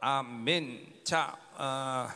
아멘. 자, 아,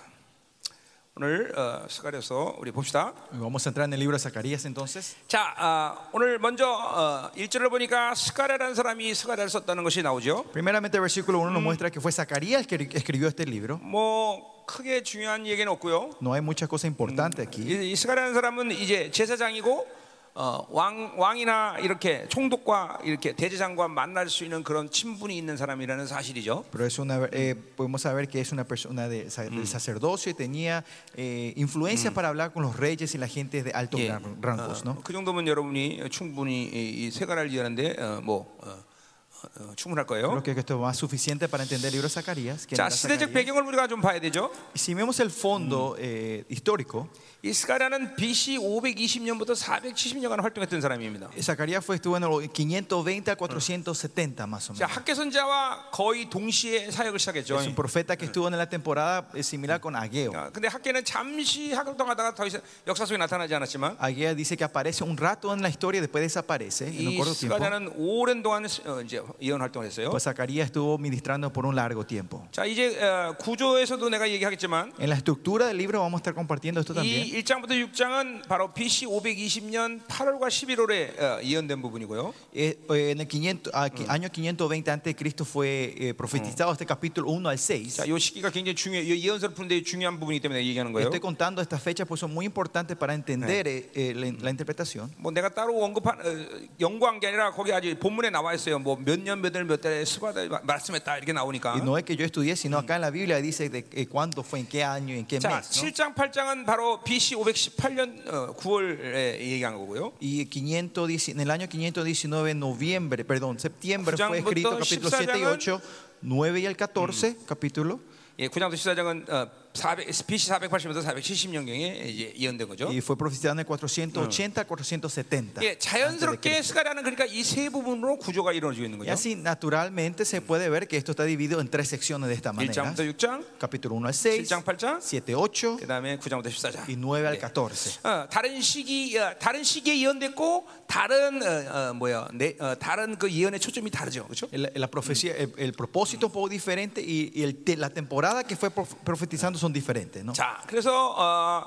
오늘 어, 스가랴서 우리 봅시다. Vamos a entrar en el libro de Zacarías entonces. 자, 아, 오늘 먼저 어, 일절을 보니까 스가랴라는 사람이 스가랴를 썼다는 것이 나오죠. Primeramente el versículo 1 nos muestra que fue Zacarías el que escribió este libro. 뭐 크게 중요한 얘기는 없고요. No hay muchas cosas importantes aquí. 이, 이 스가랴라는 사람은 이제 제사장이고 어, 왕 왕이나 이렇게 총독과 이렇게 대제장과 만날 수 있는 그런 친분이 있는 사람이라는 사실이죠. Pero es una, eh, podemos saber que es una persona de, sa- del sacerdocio y tenía eh, influencia para hablar con los reyes y la gente de altos 예. gran- rangos. 어, ¿no? 그 정도면 여러분이 충분히 이세 가를 이해하는데 어, 뭐 어, 어, 어, 충분할 거예요. Creo que esto es más suficiente para entender el libro de Zacarías. quién 자 era 시대적 Zacarías. 배경을 우리가 좀 봐야 되죠. Y si vemos el fondo eh, histórico, 이스가랴는 BC 520년부터 470년간 활동했던 사람입니다. Zacarías fue, estuvo en el 520 al 470 más o 자 menos. 학계선자와 거의 동시에 사역을 시작했죠. Es un profeta que estuvo en la temporada eh, similar con Ageo. 아, 근데 학계는 잠시 활동하다가 더 이상 역사 속에 나타나지 않았지만 Ageo dice que aparece un rato en la historia y después desaparece en un corto tiempo. 아, 이스가랴는 오랜 동안 어, 이제 예언 활동을 했어요. Pues Zacarías estuvo ministrando por un largo tiempo. 자 이제 어, 구조에서도 내가 얘기하겠지만 En la estructura del libro vamos a estar compartiendo esto también. 이 1장부터 6장은 바로 BC 520년 8월과 11월에 어, 예언된 부분이고요. Eh, eh, en el 500, ah, qui- año 520 antes de Cristo fue eh, profetizado este capítulo 1 al 6. 자, 이 시기가 굉장히 중요해. 이 예언서를 푸는데 중요한 부분이기 때문에 얘기하는 거예요. Estoy contando estas fechas pues son muy importantes para entender eh, eh, la, la interpretación. 뭐 내가 따로 언급한 어, 연구한 게 아니라 거기 아직 본문에 나와 있어요. 뭐 몇 년 몇 월 몇 달에 스바다 말씀했다 이렇게 나오니까. Y no es que yo estudié, sino acá en la Biblia dice de, eh, cuándo fue, en qué año, y en qué 자, mes. ¿no? 7장 8장은 바로 BC 518년 9월에 얘기한 거고요. Y 510 en el año 519, noviembre, perdón, septiembre fue Judan부터 escrito capítulo 7 y 14장은 8, 9 y el 14 capítulo. 예, 9장부터 14장은 어, 400, BC 480부터 470년경에 이제 예언된 거죠. Y fue profetizado en el 480 al 470. 예, 자연스럽게 스가랴는 그러니까 이 세 부분으로 구조가 이루어지고 있는 Y 거죠. así naturalmente se puede ver que esto está dividido en tres secciones de esta manera. 1장부터 6장, Capítulo 1 al 6, 7장 8장, 7, 8 그다음에 9장부터 14장. y 9 al 14. 어, 다른 시기 어, 다른 시기에 예언됐고 다른 어, 어, 뭐야? 내, 어, 다른 그 예언의 초점이 다르죠. 그렇죠? El, la profecía, el, el propósito es un poco diferente y, y el te- la temporada que fue prof- profetizando son diferentes. ¿no? 자, 그래서 어,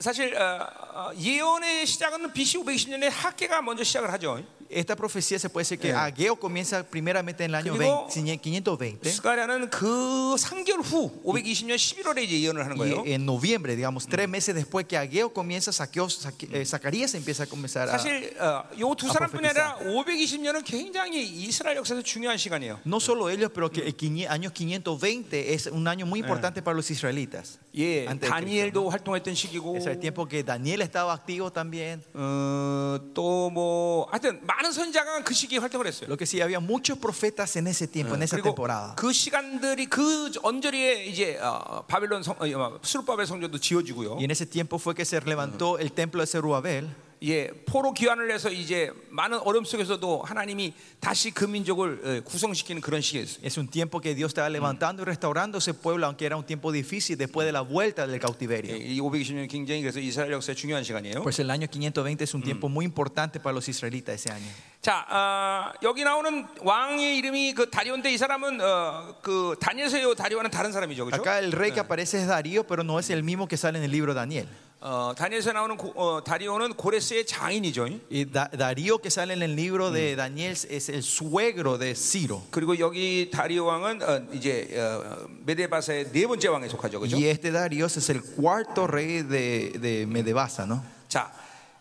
사실 어, 어, 예언의 시작은 BC 520년에 학계가 먼저 시작을 하죠. Esta profecía se puede decir que Ageo comienza primeramente en el año Luego- 20, 네. 520. 스가랴는 그 3개월 후 520년 11월에 이제 예언을 하는 거예요. Y en noviembre, digamos, tres meses después que Ageo comienza, Saqueo, Saque- eh, Zacarías empieza a comenzar a... 사실 어, 요 두 아, 사람뿐 이 아니라 profetizar. 520년은 굉장히 이스라엘 역사에서 중요한 시간이에요. No solo ellos, pero que el quiñe- año 520 es un año muy importante para los israelitas. 예, Antes de Cristo, 다니엘도 활동했던 ¿no? 시기고 Es el tiempo que Daniel estaba activo también. 어, 또 뭐 하여튼 많은 선자가 그 시기에 활동을 했어요. Lo que sí, había muchos profetas en ese tiempo, en esa 그리고 temporada. 그 시간들이 그 언저리에 이제 어, 바빌론 성, 어, 수르바벨 성전도 지어지고요. Y en ese tiempo fue que se levantó el templo de Zerubabel. 예, 포로 귀환을 해서 이제 많은 어려움 속에서도 하나님이 다시 그 민족을 예, 구성시키는 그런 시기였어요. Es un tiempo que Dios estaba levantando y restaurando ese pueblo, aunque era un tiempo difícil después de la vuelta del 예, cautiverio. 이 520년 굉장히 그래서 이스라엘 역사에 중요한 시간이에요. Pues el año 520 es un tiempo muy importante para los israelitas ese año. 자 아, 여기 나오는 왕의 이름이 그 다리온데 이 사람은 어, 그 다니엘서요 다리와는 다른 사람이죠, 그렇죠? Acá el rey que aparece es Darío, pero no es el mismo que sale en el libro de Daniel. 어, 다니엘서 나오는 고- 어, 다리오는 고레스의 장인이죠. Y Da- Darío que sale en el libro de Daniel es el suegro de Ciro. 그리고 여기 다리오 왕은 어, 이제 어, 메데바사의 네 번째 왕에 속하죠, 그렇죠? Y este Darío es el cuarto rey de, de Medebasa, ¿no? 자,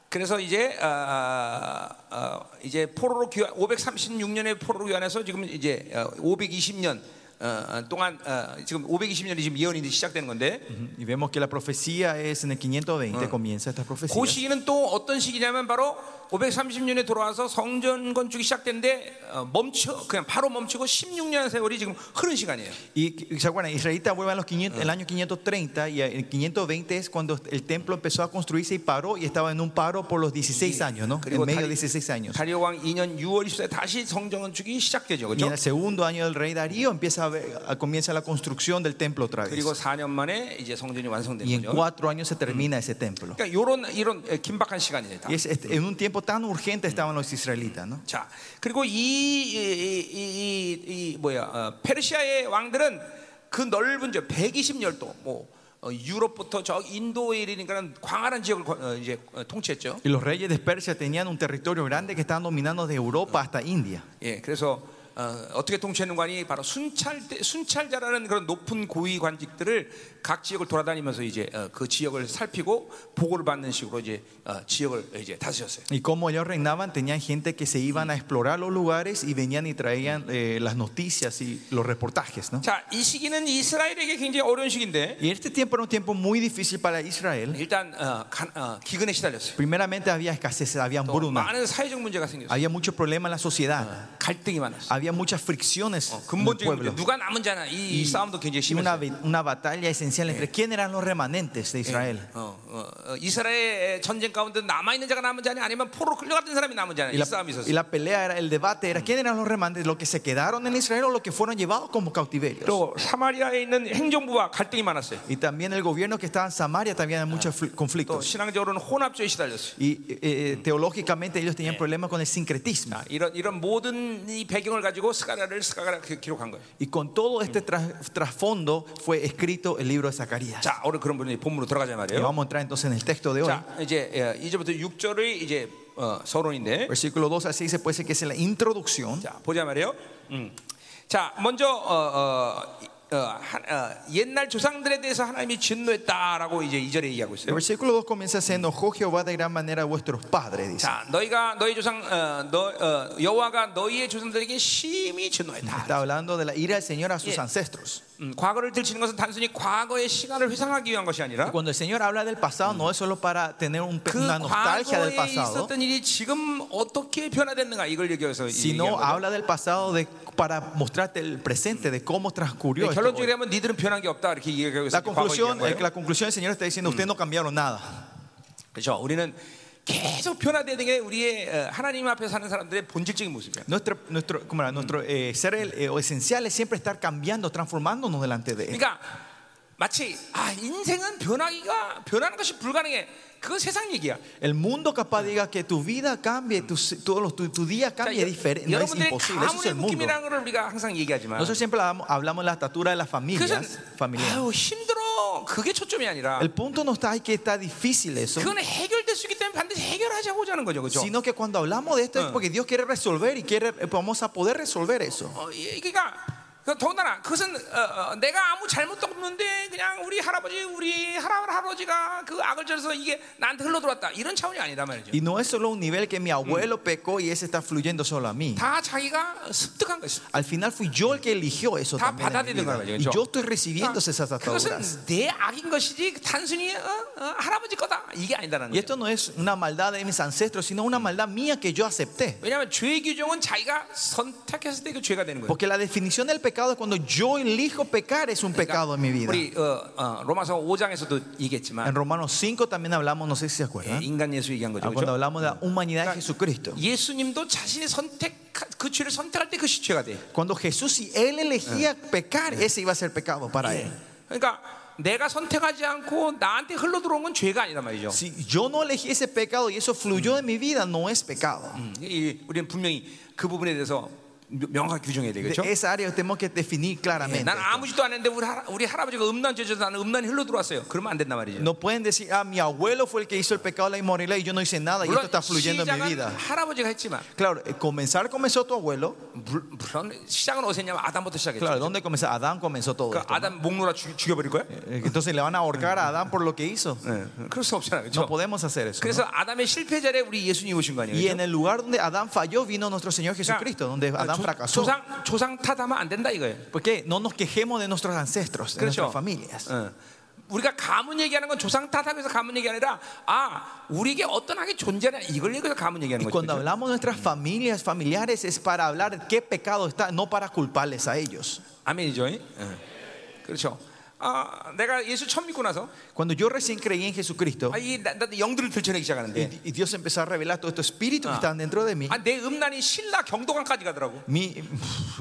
그래서 이제 아, 아, 아, 이제 포로로 귀환 536년에 포로로 귀환해서 지금 이제 어, 520년 어, 어, 동안 어, 지금 520년이 지금 예언이 이제 시작되는 건데 Y vemos que la profecía es en el 520, comienza esta 그 profecía. 시기는 또 어떤 시기냐면 바로 530년에 돌아와서 성전 건축이 시작된데 어, 멈춰 그냥 바로 멈추고 16년 세월이 지금 흐른 시간이에요. Y, y se acuerdan, Israelita vuelve en los 500, el año 530 y el 520 es cuando el templo empezó a construirse y paró y estaba en un paro por los 16 años, ¿no? En medio de 16 años. 다리오 왕 2년 6월 24일 다시 성전 건축이 시작되죠. Y en 그렇죠? 예, el segundo año del rey Darío empieza a ver- a- comienza la construcción del templo otra vez. 그리고 4년 만에 이제 성전이 완성된 Y en 거죠. cuatro años se termina ese templo. 그러니까 이런 이런 에, 긴박한 시간이다. Y es, este, en un tiempo tan urgente estaban los israelitas, ¿no? 자, 그리고 이 이 이 이 뭐야 어, 페르시아의 왕들은 그 넓은 저 120열도 뭐 어, 유럽부터 저 인도에 이르니까는 광활한 지역을 거- 어, 이제 어, 통치했죠. Y los reyes de Persia tenían un territorio grande que estaban dominando desde Europa hasta India. 예, 그래서 어, 떻게 통치했는가 하니 바로 순찰 순찰자라는 그런 높은 고위 관직들을 각 지역을 돌아다니면서 이제 어, 그 지역을 살피고 보고를 받는 식으로 이제 어, 지역을 이제 다스렸어요. Y como ellos reinaban, tenían gente que se iban a explorar los lugares y venían y traían eh, las noticias y los reportajes, ¿no? 자, 이 시기는 이스라엘에게 굉장히 어려운 시기인데 Y este tiempo era un tiempo muy difícil para Israel. 일단 어, 간- 어, 기근에 시달렸어요. Primeramente había escasez, había 또 hambruna, 많은 사회적 문제가 생겼어요. había mucho problema en la sociedad, 갈등이 많았어요. había muchas fricciones en el 아, 근본적인 문제, pueblo. 누가 남은 자나 이, 이 싸움도 굉장히 Y una, 심했어요. ve- una batalla esencial entre quién eran los remanentes de Israel. 어, 어, 어, 이스라엘 전쟁 가운데 남아 있는 자가 남은 자냐 아니면 포로 끌려갔던 사람이 남은 자냐 Y 이 la, 싸움이 y 있었어요. la pelea era, el debate era quién eran los remanentes, los que se quedaron en Israel o los que fueron llevados como cautiverios. 또 사마리아에 있는 행정부와 갈등이 많았어요. Y también el gobierno que estaba en Samaria también había muchos fl- 또 conflictos. 신앙적으로는 혼합주의에 시달렸어요. Y eh, eh, teológicamente ellos tenían problemas con el sincretismo. 아, 이런 이런 모든 이 배경을 가지고 스가랴를 스가랴가 기- 기록한 거예요. Y con todo este tras- trasfondo fue escrito el libro de Zacarías. 자, 오늘 그런 분이 본문으로 들어가자 Y 말이에요. vamos a entrar entonces en el texto de hoy. 자, 이제 예, 이제부터 6절의 이제 어, 서론인데 Versículo 2 a 6 se puede decir que es la introducción. 자 보자 말이에요. 음. 자 먼저 어, 어, 어, 한- 어, 옛날 조상들에 대해서 하나님이 진노했다라고 이제 2절에 얘기하고 El 있어요. versículo 2 comienza, se enojó Jehová de gran manera a vuestros padres, dice. 자 너희가 너희 조상 어, 너, 어, 여호와가 너희의 조상들에게 심히 진노했다. Está hablando de la ira del Señor a sus Yeah. ancestros. 음, 과거를 들치는 것은 단순히 과거의 시간을 회상하기 위한 것이 아니라 Cuando el Señor habla del pasado, no es solo para tener un pe- 그 una nostalgia 과거에 del pasado, 있었던 일이 지금 어떻게 변화됐는가 이걸 얘기해서 이 얘기하는 sino 거죠. habla del pasado de, para mostrarte el presente, de cómo transcurrió. esto 결론적으로 hoy. 하면 니들은 변한 게 없다 이렇게 얘기하고 La 있어요. conclusión, 예, eh, que la conclusión del Señor está diciendo, ustedes no cambiaron nada. 그렇죠. 우리는 계속 변화되는 게 우리의 어, 하나님 앞에 사는 사람들의 본질적인 모습이야. Nuestro, nuestro, ¿cómo era? nuestro eh, ser el- eh, o esencial es siempre estar cambiando, transformándonos delante de Él. 그러니까 마치 아 인생은 변하기가 변하는 것이 불가능해. 그건 세상 얘기야. El mundo capaz diga que tu vida cambie, tu, todos los, tu, tu día 자, cambie, es diferente, no es 여러분들의 imposible, eso es 가문의 el mundo. 묶임이라는 걸 우리가 항상 얘기하지만 Nosotros siempre hablamos, hablamos de la estatura de las 그것은 familias, familia. 아유 힘들어 그게 초점이 아니라 El punto no está ahí que está difícil eso. 그건 해결될 수 있기 때문에 반드시 해결하자고자 하는 거죠, 그렇죠? sino que cuando hablamos de esto es porque Dios quiere resolver y quiere, eh, vamos a poder resolver eso. 어, 예, 그러니까 그 더군다나 그것은 어, 어, 내가 아무 잘못도 없는데 그냥 우리 할아버지 우리 할아- 할아버지가 그 악을 저어서 이게 나한테 흘러 들어왔다 이런 차원이 아니다 말이죠. Y no es solo un nivel que mi abuelo pecó y ese está fluyendo solo a mí. 다 자기가 습득한 것이. Al final fui yo el que eligió eso Da- también. en mi 받아들이는 vida. 거예요, Y 그렇죠? yo estoy recibiendo esas ataduras. 그것은 내 악인 것이지 단순히 어, 어, 할아버지 거다 이게 아니다라는 거죠. Y esto no es una maldad de mis ancestros, sino una maldad mía que yo acepté. 왜냐하면 죄의 규정은 자기가 선택했을 때 그 죄가 되는 거예요. Porque la definición del pecado es cuando yo elijo pecar es un pecado en mi vida. 그러니까 우리 어, 어, 로마서 5장에서도 En 얘기했지만 Romanos 5 también hablamos, no sé si se 예, acuerdan, ah, 인간 예수 얘기한 거죠. 그렇죠? cuando hablamos de la humanidad de Jesucristo. 예수님도 자신의 선택 그 죄를 선택할 때 그 죄가 돼. Cuando Jesús, si él elegía pecar, ese iba a ser pecado para él. 그러니까 내가 선택하지 않고 나한테 흘러 들어온 건 죄가 아니란 말이죠. Si yo no elegí ese pecado y eso fluyó de mi vida, no es pecado. 음, 이- 우리는 분명히 그 부분에 대해서 명- 명확하게 규정해야 De 되겠죠. esa área tenemos que definir claramente. 난 아무 짓도 안 했는데 우리, 할, 우리 할아버지가 음란 죄져서 나는 음란이 흘러 들어왔어요. 그러면 안 된단 말이죠. No pueden decir, ah, mi abuelo fue el que hizo el pecado de la inmoralidad y yo no hice nada y esto 물론 está fluyendo en mi 시작은 vida. 할아버지가 했지만 Claro, eh, comenzar comenzó tu abuelo. 물, 물론 시작은 어디서 했냐면 아담부터 시작했죠. Claro, ¿dónde comenzó? Adán comenzó todo. 그러니까 esto. 아담 목놓아 죽- 죽여버릴 거야? Eh, Entonces le van a ahorcar a Adán por lo que hizo. 예, 그럴 수 없잖아요. No 그렇죠? podemos hacer eso. ¿no? 그래서 아담의 실패 자리에 우리 예수님 오신 거 Y 아니에요? en el lugar donde Adán falló vino nuestro Señor Jesucristo, donde 그러니까 Adán 조, fracasó. 조상, 조상 탓하면 안 된다 이거예요. ¿Por qué? No nos quejemos de nuestros ancestros, de 그렇죠. nuestras familias. 어. 우리가 가문 얘기하는 건 조상 탓하고 해서 가문 얘기 아니라 아 우리에게 어떤 악이 존재하냐 이걸 얘기해서 가문 Y 얘기하는 cuando 거죠. hablamos de nuestras familias, familiares, es para hablar de qué pecado está, no para culparles a ellos. 아멘이죠. 예. 그렇죠. 아, 내가 예수 처음 믿고 나서 Cuando yo recién creí en Jesucristo 아, 이 나, 나 영들을 들춰내기 시작하는데 y, y Dios empezó a revelar todos estos espíritus que estaban dentro de mí, 아, 내 음란이 신라 경도관까지 가더라고. mi,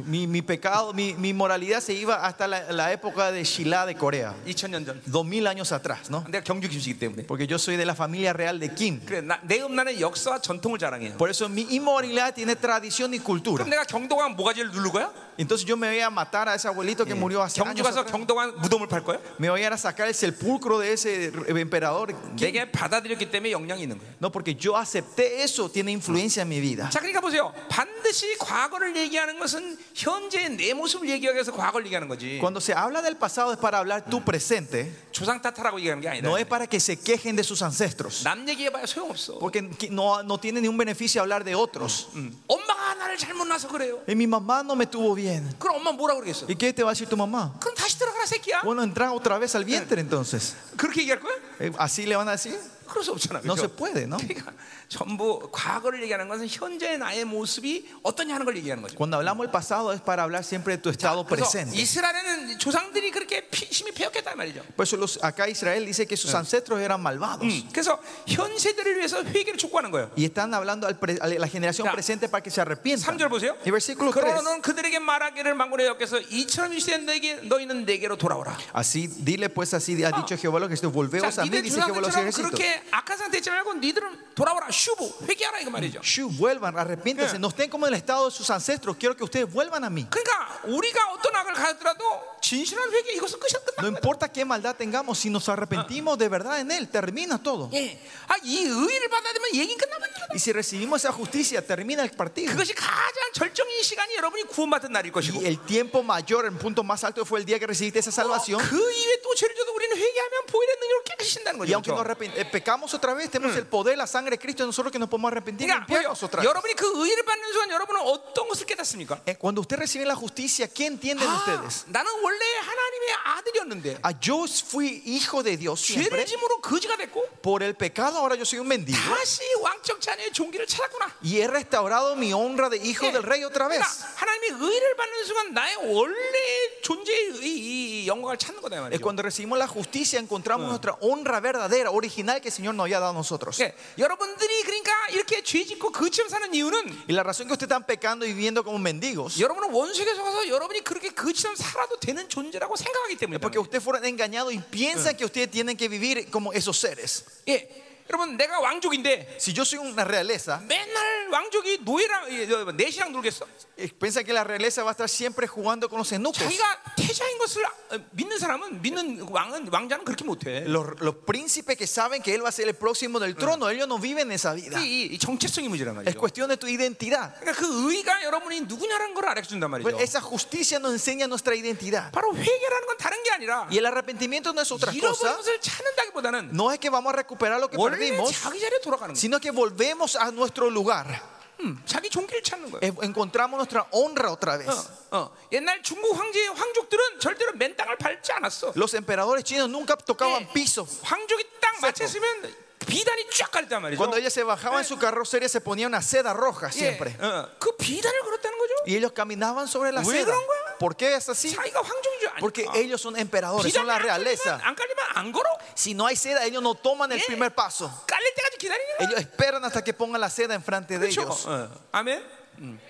mi, mi pecado, mi, mi moralidad se iba hasta la, la época de Shilá de Corea, 2000년 전. dos mil años atrás, ¿no? 내가 경주 김씨이기 때문에. Porque yo soy de la familia real de Kim. 그래, 나, 내 음란은 역사와 전통을 자랑해요. Por eso mi inmoralidad tiene tradición y cultura. 그럼 내가 경도관 모가지를 누를 거야? Entonces yo me voy a matar a ese abuelito que murió hace 경주 años. 가서 atrás. 경도관 무덤을 팔 거야? Me voy a ir a sacar el sepulcro de ese emperador. Kim. 내게 받아들였기 때문에 영향이 있는 거야. No, porque yo acepté eso, tiene influencia en mi vida. 자, 그러니까 보세요. 반드시 과거를 얘기하는 것은 현재의 내 모습을 얘기하기 위해서 과거를 얘기하는 거지. Cuando se habla del pasado es para hablar tu presente, 조상 탓하라고 얘기하는 게 아니다. no es para que se quejen de sus ancestros. 남 얘기해봐야 소용없어. Porque que- no, no tiene ningún beneficio hablar de otros. 음. 엄마가 나를 잘못 낳아서 그래요. Y mi mamá no me tuvo bien. 그럼 엄마 뭐라 그러겠어? ¿Y qué te va a decir tu mamá? 그럼 다시 들어가라 새끼야. Bueno, entra otra vez al vientre entonces. 그렇게 얘기할 거야? Eh, ¿Así le van a decir? 그럴 수 없잖아. No se 그죠? puede, ¿no? 그러니까 전부 과거를 얘기하는 것은 현재의 나의 모습이 어떠냐 하는 걸 얘기하는 거죠. Cuando hablamos del pasado es para hablar siempre de tu estado 그래서 presente. 이스라엘에는 조상들이 그렇게 피- 힘이 패였겠다 말이죠. Por eso los- acá Israel dice que sus ancestros eran malvados. 음, 그래서 현 세대를 위해서 회개를 촉구하는 거예요. Y están hablando al pre- a la generación Ya. presente para que se arrepientan. 3절 보세요. Y versículo 3. 그러는 그들에게 말하기를 망군의 여께서 이처럼 일시된 너에게 너희는 내게로 돌아오라. Así, dile pues así, ha dicho Jehová los ejércitos, volveos 자, a mí, 니들 dice Jehová los 조상들처럼 ejércitos. 그렇게 악한 상태 있지 말고 니들은 돌아오라. 슈브 회개하라 이거 말이죠. Shu, vuelvan, arrepiéntense, Yeah. no estén como en el estado de sus ancestros, quiero que ustedes vuelvan a mí. 그러니까 우리가 어떤 악을 가졌더라도 진실한 회개 이것은 끝이 끝나. No importa qué maldad tengamos, si nos arrepentimos de verdad en Él, termina todo. 예. 아, 이 의를 받아들면 얘기 끝나버린 거다. Y si recibimos esa justicia, termina el partido. 그것이 가장 절정인 시간이 여러분이 구원받은 날일 것이고 Y el tiempo mayor, el punto más alto fue el día que recibiste esa salvación. 그 이외에 또 죄를 져도 우리는 회개하면 보일의 능력으로 깨끗이 신다는 Y 거죠. aunque nos 그렇죠? arrepent- eh, pecamos otra vez, tenemos el poder, la sangre de Cristo en nosotros que nos podemos arrepentir y 그러니까 limpiarnos otra 보세요. vez. 여러분이 그 의를 받는 순간 여러분은 어떤 것을 깨닫습니까? Eh, Cuando ustedes reciben la justicia, ¿qué entienden 아, ustedes? 나는 원래 하나님의 아들이었는데 Ah, yo fui hijo de Dios siempre. 죄를 짐으로 거지가 됐고 Por el pecado ahora yo soy un mendigo. 다시 왕적 자녀의 종기를 찾았구나. Y he restaurado mi honra de hijo 예. del rey otra 그러니까 vez. 하나님의 의를 받는 순간 나의 원래 존재의 이, 이 영광을 찾는 거다 이 Eh, 말이죠. Cuando recibimos la justicia encontramos nuestra honra verdadera, original que el Señor nos había dado a nosotros. 예, 여러분들이 그러니까 이렇게 죄짓고 거지처럼 사는 이유는 Y la razón que ustedes están pecando y viviendo como mendigos 여러분은 원수에게 속아서 여러분이 그렇게 거지처럼 살아도 되는 존재라고 생각하기 es 때문이에요. porque ustedes fueron engañados y piensan que ustedes tienen que vivir como esos seres. 예, 여러분 내가 왕족인데 Si yo soy una realeza, 맨날 왕족이 노예랑 예, 저, 내시랑 놀겠어? eh, piensa que la realeza va a estar siempre jugando con los eunucos. 자기가 태자인 것을 아- 어, 믿는 사람은 믿는 왕은 왕자는 그렇게 못해. Los, los príncipes que saben que él va a ser el próximo del trono, ellos no viven esa vida. 이, 이 정체성이 문제란 Es 말이죠. cuestión de tu identidad. 그러니까 그 의가 여러분이 누구냐는 걸 알려준단 말이죠. Pues esa justicia nos enseña nuestra identidad. 바로 회개라는 건 다른 게 아니라 Y el arrepentimiento no es otra 잃어버린 cosa. 것을 찾는다기보다는 No es que vamos a recuperar lo que 원래 뭐 perdimos, 자기 자리에 돌아가는 거. sino que volvemos a nuestro lugar. 음, 자기 종기를 찾는 거예요. Eh, Encontramos nuestra honra otra vez. 어, 어. 옛날 중국 황제 황족들은 절대로 맨 땅을 밟지 않았어. Los emperadores chinos nunca tocaban Eh. piso. 황족이 딱 맞췄으면 비단이 쫙 갈단 말이죠. Cuando ellos se bajaban en su carrocería se ponía una seda Eh. roja siempre. 예, 어, 그 비단을 걸었다는 거죠. Y ellos caminaban sobre la Uy, seda. 그런 거야? ¿Por qué es así? 자기가 황족이죠. 아니, Porque 아, ellos son emperadores, son 비단이 la 안 깔리면, realeza. 안 깔리면 안 걸어. Si no hay seda, ellos no toman el Eh. primer paso. 깔릴 때까지 기다리는 거야. Ellos esperan hasta que pongan la seda enfrente de 그렇죠. ellos. 어, 아멘. 음.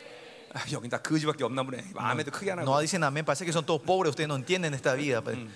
아, 여긴 다 거지밖에 없나 보네. 아멘도 크게 안 하고. No dicen amén, parece que son todos pobres, ustedes no entienden esta vida. pues. pero-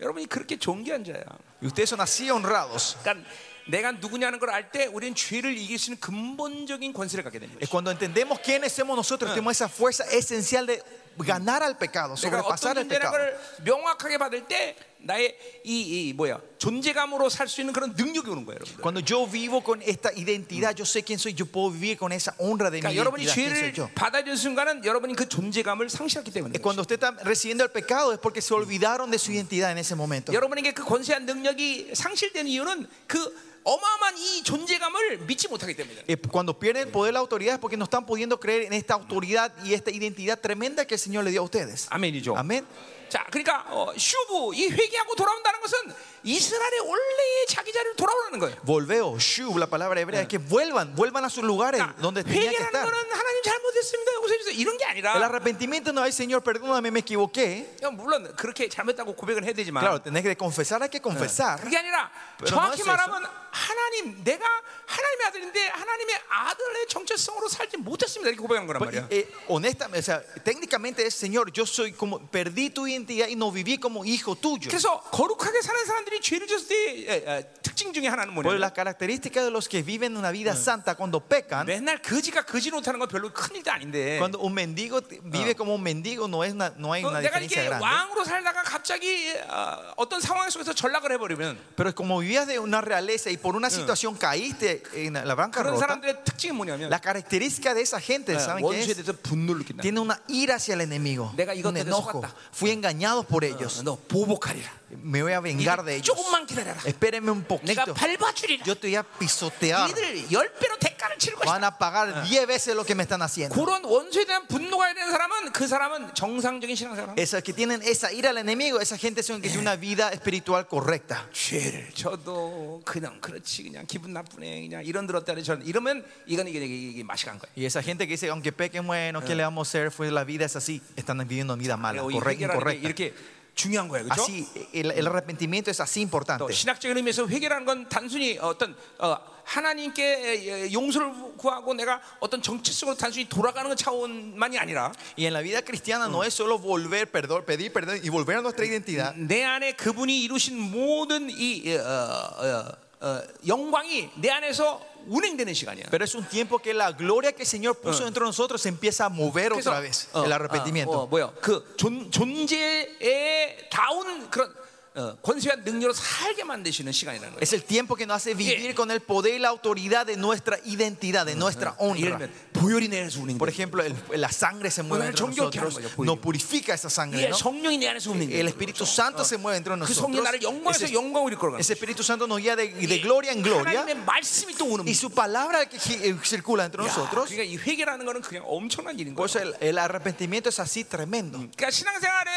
여러분이 그렇게 존귀한 자야. Y ustedes son así honrados. 그러니까 내가 누구냐는 걸 알 때 우리는 죄를 이길 수 있는 근본적인 권세를 갖게 됩니다. Es cuando entendemos quiénes somos nosotros, tenemos esa fuerza esencial de ganar al pecado, 내가 어떤 sobrepasar 존재라는 el pecado. 걸 명확하게 받을 때 나의 이, 이 뭐야 존재감으로 살 수 있는 그런 능력이 오는 거예요, 여러분들. Cuando yo vivo con esta identidad, yo sé quién soy, yo puedo vivir con esa honra de mi 그러니까 여러분이 identidad, quién soy 죄를 yo. 받아들인 순간은 여러분이 그 존재감을 상실했기 때문에. Es Cuando usted está recibiendo el pecado es porque se olvidaron de su identidad en ese momento. 여러분에게 그 권세한 능력이 상실된 이유는 그 어마어마한 이 존재감을 믿지 못하기 때문이다. Eh, Cuando pierden el poder de la autoridad es porque no están pudiendo creer en esta autoridad y esta identidad tremenda que el Señor le dio a ustedes. 아멘이죠. Amén. 자, 그러니까 어, 슈브 이 회개하고 돌아온다는 것은 이스라엘의 원래의 자기 자리를 돌아오라는 거예요. Eh. Volveo, shuv, la palabra hebrea, es que vuelvan, vuelvan a sus lugares 그러니까 donde tenían que 회개라는 estar. 거는 하나님 잘못 잘못했습니다. 웃어주세요. 이런 게 El 아니라 arrepentimiento no es, Señor, perdóname, me equivoqué. 그냥 물론 그렇게 잘못했다고 고백은 해야 되지만 Claro, tenés que confesar, hay que confesar. 그게 아니라 Pero 정확히 no es eso. 말하면 하나님 내가 하나님의 아들인데 하나님의 아들의 정체성으로 살지 못했습니다. 이렇게 고백하는 거란 뭐 말이야. Eh, honestamente, o sea, técnicamente es, Señor, yo soy como, perdí tu identidad y no viví como hijo tuyo. 그래서 거룩하게 사는 사람들이 죄를 졌을 때 에, 에, 특징 중에 하나는 Por 뭐냐? las características de los que viven una vida santa cuando pecan, 맨날 거지가 거지 못하는 건 별로 큰 일도 아닌데. cuando un mendigo te- vive como un mendigo, no, es una- Ah. no hay 어, una 내가 diferencia 이게 grande. 왕으로 살다가 갑자기 어, 어떤 상황 속에서 전락을 해버리면 Pero como vivías de una realeza y por una situación caíste en la banca 그런 rota, 사람들의 특징이 뭐냐면 어, la característica de esa gente, ¿saben qué 원수에 es? 대해서 분노를 느낀다. Tiene una ira hacia el enemigo, 내가 이것 un 때문에 enojo. 속았다. Fui engañado por ellos. 너 보복하리라. Me voy a vengar de ellos. 조금만 기다려라. Espérenme un 내가 poquito. 밟아주리라. Yo te voy a pisotear. 니들 열 배로 대가를 치를 것이다. Van a pagar 10 veces lo que me están haciendo. 그런 원수에 대한 분노가 있는 사람은 그 사람은 정상적인 신앙생활. Esas que tienen esa ira al enemigo, esa gente son que tiene una vida espiritual correcta. 죄를 저도 그냥 그렇지 그냥 기분 나쁘네 그냥 이런 들었다는 저런 이러면 이건 이게, 이게, 이게 맛이 간 거예요. Y esa gente que dice, aunque peque, bueno, ¿qué le vamos a hacer? Fue la vida es así. Están viviendo una vida mala, 아, 그리고 어, 이 회개라는 correcta, 게 incorrecta. 이렇게 중요한 거예요, 그렇죠? Así, el, el arrepentimiento es así importante. 또 신학적인 의미에서 회개라는 건 단순히 어떤 어, 하나님께 에, 용서를 구하고 내가 어떤 정체성으로 단순히 돌아가는 것 차원만이 아니라 Y en la vida cristiana no es solo volver, perdón, pedir perdón y volver a nuestra identidad, 내 안에 그분이 이루신 모든 이 어, 어, 어, 영광이 내 안에서 운행되는 시간이야. pero es un tiempo que la gloria que el Señor puso dentro de nosotros se empieza a mover 그래서 otra vez. 어, El 아, 어, arrepentimiento. 뭐야? 그 존, 존재의 다운 그런 어, 권세와 능력으로 살게 만드시는 시간이라는 거예요. Es el tiempo que nos hace vivir con el poder y la autoridad de nuestra identidad, de nuestra 예를 honra. 들면 보혈이 내에서 운행. Por ejemplo, el- la sangre se mueve Bueno, entre el 정결케 nosotros, 하는 거죠, 보혈이. nos purifica esa sangre, 예, ¿no? 성령이 내 안에서 운행. El Espíritu Santo se mueve dentro de 그 성령 nosotros. 나를 영광에서 Ese, 영광으로 이끌어가는. ese Espíritu Santo nos guía de, de 이 gloria en gloria 하나님의 말씀이 또 오는. y su palabra que gi- eh, circula entre 거예요. 야, nosotros. 그러니까 이 회개라는 거는 그냥 엄청난 일인 Por 거예요. eso el, el arrepentimiento es así tremendo. 그러니까 신앙생활에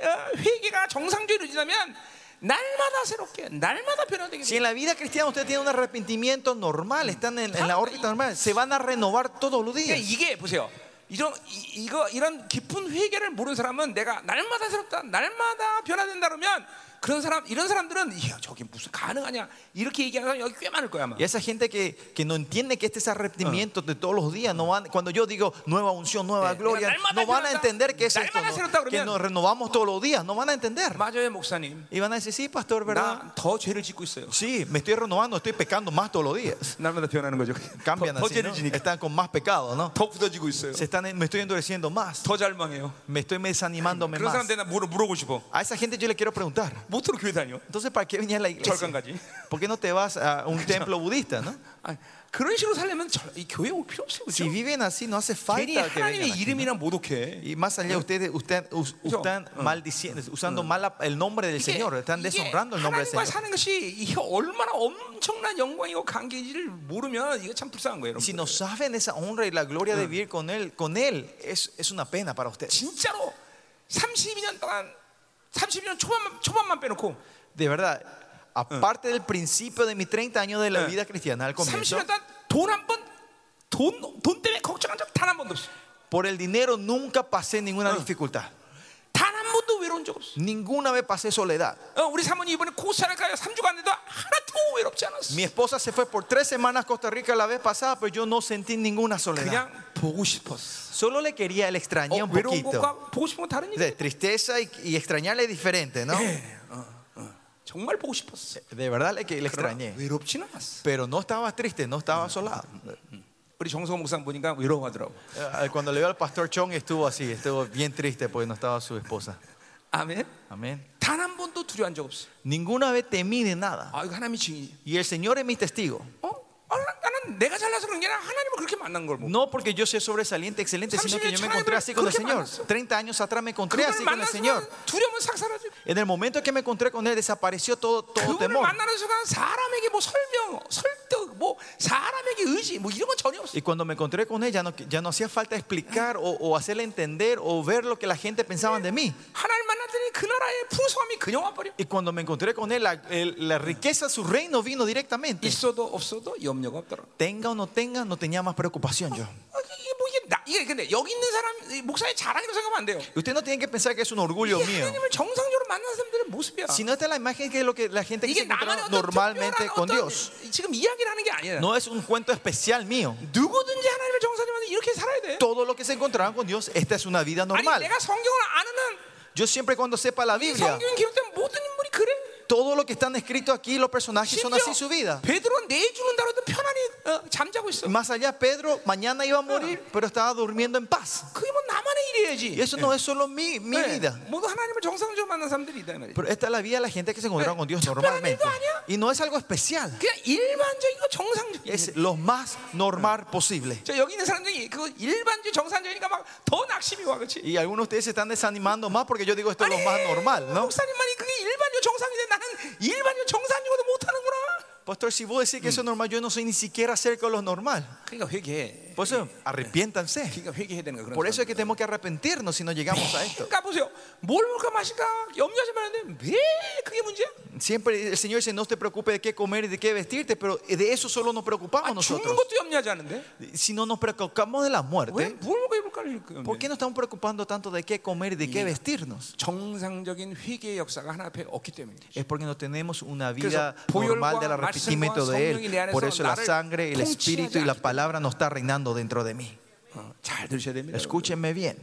어, 회개가 정상적으로 이루어지면 날마다 새롭게, 날마다 변화되게. Si en la vida cristiana usted tiene un arrepentimiento normal, están en, en la órbita normal, se van a renovar todos los 그러니까 días. 이게 보세요. 이런 이, 이거 이런 깊은 회개를 모르는 사람은 내가 날마다 새롭다, 날마다 변화된다 그러면 그런 사람 이런 사람들은 이야 저게 무슨 가능하냐 이렇게 얘기하는 사람 여기 꽤 많을 거야 아마. Y esa gente que, que no entiende que este es arrepentimiento de todos los días, no van, cuando yo digo nueva unción, nueva Eh, gloria, 날마다 no van a 변한다. entender que es esto, 날마다 ¿no? 새롭다 que 그러면- nos renovamos todos los días, no van a entender. 맞아요 목사님. Y van a decir, sí, pastor, 나 ¿verdad? 더 죄를 짓고 있어요. Sí, me estoy renovando, estoy pecando más todos los días. 날마다 변하는 거죠. Cambian 더, 더 así, ¿no? 죄를 지니까 están con más pecado, ¿no? 더 굳어지고 있어요. Se están, eh, me estoy endureciendo más, 더 잘망해요. me estoy desanimándome 그런 más. 사람들 나 물어 물어보고 싶어. A esa gente yo le quiero preguntar. 못으로 교회 다녀. Entonces, ¿para qué venías a la iglesia? 절간 가지. ¿Por qué no te vas a un templo budista? ¿no? 아, 그런 식으로 살려면 절- 이 교회 올 필요 없어요. 그죠? Si viven así, no hace 괜히 falta que vengan. 하나님의 aquí. 이름이랑 모독해. Y más allá, ustedes usted, us- Yo. están maldiciendo, usando mal el nombre del Señor, están deshonrando el nombre del 하나님과 Señor. 사는 것이 이게 얼마나 엄청난 영광이고 관계인지를 모르면 이게 참 불쌍한 거예요, Y Si 여러분. no saben esa honra y la gloria de vivir con Él, con él es, es una pena para ustedes. 진짜로 32년 동안 30년 초반만 초반만 빼놓고 De verdad, aparte del principio de mis 30 años de la Mm. vida cristiana, al comienzo, 30년 동안 돈 한 번 돈 돈 때문에 걱정한 적 단 한 번도 없어. por el dinero nunca pasé ninguna dificultad. 단 한 번도 외로운 적 없어. Ninguna vez pasé soledad. 어, 우리 사모님 이번에 코스타리카 가요 3주 갔는데도 하나도 외롭지 않았어. Mi esposa se fue por tres semanas a Costa Rica la vez pasada, pero yo no sentí ninguna soledad. 그냥 보고 싶었어. Solo le quería, le 어, extrañé Oh, un 외로운 poquito. 것과 보고 싶은 건 다른 얘기. De tristeza y, y extrañarle es diferente, ¿no? 정말 보고 싶었어. De verdad le, que le 네, 그러나 extrañé. 외롭진 않았어. Pero no estaba triste, no estaba asolado. 우리 정성 목사 보니까 외로워하더라고. Eh, Cuando le veo al pastor Chong estuvo así, estuvo bien triste porque no estaba su esposa. 아멘. Amén. 단 한 번도 두려운 적 없어. Ninguna vez temí de nada. 아 이거 하나님이 증인이. Y el Señor es mi testigo. 어? 아, 나는 내가 잘나서 그런 게 아니라 하나님을 그렇게 만난 걸 뭐. 보고. No porque yo sea sobresaliente, excelente, sino que yo me encontré así con el Señor. 30 años atrás me encontré así 그분을 con 만난 el Señor. 순간 두려움은 싹 사라지고. En el momento que me encontré con Él desapareció todo, todo 그분을 temor. 만나는 순간 사람에게 뭐 설명, 설득, 뭐 사람에게 의지 뭐 이런 건 전혀 없어. Y cuando me encontré con Él ya no, ya no hacía falta explicar o, o hacerle entender o ver lo que la gente pensaba de mí. 하나님 만났더니 그 나라의 풍성함이 그냥 와버려. Y cuando me encontré con Él, la, el- la riqueza, su reino vino directamente. 있어도 없어도 염려가 없더라. Tenga o no tenga, no tenía más preocupación yo. 아, 이게 뭐 이게 나, 이게 근데 여기 있는 사람 이 목사의 자랑이라고 생각하면 안 돼요. Usted no tiene que pensar que es un orgullo 이게 mío. 하나님을 정상적으로 만난 사람들의 모습이야. Sino esta es la imagen que es lo que la gente que se 이게 나만의 어떤 encuentra normalmente 특별한 con 어떤 Dios. 지금 이야기를 하는 게 아니야. No es un cuento especial mío. 누구든지 하나님을 정상적으로 만나 이렇게 살아야 돼. Todo lo que se encontrarán con Dios, esta es una vida 아니 normal. 내가 성경을 아는 한 Yo siempre cuando sepa la 이 Biblia, 성경에 기록된 모든 인물이 그래. todo lo que están escrito aquí, los personajes son así su vida. 베드로 내일 죽는다고 해도 편안히 어, 잠자고 있어. Más allá, Pedro mañana iba a morir, pero estaba durmiendo en paz. 그게 뭐 나만의 일이야지. Y eso no es solo mi, mi 네, vida. 모두 하나님을 정상적으로 만난 사람들이 있다 말이야. Pero esta es la vida de la gente que se encontraba con Dios Sí. normalmente. Pero no es algo Y no es algo especial. 그냥 일반적이고 정상적인. Es lo más normal posible. 저 여기 있는 사람들이 그 일반적 정상적이니까 막 더 낙심이 와, 그렇지? Y algunos de ustedes se están desanimando más porque yo digo esto es lo más normal, 어? ¿no? 목사님만이 그게 일반적 정상인데 나는 일반적 정상이고도 못하는구나. Pastor, si vos decís que eso es normal, yo no soy ni siquiera cerca de lo normal. 그러니까 회개해. Por eso, arrepiéntanse. 그러니까 회개해야 되는 거야. Por 그런 eso es 사람들은. que tenemos que arrepentirnos si no llegamos a esto. 그러니까 보세요. 뭘 먹을까 마실까 염려하지 말는데 왜 그게 문제야? Siempre el Señor dice, no te preocupes de qué comer y de qué vestirte, pero de eso solo nos 아, preocupamos 죽는 nosotros. 것도 염려하지 않은데 Si no nos preocupamos de la muerte, 왜뭘 먹어 입을까를 염려. ¿por qué nos estamos preocupando tanto de qué comer y de qué vestirnos? 정상적인 회개의 역사가 하나 앞에 없기 때문이에요. Es porque no tenemos 그래서 una vida normal del 보혈과 arrepentimiento 말씀과 de 성령이 내 Él. 안에서 Por eso la 나를 sangre, el 통치하지 espíritu y la 않기 palabra no está reinando dentro de mí. 어, 잘 들으셔야 됩니다. Escúchenme bien.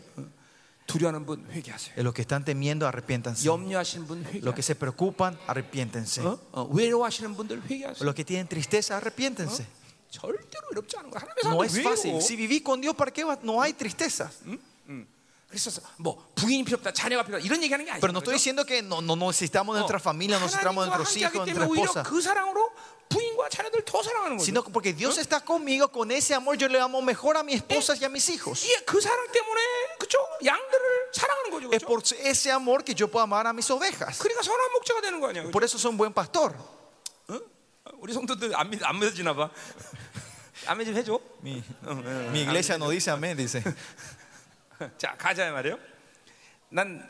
두려워하는 분 회개하세요. Los que están temiendo, arrepiéntanse. 염려하시는 분 Los que 회개하세요. se preocupan, arrepiéntense. 어? 어, 외로워하시는 분들 회개하세요. Los que tienen tristeza, arrepiéntense. ¿Ah? 절대로 외롭지 않은 거 하나님의 No es 사람들 fácil. 외로워. Si vivís con Dios, ¿para qué va? No hay tristeza. 그래서 뭐 부인이 필요 없다, 자녀가 필요 없다 이런 얘기하는 게 그렇죠? 어, 아니에요. Pero no estoy diciendo que no, no, no necesitamos nuestra familia, no necesitamos nuestros hijos, nuestra esposa. 그 사랑으로 부인과 자녀들 더 사랑하는 거죠. Sino que porque Dios está conmigo, con ese amor yo le amo mejor a mis esposas y a mis hijos. 이게 그 사랑 때문에 그쵸 양들을 사랑하는 거죠. Es 그쵸? por ese amor que yo puedo amar a mis ovejas. 그러니까 선한 목자가 되는 거 아니야. 그쵸? Por eso soy un buen pastor. 어? 우리 성도들 안, 믿, 안 믿어지나 봐. 아멘 좀 해줘. 어, Mi, mi iglesia no dice amén, dice. 아, 자 가자 말이에요. 난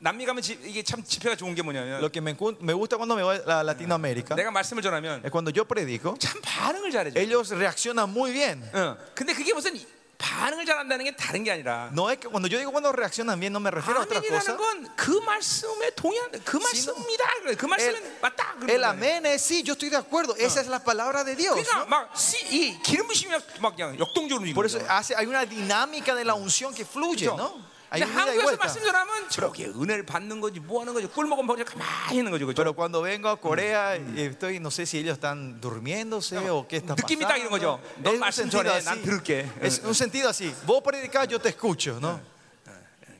남미 가면 지- 이게 참 집회가 좋은 게 뭐냐면 Lo que me, encu- me gusta cuando me voy a Latinoamérica 내가 말씀을 전하면 es cuando yo predico, 참 반응을 잘해줘. ellos reaccionan muy bien. 어. 근데 그게 무슨 반응을 잘한다는 게 다른 게 아니라 No es que cuando yo digo cuando reaccionan bien, Ah, no me refiero a otra cosa. 아멘이라는 건 그 말씀에 동의한 그 말씀이다. 그 말씀은 El, 맞다. 그런 el 거잖아요. amén es sí, yo estoy de acuerdo. Esa es la palabra de Dios. 그러니까 ¿no? 막 씨, 이 기름 부심이 막 그냥 역동적으로 Por eso 움직이는 거죠. hace, hay una dinámica de la unción que fluye, ¿no? Hay 근데 un ida y 한국에서 vuelta. 말씀 전하면 저게 은혜를 받는 거지 뭐 하는 거지 꿀 먹으면 버리고 가만히 있는 거죠. 그죠? Pero cuando vengo a Corea, eh, estoy, no sé si ellos están durmiéndose o qué está 느낌이 딱 이런 pasando. 거죠. 넌 un 말씀 sentido 전해, así. 난 들을게. Es un sentido así. Vos predicás, yo te escucho, ¿no?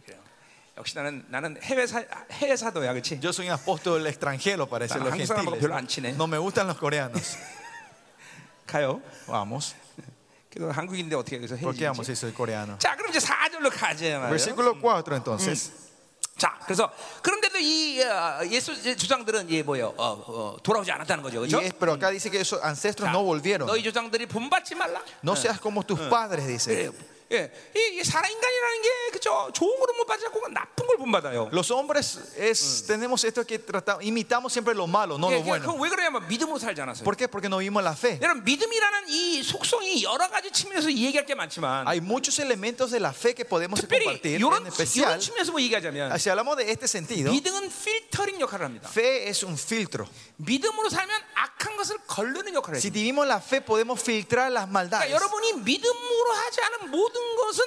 그래요. 역시 나는 나는 해외 사 해외 사도야, 그렇지? Yo soy un apóstol extranjero, parece Claro, los 한국 사람하고 별로 안 친해. gentiles. No me gustan los coreanos. 가요. Vamos. 그래도 한국인데 어떻게 해서 ¿Por qué vamos 해지? si soy coreano? 자, 그럼 이제 4절로 가자 말이에요. Versículo 4 entonces. 자, 그래서 그런데도 이 어, 예수 주장들은 예 뭐예요? 어, 어, 돌아오지 않았다는 거죠, Y 그렇죠? es- pero acá dice que esos ancestros 자, no Ah. volvieron. 너희 조상들이 본받지 말라. No seas como tus padres, dice. 그래요. 예, 이, 이 살아 인간이라는 게 그죠? 좋은 걸못 받지 않고 나쁜 걸 본받아요. Los hombres es, tenemos esto que tratamos, imitamos siempre lo malo, no 예, lo 그냥 bueno. 그건 왜 그러냐면 믿음으로 살지 않았어요. ¿Por qué? Porque no vimos la fe. 여러분 믿음이라는 이 속성이 여러 가지 측면에서 얘기할 게 많지만 Hay muchos elementos de la fe que podemos 특별히 compartir, en 이런 이런 especial, 측면에서 뭐 얘기하자면 si hablamos de este sentido, 믿음은 필터링 역할을 합니다. fe es un filtro. 믿음으로 살면 악한 것을 걸르는 역할을 Si 해요. vivimos la fe, podemos filtrar las 그러니까 maldades. 여러분이 믿음으로 하지 않은 모든 것은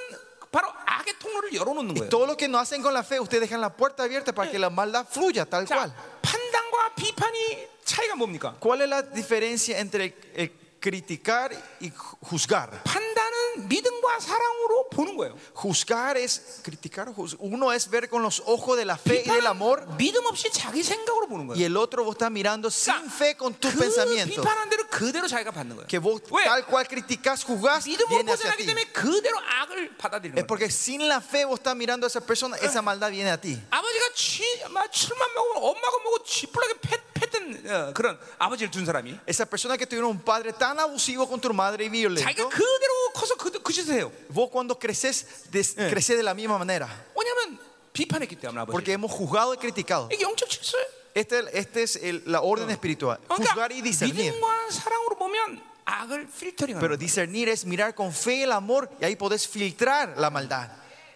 바로 악의 통로를 열어놓는 Y 거예요. todo lo que no hacen con la fe, ustedes dejan la puerta abierta para que la maldad fluya tal 자, cual. 판단과 비판이 차이가 뭡니까? ¿Cuál es la diferencia entre eh, criticar y ju- juzgar? 판단은 믿음과 사랑으로 보는 거예요. Juzgar es criticar, o juz- uno es ver con los ojos de la fe y del amor 비판은 믿음 없이 자기 생각으로 보는 y 거예요. el otro vos estás mirando sin fe con tus 그 pensamientos. 비판한 대로 그대로 자기가 받는 거예요. Que vos 왜? tal cual criticas, juzgas, 믿음으로 viene hacia 벗어나기 ti. 때문에 그대로 악을 Es 받아들이는 거예요. porque sin la fe vos estás mirando a esa persona, esa maldad viene a ti. 아버지가 취, 막 술만 먹으면 엄마가 먹고 쥐뿔하게 팻, 팻던 어, 그런 아버지를 둔 사람이 Esa persona que tuvieron un padre tan abusivo con tu madre y 자기가 violento, 그대로 커서 그, 그 짓을 해요. vos cuando creces, des- creces de la misma manera. 왜냐면 비판했기 때문에 아버지. Porque hemos juzgado y criticado. 이게 영적 질서예요. Este, este es el- la orden espiritual. 그러니까 Juzgar y discernir. 믿음과 사랑으로 보면 악을 필터링하는 Pero 거예요. discernir es mirar con fe el amor y ahí podés filtrar la maldad.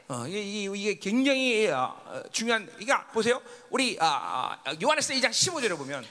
어, 이게, 이게- 이게 굉장히 어, 어, 중요한. 그러니까 보세요. 우리 아, 아, 요한에서 2장 15절에 보면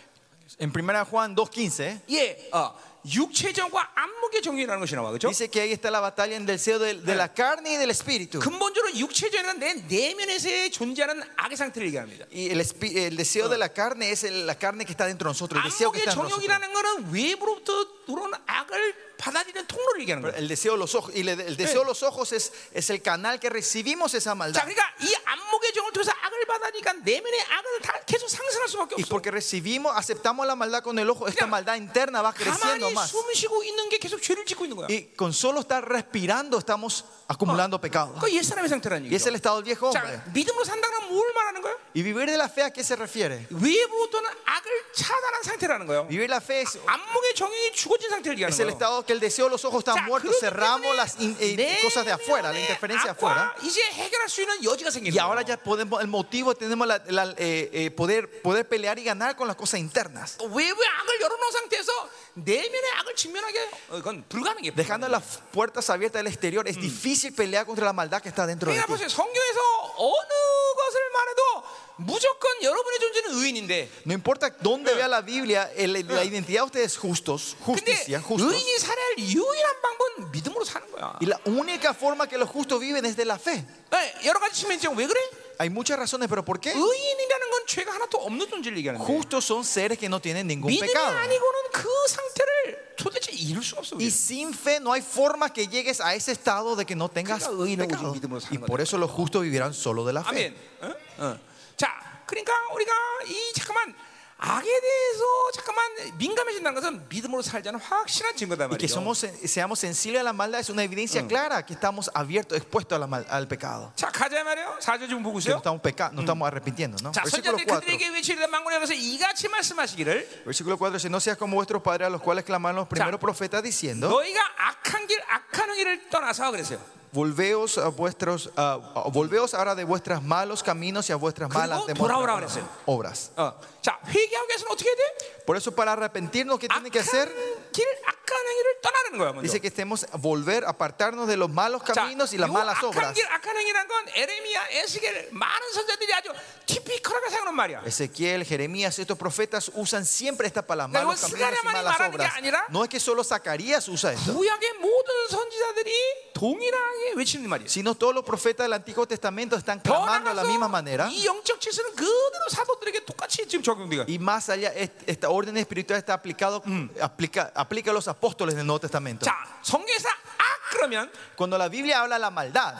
En 1 Juan ¿eh? 2.15 예, 어, 육체정과 안목의 정의라는 것이 나와 그죠? dice que ahí está la batalla en el deseo del- de, la carne y del espíritu. 근본적으로 육체정은 내 내면에서 존재하는 악의 상태를 얘기합니다. Y el, espi- el deseo de la carne es el- la carne que está dentro de nosotros, el deseo que 안목의 está en nosotros. 정욕이라는 것은 외부로부터 들어오는 악을 받아들이는 통로를 얘기하는 거예요. El deseo de los ojos y le- el deseo de los ojos es, es el canal que recibimos esa 자, maldad. 그러니까 이 안목의 정을 통해서 악을 받으니까 내면의 악을 다 계속 상승할 수밖에 Y 없어. porque recibimos, aceptamos la maldad con el ojo, esta maldad interna va creciendo 가만히 más. 숨 쉬고 있는 게 계속 죄를 짓고 있는 거야. Y con solo estar respirando estamos acumulando pecado. 그 옛사람의 상태라는 Y es el 얘기죠. estado del viejo hombre. 자, 믿음으로 산다는 건뭘 말하는 거야? ¿Y vivir de la fe a qué se refiere? 외부로부터는 악을 차단한 상태라는 거예요. Vivir la fe es, 안목의 정이 죽어진 상태를 es el 얘기하는 거예요. estado que el deseo de los ojos está muerto, cerramos las in- eh, cosas de afuera, la interferencia afuera. 과 이제 해결할 수 있는 여지가 생기는 Y ahora 거예요. ya podemos, el motivo, tenemos la, la- eh, eh, poder, poder pelear y ganar con las cosas internas. 외부의 악을 열어놓은 상태에서 내면의 악을 직면하게 어, 그건 불가능해. Dejando las puertas abiertas al exterior, es difícil pelear contra la maldad que está dentro de 그러니까 ti. 보세요. 성경에서 어느 것을 말해도 무조건 여러분의 존재는 의인인데 No importa dónde vea la Biblia, el- la identidad de ustedes justos, 근데 justicia, justos. 의인이 살아야 할 유일한 방법은 믿음으로 사는 거야. Y la única forma que los justos viven es de la fe. 네, 여러 가지 측면이 있지만 왜 그래? Hay muchas razones, pero ¿por qué? 의인이라는 건 죄가 하나도 없는 존재를 얘기하는 거예요. Justos son seres que no tienen ningún 믿음이 pecado. 아니고는 그 상태를 도대체 이룰 수가 없어. Y 우리는. sin fe no hay forma que llegues a ese estado de que no tengas 그러니까 의인은 pecado. 오직 믿음으로 사는 Y por eso los justos vivirán solo de la fe. 아멘. 어? 어. 자, 그러니까 우리가 이 잠깐만 악에 대해서 잠깐만 민감해진다는 것은 믿음으로 살자는 확실한 증거단 Y que 말이죠. somos, eh, seamos sensibles a la maldad es una evidencia clara que estamos abiertos, expuestos a la mal- al pecado. 자, 가자 말이에요. 사절 지금 보고 Que 있어요. no estamos pecando, no estamos arrepintiendo. ¿no? 자, Versículo 선자들이 4. 그들에게 외치리라 망군에 가서 이같이 말씀하시기를 Versículo 4 dice: No seas como vuestros padres a los cuales clamaron los primeros Cha. profetas diciendo: 너희가 악한 길 악한 행위를 떠나서 그랬어요. Volveos, a vuestros, a- a- volveos ahora de vuestros malos caminos y a vuestras malas Krugo, demo- 돌아오라 그랬어요. obras. 어. 자, 회개하기 위해서는 어떻게 해야 돼? Por eso, para arrepentirnos, ¿qué tiene que hacer? 악한 길 악한 행위를 떠나는 거야, 먼저. Dice que estemos a volver, apartarnos de los malos caminos y las 요 malas 악한 obras. 길 악한 행위란 건 에레미야, 에스겔 많은 선자들이 아주 티피컬하게 사용하는 말이야. Ezequiel, Jeremías, estos profetas usan siempre esta palabra, Pero malos 이건 caminos y 스가랴만이 malas 말하는 게 obras. 아니라 No es que solo Zacarías usa esto, 구약의 모든 선지자들이 동일하게 외치는 말이에요. sino todos los profetas del Antiguo Testamento están 더 clamando de la misma manera. 나아가서 이 영적 질서는 그대로 사도들에게 똑같이 지금 적용돼요. Y más allá, est- esta orden espiritual está aplicado, aplica, aplica a los apóstoles del Nuevo Testamento. 자, 성경에서 악 그러면 Cuando la Biblia habla de la maldad,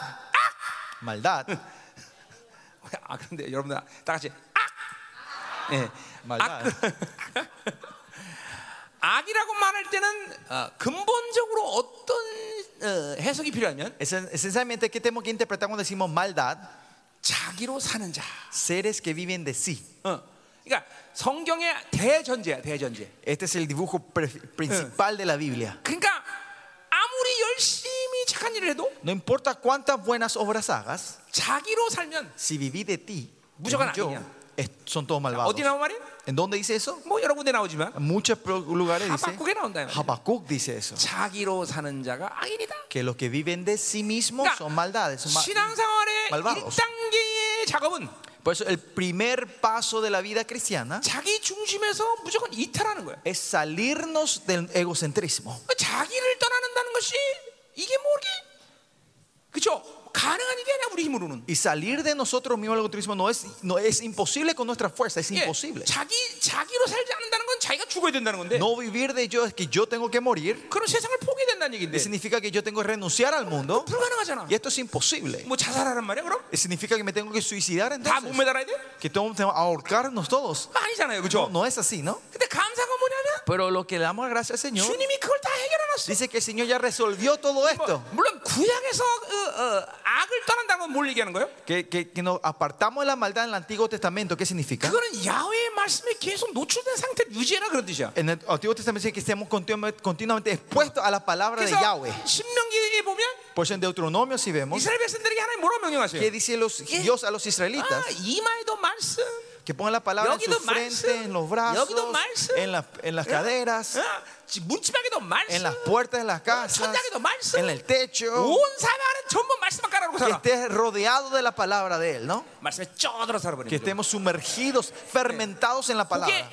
maldad, 아 근데 여러분들 다 같이 악. 예. eh, maldad. 악이라고 말할 때는 어, 근본적으로 어떤 어, 해석이 필요하면 Esen- Esencialmente, ¿qué tenemos que interpretar cuando decimos maldad? 자기로 사는 자. Seres que viven de sí. 어. 그러니까 성경의 대전제야, 대전제. Este es el dibujo pre- principal de la Biblia. 그러니까 아무리 열심히 착한 일을 해도 No importa cuántas buenas obras hagas, 자기로 살면 si viví de ti, de Mucho mi yo, ganancia. es- son todos malvados. 어디 나온 말이야? ¿En dónde dice eso? 뭐 여러 군데 나오지만 En muchos pro- lugares dice. 하박국에 나온다. 이 말이야. Habacuc dice eso. 자기로 사는 자가 악인이다. Que los que viven de sí mismos 그러니까 son maldades. son ma- 신앙생활의 malvados. 1단계의 작업은 Por eso el primer paso de la vida cristiana 자기 중심에서 무조건 이탈하는 거야. 그러니까 es salirnos del egocentrismo. 자기를 떠나는다는 것이 이게 뭐게? 그죠? 가능한 일이 아니야 우리 힘으로는. Y salir de nosotros mismos el egocentrismo no es, no es imposible con nuestra fuerza, es 예, imposible. 자기 자기로 살지 않는다는 건 자기가 죽어야 된다는 건데. No vivir de yo es que yo tengo que morir. 그럼 세상을 포기된다는 얘기인데 Significa que yo tengo que renunciar al mundo. 불가능하잖아. Y esto es imposible. 예. 뭐 자살하란 말이야 그럼? Significa que me tengo que suicidar 다 못 entonces. 매달아야 돼? Que tengo que ahorcarnos todos. 아니잖아요, 그죠? No, no es así, ¿no? 근데 감사가 뭐냐면 Pero lo que le damos gracias al Señor 주님이 그걸 다 해결해놨어. 뭐, dice que el Señor ya resolvió todo esto. 물론 구약에서 어, 어, 악을 떠난다는 건 뭘 얘기하는 거예요? Que, que, que nos apartamos de la maldad en el Antiguo Testamento, ¿qué significa? 그거는 야훼의 말씀에 계속 노출된 상태를 유지해라 그런 뜻이야. En el Antiguo Testamento dice que estemos continuamente, continuamente expuestos a la palabra de 그래서 Yahweh. 신명기에 보면 Por eso en Deuteronomio, si vemos, 이스라엘 백성들에게 하나님 뭐라고 명령하세요? ¿qué dice los, Dios a los israelitas? 아, 이마에도 말씀, Que pongan la palabra en 여기도 su frente, 말씀, en los brazos, 여기도 말씀. en, las- en las caderas, 어? 지- 문지방에도 말씀. en las puertas de las casas, 천장에도 말씀. en el techo. 온 사방은 전부 말씀만 깔아놓고 Que 살아. estés rodeado de la palabra de Él, ¿no? 말씀에 쩌들어 살아버리는 Que 거예요. estemos sumergidos, fermentados en la 그게 palabra.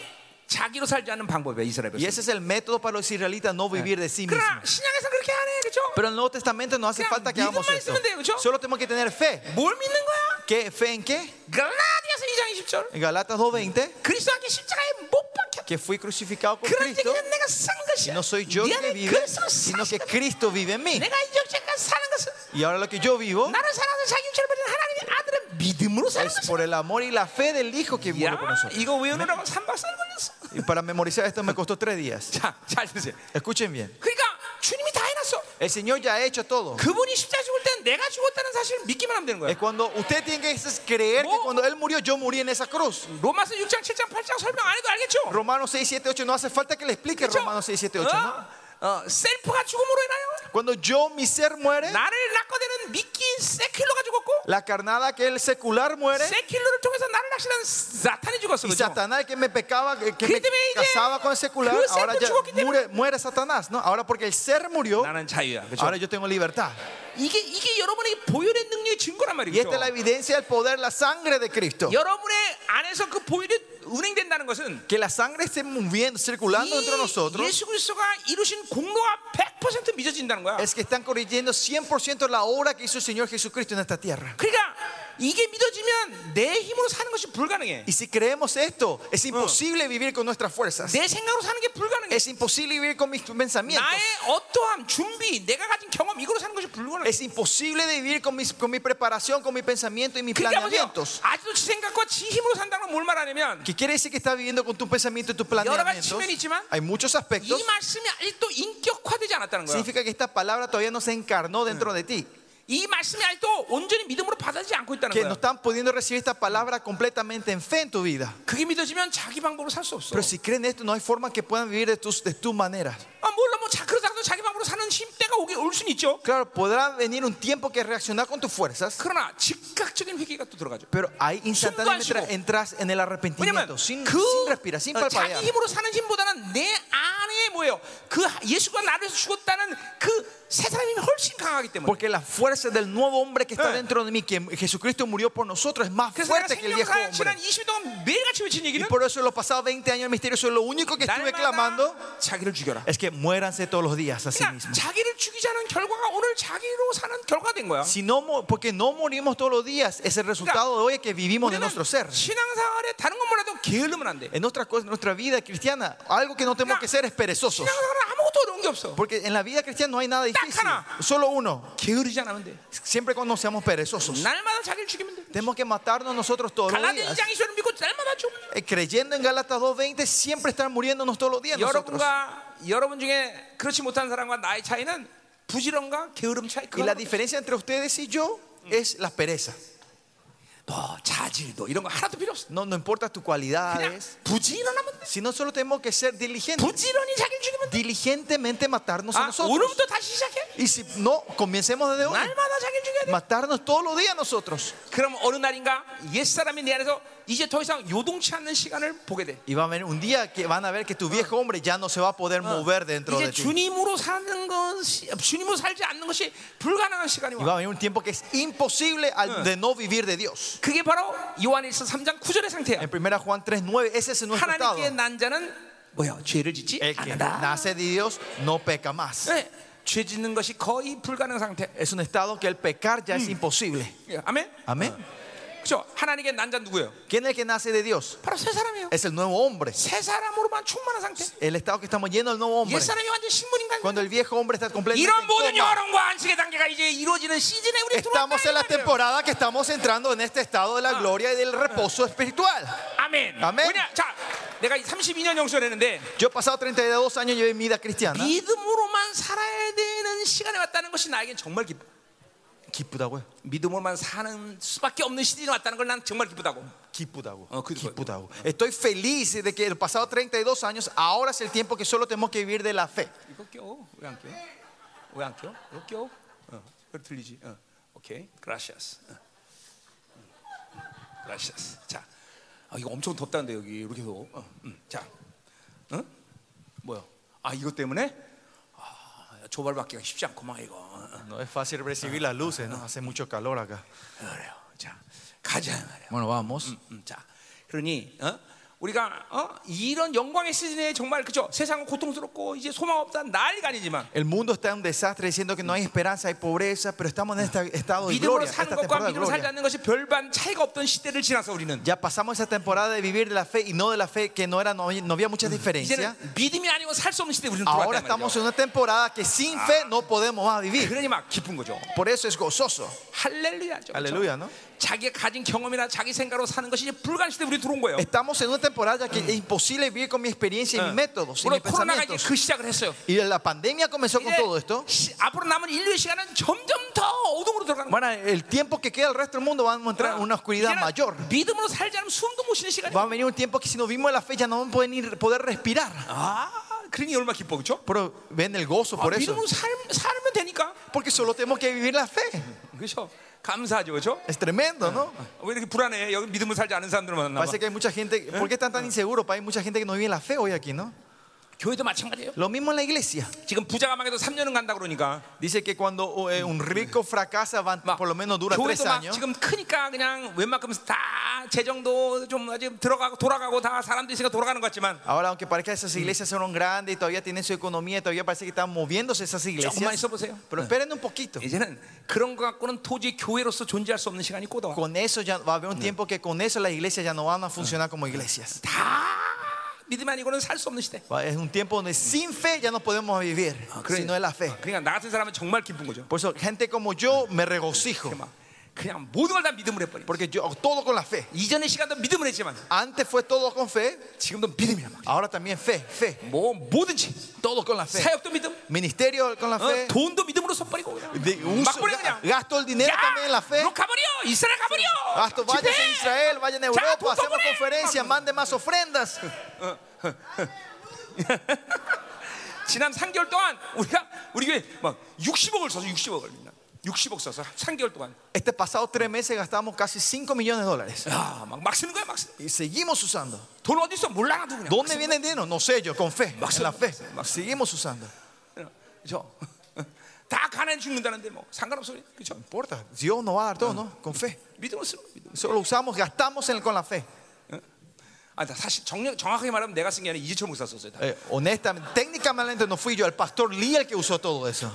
자기로 살지 않는 방법이야 이스라엘 Y 백성. ese es el método para los israelitas no vivir de sí mismos. 그러나 신약에서 그렇게 안 해, 그렇죠? Pero en el Nuevo Testamento no hace 그냥 falta que hagamos 믿음만 esto. 있으면 돼요, 그죠? Solo tenemos que tener fe. 뭘 믿는 거야? ¿Qué? ¿Fe en qué? 갈라디아서 2장 20절. En Galatas 2.20, 그리스도 함께 십자가에 못 박혀. que fui crucificado con 그 그런 Cristo. 얘기는 내가 산 것이야. Y no soy yo 네 que 안에 vive, 그리스도가 sino que 사신 것이야. Cristo vive en mí. 내가 이적제까지 사는 것은 Y ahora lo que yo vivo 나를 사랑하는 자기 육체를 버리는 하나님의 아들은 믿음으로 사는 것이야. es por el amor y la fe del Hijo que muere por 야, nosotros. 이거 외우느라고 3박 4일 걸렸어. Y para memorizar esto me costó tres días. 자, 잘 보세요. Escuchen bien. 그러니까 주님이 다 해놨어. El Señor ya ha hecho todo. 그분이 십자 죽을 땐 내가 죽었다는 사실을 믿기만 하면 되는 거야. Es cuando usted tiene que creer que cuando Él murió, yo morí en esa cruz. 로마서 6장, 7장, 8장 설명 안 해도 알겠죠? Romanos 6, 7, 8. No hace falta que le explique 그렇죠? Romanos 6, 7, 8. ¿no? 어, 어, 셀프가 죽음으로 인하여 Cuando yo, mi ser, muere, 나를 낚아대는 미끼인 세킬로가 죽었고 la carnada que el secular muere, 세킬로를 통해서 나를 낚시는 사탄이 죽었어. y 그죠? Satanás, el que me pecaba, el que Que me te veía, casaba con el secular, que el ser ahora ya 죽었기 때문에. muere, muere Satanás. ¿no? Ahora, porque el ser murió, 나는 자유야. 그죠? ahora yo tengo libertad. 이게 이게 여러분에게 보혈의 능력의 증거란 Y 말이죠. esta es la evidencia del poder, la sangre de Cristo. 여러분의 안에서 그 보혈이 운행된다는 것은 Que la sangre esté moviendo, circulando entre 이 nosotros, 예수 그리스도가 이루신 공로가 100% 믿어진다는 거야. es que están corrigiendo 100% la obra que hizo el Señor Jesucristo en esta tierra. 그러니까 이게 믿어지면 내 힘으로 사는 것이 불가능해. Y si creemos esto, es imposible vivir con nuestras fuerzas. 내 생각으로 사는 게 불가능해. Es imposible vivir con mis pensamientos. 나의 어떠함, 준비, 내가 가진 경험 이걸로 사는 것이 불가능해. Es imposible de vivir con, mis- con mi preparación, con mi pensamiento y mis 그러니까 보세요. planeamientos. 아직도 지 생각과 지 힘으로 산다는 건 뭘 말하냐면 Que quiere decir que estás viviendo con tu pensamiento y tus planeamientos. 측면이 있지만 Hay muchos aspectos. 이 말씀이 아직도 인격화되지 않았다는 거야. Significa que esta palabra todavía no se encarnó dentro de ti. 이 말씀이 아직도 온전히 믿음으로 받아들이지 않고 있다는 Que no 거야. están pudiendo recibir esta palabra completamente en fe en tu vida. 그게 믿어지면 자기 방법으로 살 수 없어. Pero si creen esto, no hay forma que puedan vivir de tus, de tus maneras. 아, 몰라 뭐 자, 그러다가도 자기 방법으로 사는 힘때가 오게 올 수는 있죠. Claro, podrá venir un tiempo que reaccionar con tus fuerzas, 그러나 즉각적인 회개가 또 들어가죠. pero ahí instantáneamente Sin pasivo. entras en el 왜냐면 arrepentimiento, sin, 그 sin respirar, sin 어, palpadear. 자기 힘으로 사는 힘보다는 내 안에 뭐예요? 그 예수가 나를 위해서 죽었다는 그 세상의 힘이 훨씬 강하기 때문에. Porque la fuerza del nuevo hombre que está Eh. dentro de mí, que Jesucristo murió por nosotros, es más 그래서 내가 fuerte que el viejo 생명사에 지난 hombre. 20년 동안 매일같이 외친 Y 얘기는 por eso los pasados 20 años del misterio, eso es lo único que estuve clamando, 날마다 그 자기를 죽여라. es que muéranse todos los días a sí 그러니까 mismos. 자기를 죽이자는 결과가 오늘 자기로 사는 결과가 된 거야. Si no, mo- porque no morimos todos los días, es el resultado de hoy que vivimos de 우리는 nuestro ser. 신앙생활에 다른 건 몰라도 게으르면 안 돼. En nuestra, cosa- en nuestra vida cristiana, algo que no tenemos que ser es perezosos. 신앙생활은 아무것도 어려운 게 없어. Porque en la vida cristiana no hay nada difícil, 하나. solo uno. 게으르지 않으면 돼. Siempre cuando seamos perezosos, 날마다 자기를 죽이면 돼. tenemos que matarnos nosotros todos los 네. 갈라디아 네, días. 2장 2절을 믿고 날마다 죽으면 돼. Eh, Creyendo en Gálatas 2:20, siempre estar muriéndonos todos los 네. días nosotros. 여러분과 여러분 중에 그렇지 못한 사람과 나의 차이는 부지런과 게으름 차이. Y 그거 la 하나. diferencia entre ustedes y yo es la pereza. 너 자질도 이런 거 하나도 필요 없어. No, no importa tus 그냥 cualidades, 부지런하면 돼. sino solo tenemos que ser diligentes. 부지런히 자기를 죽이면 돼. Diligentemente matarnos a 아, nosotros. 오늘부터 다시 시작해. Y si no, comencemos desde hoy. 날마다 자기를 죽여야 돼. Matarnos todos los días nosotros. 그럼 어느 날인가 옛사람이 내 안에서 이제 더 이상 요동치 않는 시간을 보게 돼. Y va a venir un día que van a ver que tu viejo hombre ya no se va a poder Ah. mover dentro 이제 de ti. 주님으로 사는 것이 주님으로 살지 않는 것이 불가능한 시간이 Y 와. va a venir un tiempo que es imposible al- de no vivir de Dios. 그게 baro 요한일서 3장 9절의 상태야. En 1 Juan 3:9, ese es nuestro estado. 하나님께 난 자는 뭐야? 죄를 짓지 El que 않는다. nace de Dios no peca más. 네, 죄 짓는 것이 거의 불가능 상태. Es un estado que el pecar ya es imposible. 예, 아멘. Amén. 그렇죠? 하나님께 난 자는 누구예요? ¿Quién es el que nace de Dios? 바로 새 사람이에요. Es el nuevo hombre. 새 사람으로만 충만한 상태. El estado que estamos llenos del nuevo 옛 hombre. 사람이 완전 신분인간. Cuando el viejo hombre está completamente 이런 en 모든 coma. 여론과 안식의 단계가 이제 이루어지는 시즌에 우리 Estamos en la 들어왔다. temporada que estamos entrando en este estado de la gloria y del reposo espiritual. 아멘. 아멘. 왜냐, 자, 내가 32년 영수를 했는데 Yo he pasado 32 años llevé mi vida cristiana. 믿음으로만 살아야 되는 시간에 왔다는 것이 나에겐 정말 기뻐. 기쁘다고요. 믿음으로만 사는 수밖에 없는 시즌에 왔다는 걸 난 정말 기쁘다고. 기쁘다고. 어, 그리고- 기쁘다고. Estoy feliz de que el pasado 32 años ahora es el tiempo que solo tenemos que vivir de la fe. 이거 껴. 왜 안 껴? 왜 안 껴? 이거 껴. 어, 그걸 들리지. 어. 오케이. 그라시아스. 그라시아스. 자. 아, 이거 엄청 덥다는데 여기 이렇게 해서 어, 음, 자, 응? 뭐야? 아 이것 때문에 아, 조발받기가 쉽지 않구만 이거. 어, No es fácil recibir las luces, ¿no? Hace mucho calor acá. 그래요. 자, 가자 말이야. Bueno, vamos. 음, 자, 그러니 어? 우리가 어? 이런 영광의 시즌에 정말 그죠? 세상은 고통스럽고 이제 소망 없다 난리가 아니지만 El mundo está en un desastre diciendo que no hay esperanza, hay pobreza, pero estamos en este estado de 믿음으로 gloria, 사는 esta 것과 temporada de 믿음으로 살지 gloria. 않는 것이 별반 차이가 없던 시대를 지나서 우리는 Ya pasamos esa temporada de vivir de la fe y no de la fe, que no, era, no, había- no había mucha diferencia. 이제는 믿음이 아니고 살 수 없는 시대에 우리는 들어왔단 Ahora estamos 말이죠. en una temporada que sin fe no podemos más vivir. 그러니 막 기쁜 거죠. Por eso es gozoso. 할렐루야죠. 그렇죠? Aleluya, ¿no? 자기가 가진 경험이나 자기 생각으로 사는 것이 이제 불가능 시대 우리 들어온 거예요. Estamos en una temporada que es imposible vivir con mi experiencia y mis métodos y 물론 mis 코로나가 이제 pensamientos. 그 시작을 했어요. Y la pandemia comenzó con 이제 todo esto. 시- 앞으로 남은 인류의 시간은 점점 더 어둠으로 들어가는 거예요. Bueno, el tiempo que queda el resto del mundo va a entrar Ah, en una oscuridad 이제는 mayor. 믿음으로 살지 않으면 숨도 못 쉬는 Va 시간이에요. a venir un tiempo que si no vimos la fe ya no vamos a poder, ni poder respirar. 아, 그러니 얼마나 기뻐, 그렇죠? Pero ven el gozo por eso. 믿음으로 살, 살면 되니까. Ah, Porque solo tenemos que vivir la fe. 그렇죠? 감사하죠, 그렇죠? Es tremendo, ¿no? 왜 이렇게 불안해? 여기 믿음으로 살지 않은 사람들 만나 봐. Parece que hay mucha gente. ¿Por qué están tan inseguros? Hay mucha gente que no vive la fe hoy aquí, ¿no? 교회도 마찬가지예요. Lo mismo en la iglesia. 지금 부자가 망해도 3년은 간다 그러니까. Dice que cuando eh, un rico fracasa, van- 막 por lo menos dura tres 교회도 막 años. 지금 크니까 그냥 웬만큼 다 재정도 좀 아직 들어가고 돌아가고 다 사람도 있으니까 돌아가는 것 같지만 Ahora, aunque parezca que esas iglesias son grandes y todavía tienen su economía, todavía parece que están moviéndose esas 조금만 iglesias. 있어보세요. Pero esperen un poquito. 이제는 그런 것 갖고는 도저히 교회로서 존재할 수 없는 시간이 꼬다와. Con eso ya va a haber un tiempo que con eso las iglesias ya no van a funcionar como iglesias. 다 믿음 아니고는 살 수 없는 시대. Va- Es un tiempo donde sin fe ya no podemos vivir, si no es la fe. 아, 그러니까 나 같은 사람은 정말 기쁜 거죠. Por eso, gente como yo me regocijo, 막 그냥 모든 걸 다 믿음으로 해버려. porque yo todo con la fe. 이전의 시간도 믿음으로 했지만 Antes fue todo con fe, 지금도 믿음이야 막. ahora también fe, fe, 뭐 뭐든지 todo con la fe. 사역도 믿음, Ministerio con la 어, fe, 돈도 믿음으로 써버리고 그냥 Ah, de- 막 uso- 버려 그냥. gasto el dinero también en la fe. 너 가버려 이스라엘 가버려. Gasto, vayan 집회! a Israel, vayan a 자, Europa, 돈 hacemos 보내! conferencias, manden más ofrendas. 지난 3개월 동안 우리가 우리 교회 막 60억을 써서 60억을 60억 써서 3개월 동안 Este pasado tres meses gastamos casi 5 millones de dólares 야막 막 쓰는 거야 막 쓰. y seguimos usando. 돈 어디 있어 몰라 나도 그냥. ¿Dónde viene el dinero? No sé, yo con fe, en la fe. Maximo. Seguimos usando. 저다 가난 죽는다는데 뭐 상관없어 그렇죠? No importa, Dios nos va a dar todo, ¿no? Con fe. 믿음으로 쓰는 거야, 믿음. Solo usamos, gastamos en- con la fe. 아, 나 사실 정, 정확하게 말하면 내가 쓴 게 아니라 이재철 목사 썼어요. 다. Eh, honestamente, técnicamente no fui yo, el pastor Lee el que usó todo eso.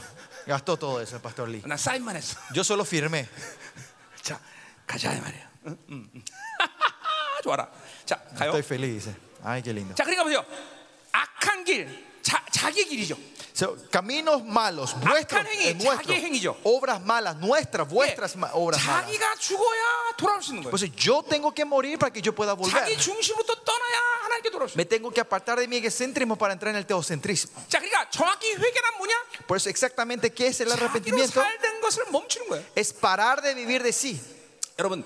Gastó todo eso el pastor Lee. 나 사인만 했어. Yo solo firmé. 자 가자 이 말이야. 응? 응, 응. 좋아라. 자 가요. Estoy feliz, dice. Ay, qué lindo. 자 그러니까 보세요. 악한 길, 자, 자기 길이죠. So, caminos malos, vuestros, Acá, eh, nuestros. 자기의 행위죠. Obras malas, nuestras, vuestras ma- obras malas. 예. 자기가 죽어야 돌아올 수 있는 거예요. Pues yo tengo que morir para que yo pueda 자기 volver. 중심으로 또 떠나야 하나님께 돌아올 수 있어요. Me tengo que apartar de mi egocentrismo para entrar en el teocentrismo. 자, 그러니까 정확히 회개란 뭐냐? Por eso, exactamente, ¿qué es el 자기로 arrepentimiento? 살던 것을 멈추는 거예요. Es parar de vivir de sí. 여러분,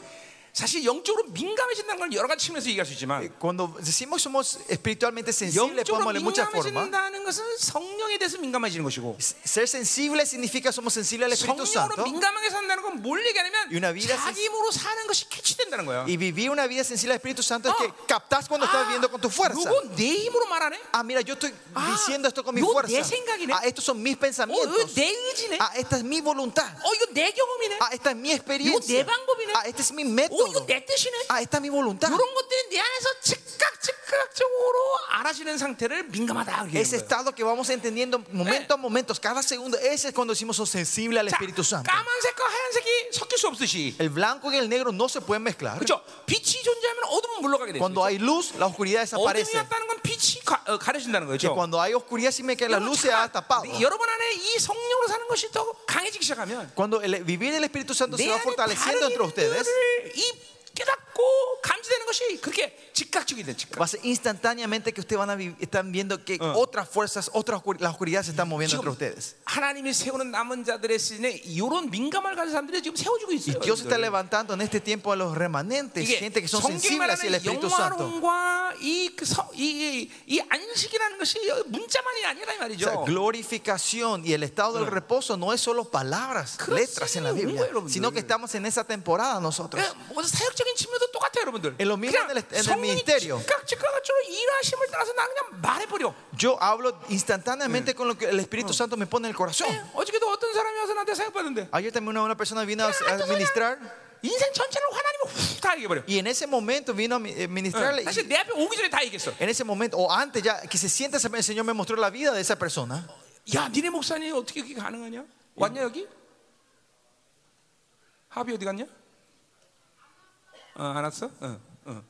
사실 영적으로 민감해진다는 걸 여러 가지 측면에서 얘기할 수 있지만 Cuando decimos que somos espiritualmente sensibles, 영적으로 podemos hablar de muchas formas. 민감해진다는 것은 성령에 대해서 민감해지는 것이고 Ser sensible significa somos sensibles al Espíritu 성령으로 Santo. 민감하게 산다는 건 뭘 Y una 얘기하냐면 vida 자기 힘으로 사는 것이 캐치된다는 거야. Y vivir una vida sensible al Espíritu Santo es Ah. que captás cuando estás viviendo con tu fuerza. 이거 내 힘으로 말하네? 어, Ah, mira, yo estoy Ah, diciendo esto con mi yo fuerza. de 생각이네. Ah, estos son 어, mis 이거 pensamientos. 내 의지네? Ah, esta es mi voluntad. 어, 이거 내 경험이네? Ah, esta es mi experiencia. 방법이네. Ah, este es mi 어, 이거 método. 내 뜻이네? Ah, esta es mi voluntad. 이런 것들이 내 안에서 즉각 즉각적으로 알아지는 상태를 민감하다 그러는 Ese 거예요. estado que vamos entendiendo momento Eh. a momento, cada segundo, ese es cuando decimos sos sensible al 자, Espíritu Santo. 까만색과 하얀색이 섞일 수 없듯이 El blanco y el negro no se pueden mezclar. 그렇죠? 빛이 존재하면 어둠은 물러가게 돼요. Cuando hay luz, la oscuridad 어둠이 desaparece. 왔다는 건 빛이 가, 어, 가려진다는 Que 거죠. cuando hay oscuridad, si me que la luz se ha tapado. 여러분 안에 이 성령으로 사는 것이 더 강해지기 시작하면 Cuando el vivir el Espíritu Santo se 내 va 안에 fortaleciendo entre ustedes, 바른 힘들을 이 깨닫고 감지되는 것이 그렇게 즉각적이 돼 즉각. va a ser instantáneamente que ustedes van a vivir, están viendo que Ah. otras fuerzas, otras oscur- la oscuridad se están moviendo entre ustedes. 하나님이 세우는 남은 자들의 시즌에 이런 민감을 가진 사람들이 지금 세워주고 있어요. Dios está 여러분들. levantando en este tiempo a los remanentes, 이게 gente que son 성경이 sensibles hacia el 말하는 Espíritu Santo. 영화론과 이, 그 성- 이, 이, 이 안식이라는 것이 문자만이 아니라 이 O sea, 말이죠. glorificación y el estado del reposo no es solo palabras, 그렇지, letras en la Biblia, Ah. bueno, sino que bueno. 네, estamos en esa temporada nosotros. 예, 뭐 사역적인 측면도 똑같아요, 여러분들. Es lo también en el, 그냥 en el 성령이 ministerio. 즉각 즉각적으로 일하심을 따라서 나 그냥 말해버려. Yo hablo instantáneamente con lo que el Espíritu Santo me pone en el corazón. 예, 어저께도 어떤 사람이 와서 나한테 사역받는데 Ayer también una, una persona vino a, a ministrar 인생 전체를 하나님이 훅다 얘기해버려. y en ese momento vino a mi- eh, ministrarle. y 사실 내 앞에 오기 전에 다 얘기했어. en ese momento, o antes ya que se sienta, el Señor me mostró la vida de esa persona. 야, 니네 목사님 어떻게 이렇게 가능하냐? 왔냐 여기? 합이 어디 갔냐? 어, 안 왔어? 어, 어,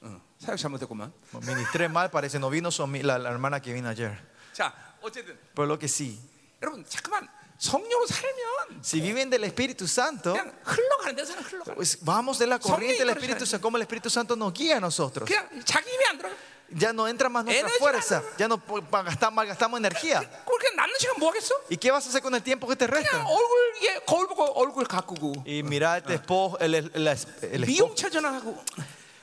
어. 사역 잘못했구만. Ministré mal, parece, no vino su ami- la, la hermana que vino ayer. 자, 어쨌든 Pero lo que sí, 여러분 잠깐만 성령으로 살면 si viven del Espíritu Santo, 그냥 흘러가는 대로 살아 흘러가. pues vamos de la corriente del Son- Espíritu Santo, como el Espíritu Santo nos guía a nosotros. 그냥 자기 힘이 안 들어. Ya no entra más nuestra Energy fuerza, ya no po- pa- gastamos, malgastamos energía. 그렇게 남는 시간 뭐 하겠어? ¿Y qué vas a hacer con el tiempo que te 그냥 resta? 얼굴 이게 거울 보고 얼굴 가꾸고 Y mirar el espejo, el, el- el espe- el espejo, 미용차 전화하고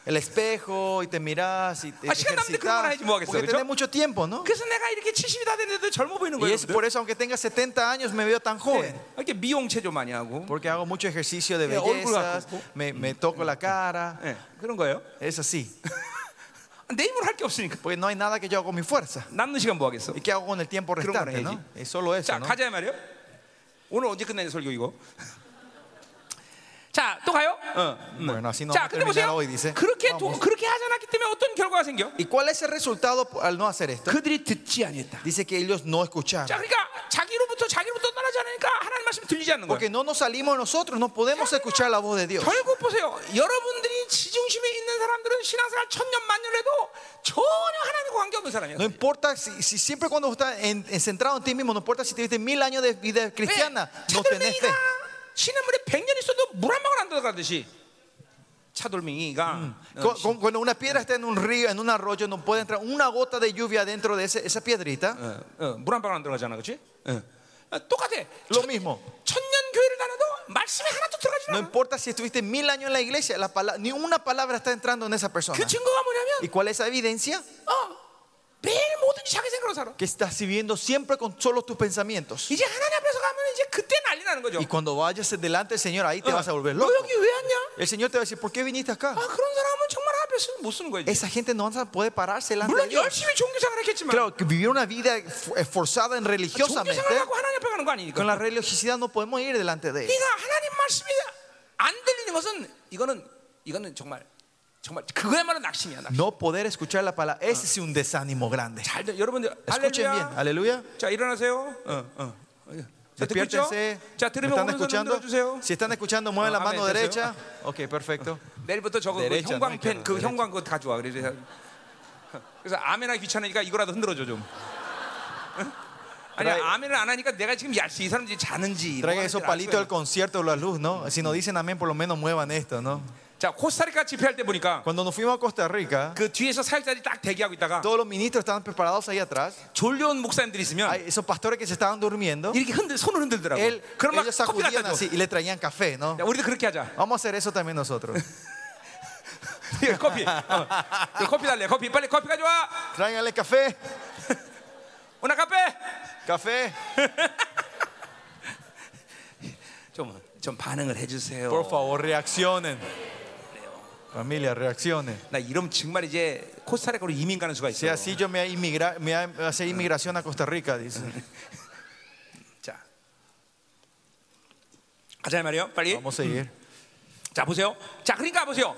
el espejo, y te mirás y te Ah, 시간 남는데 그런 걸 ejercitas. 해야지 뭐 하겠어, Porque 그죠? tenés mucho tiempo, ¿no? 그래서 내가 이렇게 70이 다 됐는데도 젊어 보이는 Y 거예요. es por eso, aunque tenga 70 años, me veo tan joven. 네, 이렇게 미용체 좀 많이 하고 Porque hago mucho ejercicio de Eh, 얼굴 bellezas, 갖고. me, me toco la cara. 네, 그런 거예요. Es así. 내 힘으로 할 게 없으니까 Porque no hay nada que yo haga con mi fuerza. 남는 시간 뭐 하겠어? ¿Y qué hago con el tiempo Creo que restante? no es ¿no? Es solo eso. 자 ¿no? 가자 말이요. 오늘 언제 끝내는 설교 이거? 자 또 가요. 어. Bueno, así no 자 vamos a 근데 terminar 보세요. 아, 뭐. hoy, dice. 그렇게 도, Vamos. 그렇게 하지 않았기 때문에 어떤 결과가 생겨? ¿Y cuál es el resultado por- al no hacer esto? 그들이 듣지 아니했다. Dice que ellos no 자 escucharon. 그러니까 자기로부터 자기로부터 떠나지 않으니까 하나님 말씀 들리지 않는 거예요. Porque no nos salimos nosotros, no podemos escuchar la voz de Dios. 결국 보세요. 여러분들이 지중심에 있는 사람들은 신앙생활 천년 만년 해도 전혀 하나님과 관계 없는 사람이에요. No importa si, si siempre cuando estás en- en- centrado en ti mismo, no importa si tuviste mil años de vida cristiana, no tenés fe. 차돌멩이가 시냇물에 100년 있어도 물 한 방울 안 들어가듯이 차돌멩이가 어, Cu- cu- Cuando una piedra está en un río, en un arroyo, no puede entrar una gota de lluvia dentro de ese- esa piedrita. 어, Ah. 물 한 방울 안 들어가잖아, 그렇지? 똑같아. Lo mismo. 천년 교회를 다녀도 말씀이 하나도 들어가지 No 않아. importa si estuviste mil años en la iglesia, la pala- ni una palabra está entrando en esa persona. 그 증거가 뭐냐면, ¿Y cuál es esa evidencia? 어, 매일 뭐든지 자기 생각으로 살아. Que estás viviendo siempre con solo tus pensamientos. 이제 하나님 앞에서 가면 이제 그때 난리 나는 거죠. Y cuando vayas delante del Señor, ahí te vas a 어, volver 너 loco. 여기 왜 왔냐? El Señor te va a decir, ¿por qué viniste acá? 아, 그런 사람은 정말 앞에 쓰- 못 쓰는 거야. 이제. Esa gente no puede pararse delante 물론 de Dios. 열심히 종교생활 했겠지만, 아, Claro, que vivir una vida esforzada en religiosamente, 종교생활 하고 하나님 앞에 가는 거 아니니까. con la religiosidad no podemos ir delante de Él. 네가 하나님 말씀이 안 들리는 것은 이거는 이거는 정말 정말 그거야말로 낙심이야. 낙심. No poder escuchar la palabra, ese es un desánimo grande. 잘 들- 여러분들 Escuchen bien, 할렐루야. Ah. aleluya. 자 일어나세요. 어, 어. 자 듣고 있죠? Despiértense. 자 ¿Me 들으면 ¿Están 오른손 escuchando? 흔들어 주세요. Si están escuchando, mueven Ah, la mano amén, derecha. Ok, perfecto. 내일부터 저거 그 내려있잖아, 형광펜 그 내려있잖아. 형광 그거 가져와. 그래서 그래서 아멘하기 귀찮으니까 이거라도 흔들어 줘 좀. 응? 아니 Trae- 아멘을 안 하니까 내가 지금 야, 이 사람들이 자는지 뭐 Traigan esos 하는지 알 palitos 수가 있나. del concierto o la luz, ¿no? Si nos dicen amén, por lo menos muevan esto, ¿no? 자 코스타리카 집회할 때 보니까 Cuando nos fuimos a Costa Rica, 그 뒤에서 사역자들이 딱 대기하고 있다가 todos los ministros estaban preparados ahí atrás. 졸려온 목사님들이 있으면 Hay esos pastores que se estaban durmiendo, 이렇게 흔들 손을 흔들더라고. él, 그럼 막 ellos 커피 갖다 sacudían 줘. así y le traían café, ¿no? 야, 우리도 그렇게 하자. Vamos a hacer eso también nosotros. 커피. 어. 이거 커피 달래. 커피 빨리 커피 가져와. Tráiganle café, 오나 카페. café. 좀, 좀 반응을 해주세요. Por favor, reaccionen. Familia, reaccionen. 나 이러면 정말 이제 코스타리카로 이민 가는 수가 Si 있어요. así yo me voy a inmigrar- me voy a hacer inmigración a Costa Rica, dice. 자, 가자 말이요. 빨리. Vamos a seguir. 자 보세요. 자 그러니까 보세요.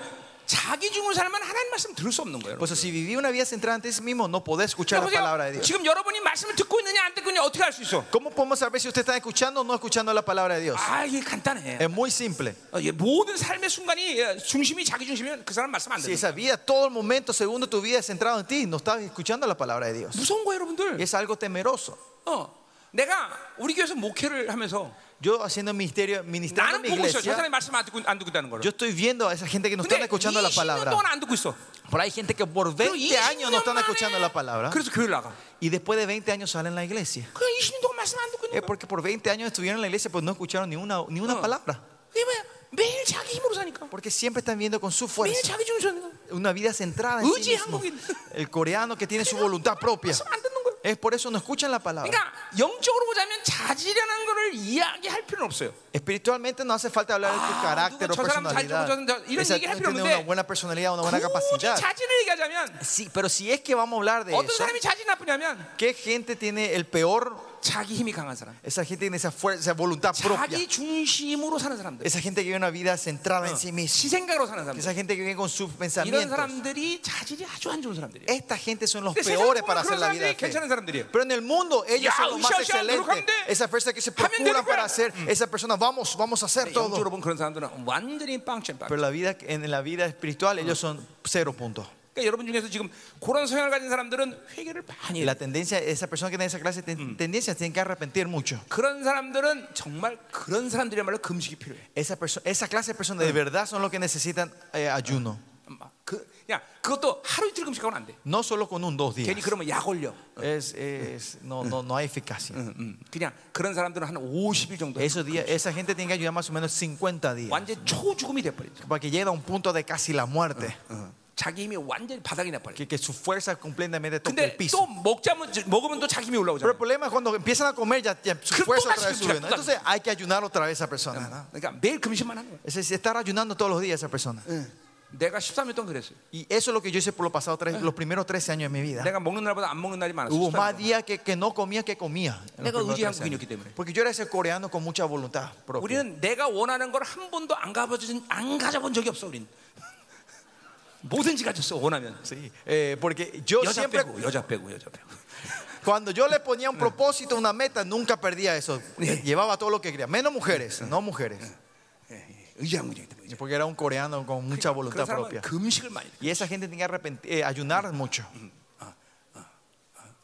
자기 중으로 살면 하나님 말씀 들을 수 없는 거예요. Por 여러분. eso, Pues si viví una vida centrada en ti mismo, no podés escuchar la palabra de 보세요. Dios. 지금 여러분이 말씀을 듣고 있느냐 안 듣고 있느냐 어떻게 알 수 있어? ¿Cómo podemos saber si usted está escuchando o no escuchando la palabra de Dios? 아 이게 간단해. Es muy simple. 어, 이게 모든 삶의 순간이 어, 중심이 자기 중심이면 그 사람 말씀 안 듣는 Si esa vida, todo el momento, segundo tu vida es centrado en ti, no estás escuchando la palabra de Dios. 무서운 거예요, 여러분들. Y es algo temeroso. 어, 내가 우리 교회에서 목회를 하면서 Yo haciendo ministerio, ministerio 나는 en mi 보고 있어. 저 iglesia, 사람이 말씀 안 듣고 안 듣고 있다는 거를. yo estoy viendo a esa gente que no están 근데 escuchando la 20년 palabra. 동안 안 듣고 있어. Pero hay gente que por 20 años no están escuchando la palabra 그래서 교회를 나가. y después de 20 años salen a la iglesia. 그냥 20년 동안 말씀 안 듣고 있는 Es 거야. porque por 20 años estuvieron en la iglesia, pues no escucharon ni una, ni una palabra. 이게 뭐야? 매일 자기 힘으로 사니까. Porque siempre están viendo con su 매일 fuerza. 자기 중심으로 사니까. Una vida centrada en sí Uji mismo. 한국인. El coreano que tiene su voluntad propia. 말씀 안 듣는 거야. Es por eso no escuchan la palabra. 그러니까 영적으로 보자면 자질이라는 거를 이야기할 필요는 없어요. Espiritualmente no hace falta hablar de tu Ah, carácter o 저 사람 잘 쳐보자는 personalidad. 저- 이런 Esa- 얘기할 필요 tiene una 없는데 buena personalidad, una buena 굳이 capacidad. 자질을 얘기하자면 Sí, pero si es que vamos a hablar de 어떤 eso, 사람이 자질 나쁘냐면 ¿qué gente tiene el peor? 자기 힘이 강한 사람, Esa gente tiene esa fuerza, esa voluntad propia. 자기 중심으로 사는 사람들, Esa gente que vive una vida centrada en sí misma. 시생각으로 사는 사람들. Esa gente que vive con sus 이런 pensamientos. 사람들이 자질이 아주 안 좋은 사람들이에요. Esta gente son los 근데 세상 peores para 보면 hacer 그런 la vida. 사람들이 de fe. 괜찮은 사람들이에요. Pero en el mundo ellos 야, son los más 으쌰으쌰 excelentes. 노력하는데 Esa fuerza que se 하면 되는 procuran 거야. para hacer, esa persona, vamos, vamos a hacer 영적으로 todo. 보면 그런 사람들은 완전히 빵점 빵. Pero la vida, en la vida espiritual ellos son cero puntos. 그러니까 여러분 중에서 지금 그런 성향을 가진 사람들은 회개를 많이 Y 해요. la tendencia, esa persona que tiene esa clase de ten- tendencias tienen que arrepentir mucho. 그런 사람들은 정말 그런 사람들이야말로 금식이 필요해. Esa, perso- esa clase de personas de verdad son los que necesitan eh, ayuno. 막 그, 야, 그것도 haru itil 금식하면 안 돼. No solo con un dos días. 괜히 그러면 약 올려. Es, es- no, no, no hay eficacia. 응, 응. 그냥 그런 사람들은 한 50일 정도. Esos días, esa gente tiene que ayudar más o menos 50 días. 완전 초죽음이 돼버리죠. Para que llegue a un punto de casi la muerte. 응. 자기 힘이 완전히 바닥이 나버려. Que, que su fuerza completamente toque el 근데 piso. 또 먹자면 먹으면 또 자기 힘이 Pero el 올라오잖아. problema es cuando empiezan a comer, ya, ya su Pero fuerza toma otra vez siempre, sube. ¿no? toma. Entonces hay que ayunar otra vez a esa persona. ¿no? 그러니까 매일 금식만 하는 거야. Es decir, estar ayunando todos los días a esa persona. 내가 13년 동안 그랬어요. Y eso es lo que yo hice por los pasados tres, los primeros 13 años de mi vida. 내가 먹는 날보다 안 먹는 날이 많았어. Hubo 13년 más 동안. días que, que no comía que comía. en los 내가 primeros 의지한 13 años. 국인이었기 때문에. Porque yo era ese coreano con mucha voluntad propia. 우리는 내가 원하는 걸 한 번도 안 가져본 안 가져본 적이 없어 우린. 뭐든지 가졌어 원하면. Sí, eh, porque yo 여자 siempre, 빼고 여자 빼고 여자 빼고. cuando yo le ponía un propósito, una meta, nunca perdía eso. Sí. Llevaba todo lo que quería, menos mujeres, no mujeres. 의지한 분이기 때문에. Porque era un coreano con mucha 그런 voluntad 사람은 propia. 금식을 많이. 해. Y esa gente tenía que arrepent- eh, ayunar mucho.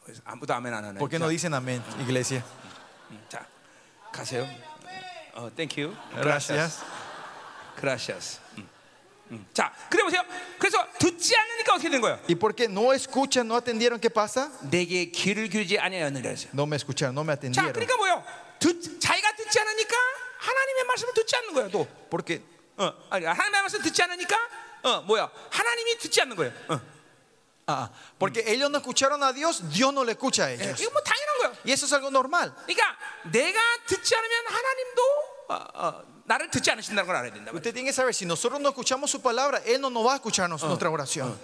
그래서 아무도 아멘 안 하네. ¿Por qué no dicen amén, iglesia? 자, 가세요. 음, 어, thank you. Gracias. Gracias. 음, 음. 자, 그래 보세요. 그래서 듣지 않으니까 어떻게 된 거예요? ¿Y por qué no escuchan, no atendieron? ¿Qué pasa? 내게 귀를 기울이지 아니하였느라 했어요. No me escucharon, no me 자, atendieron. 그러니까 뭐요? 듣 자기가 듣지 않으니까 하나님의 말씀을 듣지 않는 거예요. 또. Porque 어, 아니, 하나님의 말씀 듣지 않으니까 어, 뭐야? 하나님이 듣지 않는 거예요. 어. Ah, porque ellos no escucharon a Dios, Dios no le escucha a ellos. 이거 뭐 당연한 거예요. Y eso es algo normal. 그러니까 내가 듣지 않으면 하나님도 어, 어, 나를 듣지 않으신다는 걸 알아야 된다. 말이에요. Usted tiene que saber, si nosotros no escuchamos su palabra, Él no nos va a escuchar nos- nuestra oración.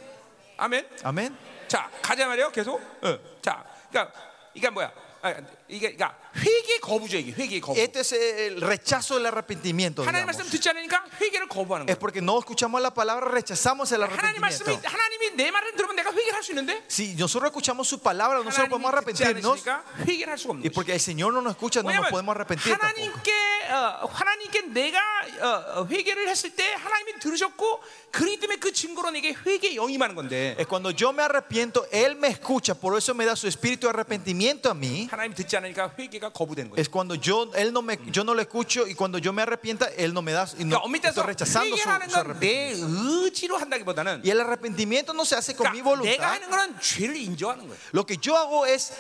아멘. Amén. 자, 가자 말이요. 계속. 어. 자, 그러니까 이게 뭐야? 아, 이게 그러니까 회개 거부죠 이게 회개 거부. Este es el rechazo del arrepentimiento. 하나님 digamos. 말씀 듣지 않으니까 회개를 거부하는 Es 거예요. porque no escuchamos la palabra, rechazamos el 하나님 말씀이 arrepentimiento. 하나님이 내 말을 들으면 내가 회개를 할 수 있는데 Si nosotros escuchamos su palabra, nosotros 하나님이 듣지 podemos arrepentirnos. 않으시니까 회개를 할 수가 없는 Y 거죠. porque el Señor no nos escucha, no nos 왜냐면 podemos arrepentir. tampoco. 하나님께 어, 하나님께 내가 어, 어, 회개를 했을 때 하나님이 들으셨고 그리 때문에 그 증거로 내게 회개 영임하는 건데 Es cuando yo me arrepiento, Él me escucha, por eso me da su espíritu de arrepentimiento a mí. 하나님 듣지 않으니까 회개가 거부되는 거예요. Es cuando yo, él no me, yo no lo escucho y cuando yo me arrepienta, él no me da. Y no, 그러니까 엄밀히 estoy 따서 rechazando su, 회개하는 su 건 내 arrepentimiento. 의지로 한다기보다는 Y el arrepentimiento no se hace con 그러니까 mi 내가 voluntad. 하는 거는 죄를 인정하는 거예요. Lo que yo hago es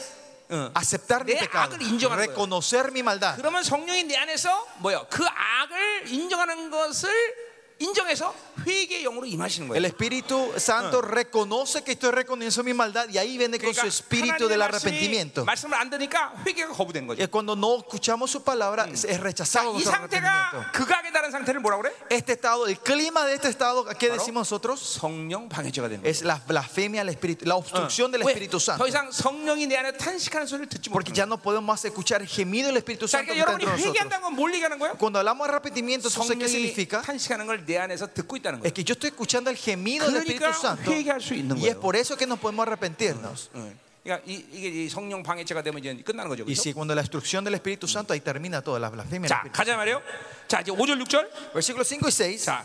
응. aceptar mi 내 pecado, 악을 인정하는 reconocer mi maldad. 그러면 성령이 내 안에서 뭐요? 그 악을 인정하는 것을 인정해서 회개의 영으로 임하시는 El 거예요. Espíritu Santo reconoce que estoy reconociendo mi maldad y ahí viene con su espíritu 그러니까 하나님의 del 말씀이 arrepentimiento. 예, 말씀을 안 들으니까 회개가 거부된 거죠. Y cuando no escuchamos su palabra, es es rechazado 이 nuestro 상태가 arrepentimiento. 극악에 달한 상태를 뭐라 그래? Este estado, el clima de este estado, ¿qué decimos nosotros? 성령 방해죄가 되는 거예요. Es la blasfemia al Espíritu, la obstrucción del 왜? Espíritu Santo. 더 이상 성령이 내 안에 탄식하는 소리를 듣지 Porque 못하는 ya 거예요. no podemos más escuchar el gemido del Espíritu 자, Santo que 그러니까 está 여러분이 entre nosotros. 회개한다는 건뭘 얘기하는 거예요? Cuando hablamos de arrepentimiento, entonces 성령이 ¿qué significa? 탄식하는 걸 내 안에서 듣고 있다는 Es 거예요. que yo estoy escuchando el gemido del Espíritu 그러니까 Santo. 회개할 수 있는 Y es 거예요. por eso que nos podemos arrepentirnos. 응. 그러니까 이, 이게 이 성령 방해죄가 되면 이제 끝나는 거죠. Y 그렇죠? si cuando la instrucción del Espíritu Santo, ahí termina toda la blasfemia. del 자, Espíritu 가자 말이에요. 자, 이제 5절 6절. Santo. Versículos 5 y 6. 자,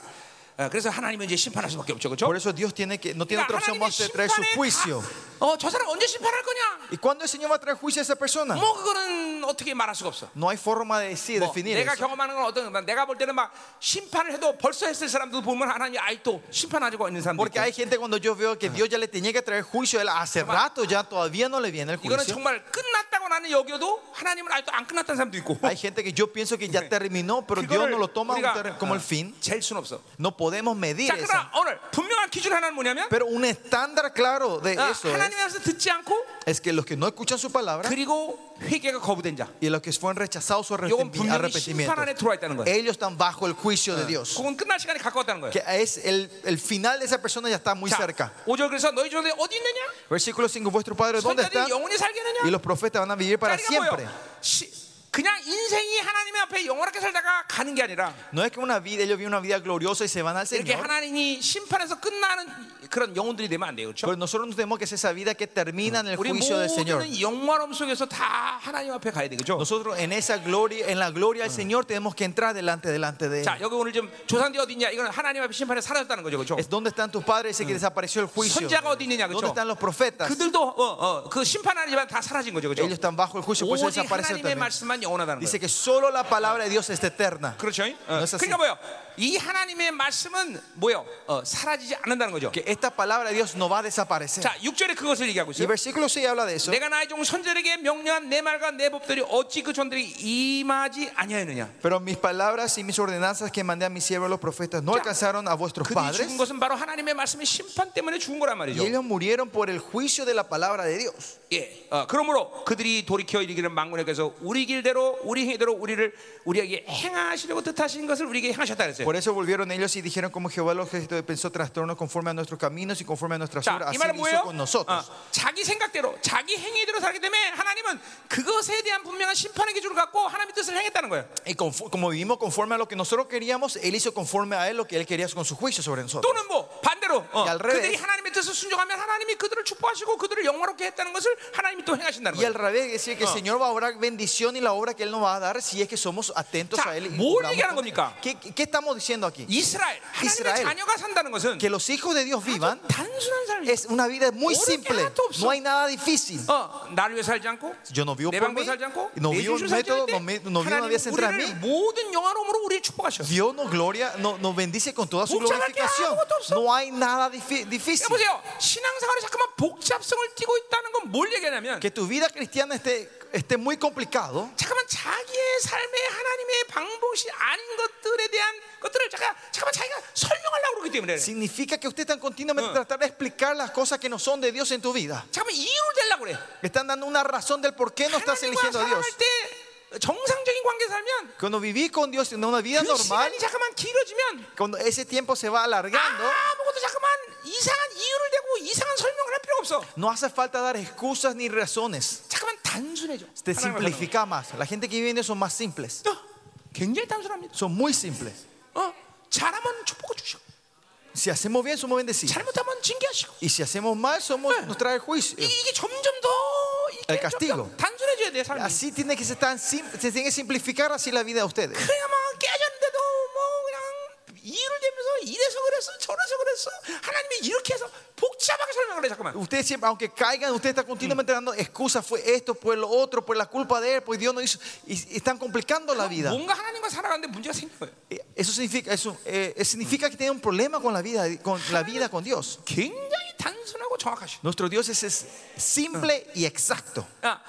어, 그래서 하나님은 이제 심판할 수밖에 없죠, 그렇죠? Por eso Dios tiene que, no tiene otra 그러니까 opción 하나님의 más de traer su 심판에 juicio. 가, 어, 저 사람 언제 심판할 거냐? ¿Y cuándo el Señor va a traer juicio a esa persona? 뭐 그거는 어떻게 말할 수가 없어. No hay forma de decir, 뭐 definir. 내가 Eso. 경험하는 건 어떤 막 내가 볼 때는 막 심판을 해도 벌써 했을 사람도 보면 하나님 아이 또 심판하고 있는 사람도 Porque hay 있고 gente cuando yo veo que Dios ya le tenía que traer juicio, él hace rato ya todavía no le viene el 이거는 juicio. 정말 끝났다고 나는 여겨도 하나님은 아직도 안 끝났다는 사람도 있고 Hay gente que yo pienso que ya ah. terminó, pero Dios no lo toma un ter- como el fin. 아, 잴 수는 없어 No podemos medir 자 esa. 그러나 오늘 분명한 기준 하나는 뭐냐면 Pero un estándar claro de 아, eso es, 하나님의 말씀 듣지 않고 es que los que no escuchan su palabra 그리고 회개가 거부된 자. y los que fueron rechazados su 이건 arrepentimi- 분명히 심판 arrepentimiento, 안에 들어와 있다는 거예요. ellos están bajo el juicio de Dios. 그건 끝날 시간이 가까웠다는 거예요. Que es el, el final de esa persona ya está muy 자, cerca. 5절 그래서 너희 조상들이 어디 있느냐? Versículo 5, vuestro padre, ¿dónde está? 선자들이 영원히 Y 살겠느냐? los profetas van a vivir para 자리가 siempre. 뭐예요? 시- 그냥 인생이 하나님의 앞에 영원하게 살다가 가는 게 아니라 No es que una vida, ellos viven una vida gloriosa y se van al 이렇게 Señor. 하나님이 심판해서 끝나는 그런 영혼들이 되면 안 돼요. 그렇죠? Pero nosotros no tenemos que ser esa vida que termina en el 우리 juicio del Señor. 모두는 영화롬 속에서 다 하나님 앞에 가야 되죠. Nosotros en esa gloria, en la gloria del Señor tenemos que entrar delante delante de él. 자 여기 오늘 좀 조상들이 어디 있냐? 이건 하나님 앞에 심판에 사라졌다는 거죠, 그렇죠? Es donde están tus padres, dice que desapareció el juicio. 선자가 어디 있느냐, ¿Dónde 그렇죠? están los profetas? 그들도 어어그 심판 아니지만 다 사라진 거죠, Ellos 그렇죠? están bajo el juicio, por eso 오직 desaparecieron 하나님의 también. 말씀만 영원하다는 거예요. Dice que solo la palabra de Dios es eterna. 그렇죠? 어. 그래서 그러니까 뭐요? 이 하나님의 말씀은 뭐요? 어, 사라지지 않는다는 거죠. Que esta palabra de Dios no va a desaparecer. 자, 6절에 그것을 얘기하고 Y 있어요. versículo 6 habla de eso. 내가 나의 종 선들에게 명령한 내 말과 내 법들이 어찌 그 종들이 임하지 아니하였느냐? Pero mis palabras y mis ordenanzas que mandé a mis siervos los profetas no alcanzaron a vuestros 그들이 죽은 padres. 것은 바로 하나님의 말씀의 심판 때문에 죽은 거란 Y 말이죠. ellos murieron por el juicio de la palabra de Dios. 예. 어, 그러므로 그들이 돌이켜 이르기를 망군에게서 우리 길대로 우리 행위대로 우리를 우리에게 행하시려고 뜻하신 것을 우리에게 행하셨다 그랬어요. Por eso volvieron ellos y dijeron como Jehová los ejércitos pensó trastornos conforme a nuestros caminos y Ah. conforme a nuestras 자, obras. 이 Así 말은 lo 뭐예요? hizo con nosotros. 어, 자기 생각대로, 자기 행위대로 살기 때문에 하나님은 그것에 대한 분명한 심판의 기준을 갖고 하나님의 뜻을 행했다는 거예요. Y confo- como vivimos conforme a lo que nosotros queríamos, Él hizo conforme a Él lo que Él quería con su juicio sobre nosotros. 또는 뭐 반대로 어, Y al revés. 그들이 하나님의 뜻을 순종하면 하나님이 그들을 축복하시고 그들을 영화롭게 했다는 것을 하나님이 또 행하신다는 Y al 거예요. revés, decir que el Señor va a obrar bendición y la obra que Él nos va a dar si es que somos atentos 자, a Él. y 뭘 obramos 얘기하는 con Él. 겁니까? ¿Qué, qué- qué estamos diciendo aquí? 이스라엘 하나님의 이스라엘. 자녀가 산다는 것은 Que los hijos de Dios vivan 단순한 삶이 es una vida muy Oro simple, gato, so- no hay nada difícil. 어, 나를 위해 살지 않고 Yo no vivo 내 por 방법 mí, 살지 않고 no 내 vivo un 중심 살지 않을 método, 때 no, me- no vivo una 하나님 vida centrada en 우리를 mí. 모든 영화로움으로 우리를 축복하셔. Dios nos gloria, no- nos bendice con toda su Buscar aquí glorificación. algo, Thompson. No hay nada difi- difícil. 그러니까 여보세요. 신앙생활에 자꾸만 복잡성을 띠고 있다는 건 뭘 얘기하냐면 Que tu vida cristiana esté, esté muy complicado. 잠깐만 자기의 삶에 하나님의 방법이 아닌 것들에 대한 것들을 잠깐 잠깐만 자기가 설명하려고 그러기 때문에 그래. Significa que usted están continuamente tratando de explicar las cosas que no son de Dios en tu vida. 잠깐만 이유를 대려고 그래. Que Están dando una razón del por qué no estás 하나님과 eligiendo a Dios. 사랑할 때 정상적인 관계 살면 Cuando vivís con Dios en una vida 그 normal, 시간이 잠깐만 길어지면 cuando ese tiempo se va alargando, 아무것도 잠깐만 이상한 이유를 대고 이상한 설명을 할 필요 없어. no hace falta dar excusas ni razones. 잠깐만 단순해져. Te 하나님을 simplifica más. La gente que vive en eso son más simples. 만나면. 어, 굉장히 단순합니다. Son muy simples. 어, 잘하면 축복을 주시고 Si hacemos bien, somos bendecidos. 잘못하면 징계하시고 Y si hacemos mal, somos, nos trae el juicio. 이게, 이게 점점 더 이게 El castigo. 점점 그러니까 단순해져야 돼 삶이. Así tiene que ser tan sim- se tiene que simplificar así la vida de ustedes. 그냥 막 깨졌는데도 뭐 그냥 이유를 대면서 이래서 그랬어 저래서 그랬어 하나님이 이렇게 해서 복잡하게 설명을 해 자꾸만 Ustedes siempre, aunque caigan, ustedes están continuamente dando excusas. Fue esto, fue lo otro, por la culpa de él, pues Dios no hizo. Y y están complicando la vida. 그 뭔가 하나님과 살아가는데 문제가 생긴 거예요 Eso significa, eso, eh, eso significa que tiene un problema con la vida, con la vida con Dios. 굉장히 단순하고 정확하신 Nuestro Dios es, es simple y exacto. 아,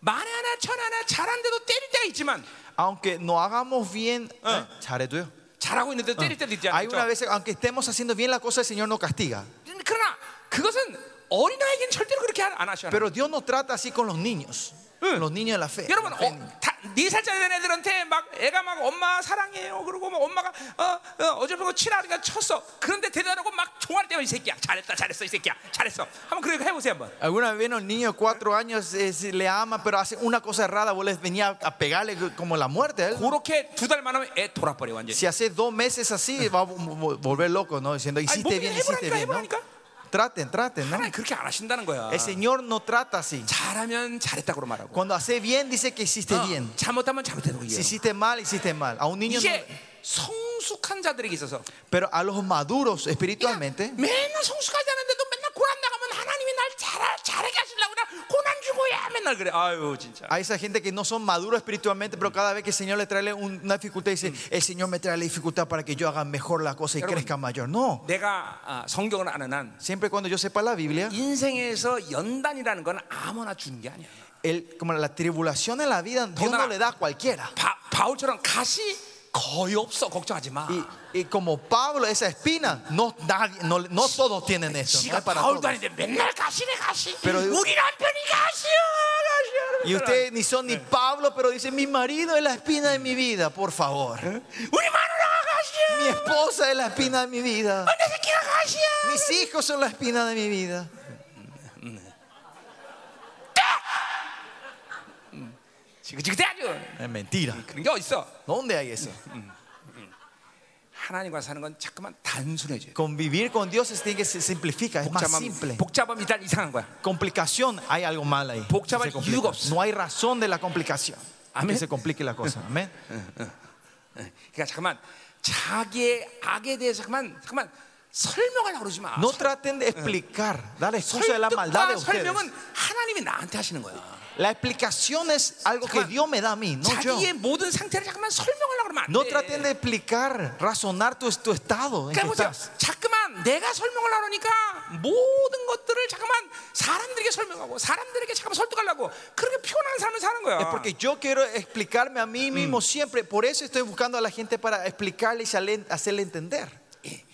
만 하나 천 하나 잘하는데도 때릴 때가 있지만 Aunque no hagamos bien, Ah. ¿eh? 잘해도요. 잘하고 있는데 때릴 때도 있지 hay una 않죠 음, vez, aunque estemos haciendo bien la cosa, el Señor no castiga. 그러나 그것은 어린아이에겐 절대로 그렇게 안 하셔 Pero Dios no trata así con los niños, Eh. los niños de la fe. 여러분 la fe. 어, 다, 네 살짜리 된 애들한테 막 애가 막 엄마 사랑해요 그러고 막 엄마가 어, 어, 어저께 치라니까 쳤어 그런데 대단하고 막 종아리 때문에 이 새끼야 잘했다 잘했어 이 새끼야 잘했어 한번 그렇게 해보세요 한번 Alguna vez un niño de cuatro años eh, si le ama, pero hace una cosa errada, vos les venía a pegarle como la muerte. a él. 그렇게 두 달만 하면 애 돌아버려 완전히 Si hace dos meses Eh. así, va a vo- vo- volver loco, ¿no? Diciendo, hiciste bueno, bien, es hiciste bonito, bien, ¿no? es bonito. Traten, traten, ¿no? 하나님 그렇게 안 하신다는 거야 El Señor no trata así. 잘하면 잘했다고 말하고 Cuando hace bien, dice que Ah. hiciste bien. 어, 잘못하면 잘못했다고 Si 얘기해요 hiciste mal, hiciste mal. A un niño, no- 이게 성숙한 자들에게 있어서 pero a los maduros espiritualmente, 맨날 성숙하지 않은데도 맨날 고난 나가면 하나님이 날 잘, 잘하게 하시려고 나 고난 주고야 맨날 그래 아유 진짜 A esa gente que no son maduros espiritualmente, pero cada vez que el Señor le trae un- una dificultad, dice, el Señor me trae la dificultad para que yo haga mejor la cosa y Hermano. crezca mayor. No, 내가 아, 성경을 아는 한 siempre y cuando yo sepa la Biblia, 인생에서 연단이라는 건 아무나 주는 게 아니야. el- como la tribulación en la vida, Dios Perdona. no le da a cualquiera. 바, 바울처럼 가시 거의 없어. 걱정하지 마. Y Y como Pablo, esa espina, no, nadie, no, no todos tienen eso. No 지가 es para 바울도 todos. 아닌데 맨날 가시네 가시. Pero- 우리 남편이 가시야 가시야. Y ustedes ni son ni Pablo, pero dicen, mi marido es la espina de mi vida, por favor. Eh. 우리 마누라가 가시야. Mi esposa es la espina de mi vida. 내 새끼가 가시야. Mis hijos son la espina de mi vida. 지그지그대 아주. Es mentira. 그런 게 어딨어? ¿Dónde hay eso? 하나님과 사는 건 자꾸만 단순해져. Convivir con Dios es, tiene que se simplifica, es más simple. 복잡함 복잡함 일단 이상한 거야. Complicación, hay algo mal ahí. 복잡한 Se complica. 이유가 없어. No hay razón de la complicación. Amén. Que se complique la cosa. Amén. 그러니까 잠깐만 자기의 악에 대해서 잠깐만 잠깐만 설명하려고 그러지 마. No traten de explicar, dar excusa de la maldad de 설득과 ustedes. 설명은 하나님이 나한테 하시는 거야. La explicación es algo que Jamás. Dios me da a mí, no yo. 자기의 모든 상태를 잠깐만 설명하려고 그러면 안 돼. No traten de explicar, razonar tu, tu estado en que 그러니까 보세요. estás. 자꾸만 내가 설명을 하려니까 모든 것들을 잠깐만 사람들에게 설명하고 사람들에게 잠깐만 설득하려고 그렇게 피곤한 삶을 사는 거야. Es porque yo quiero explicarme a mí mismo siempre. Por eso estoy buscando a la gente para explicarle y salen- hacerle entender. 예.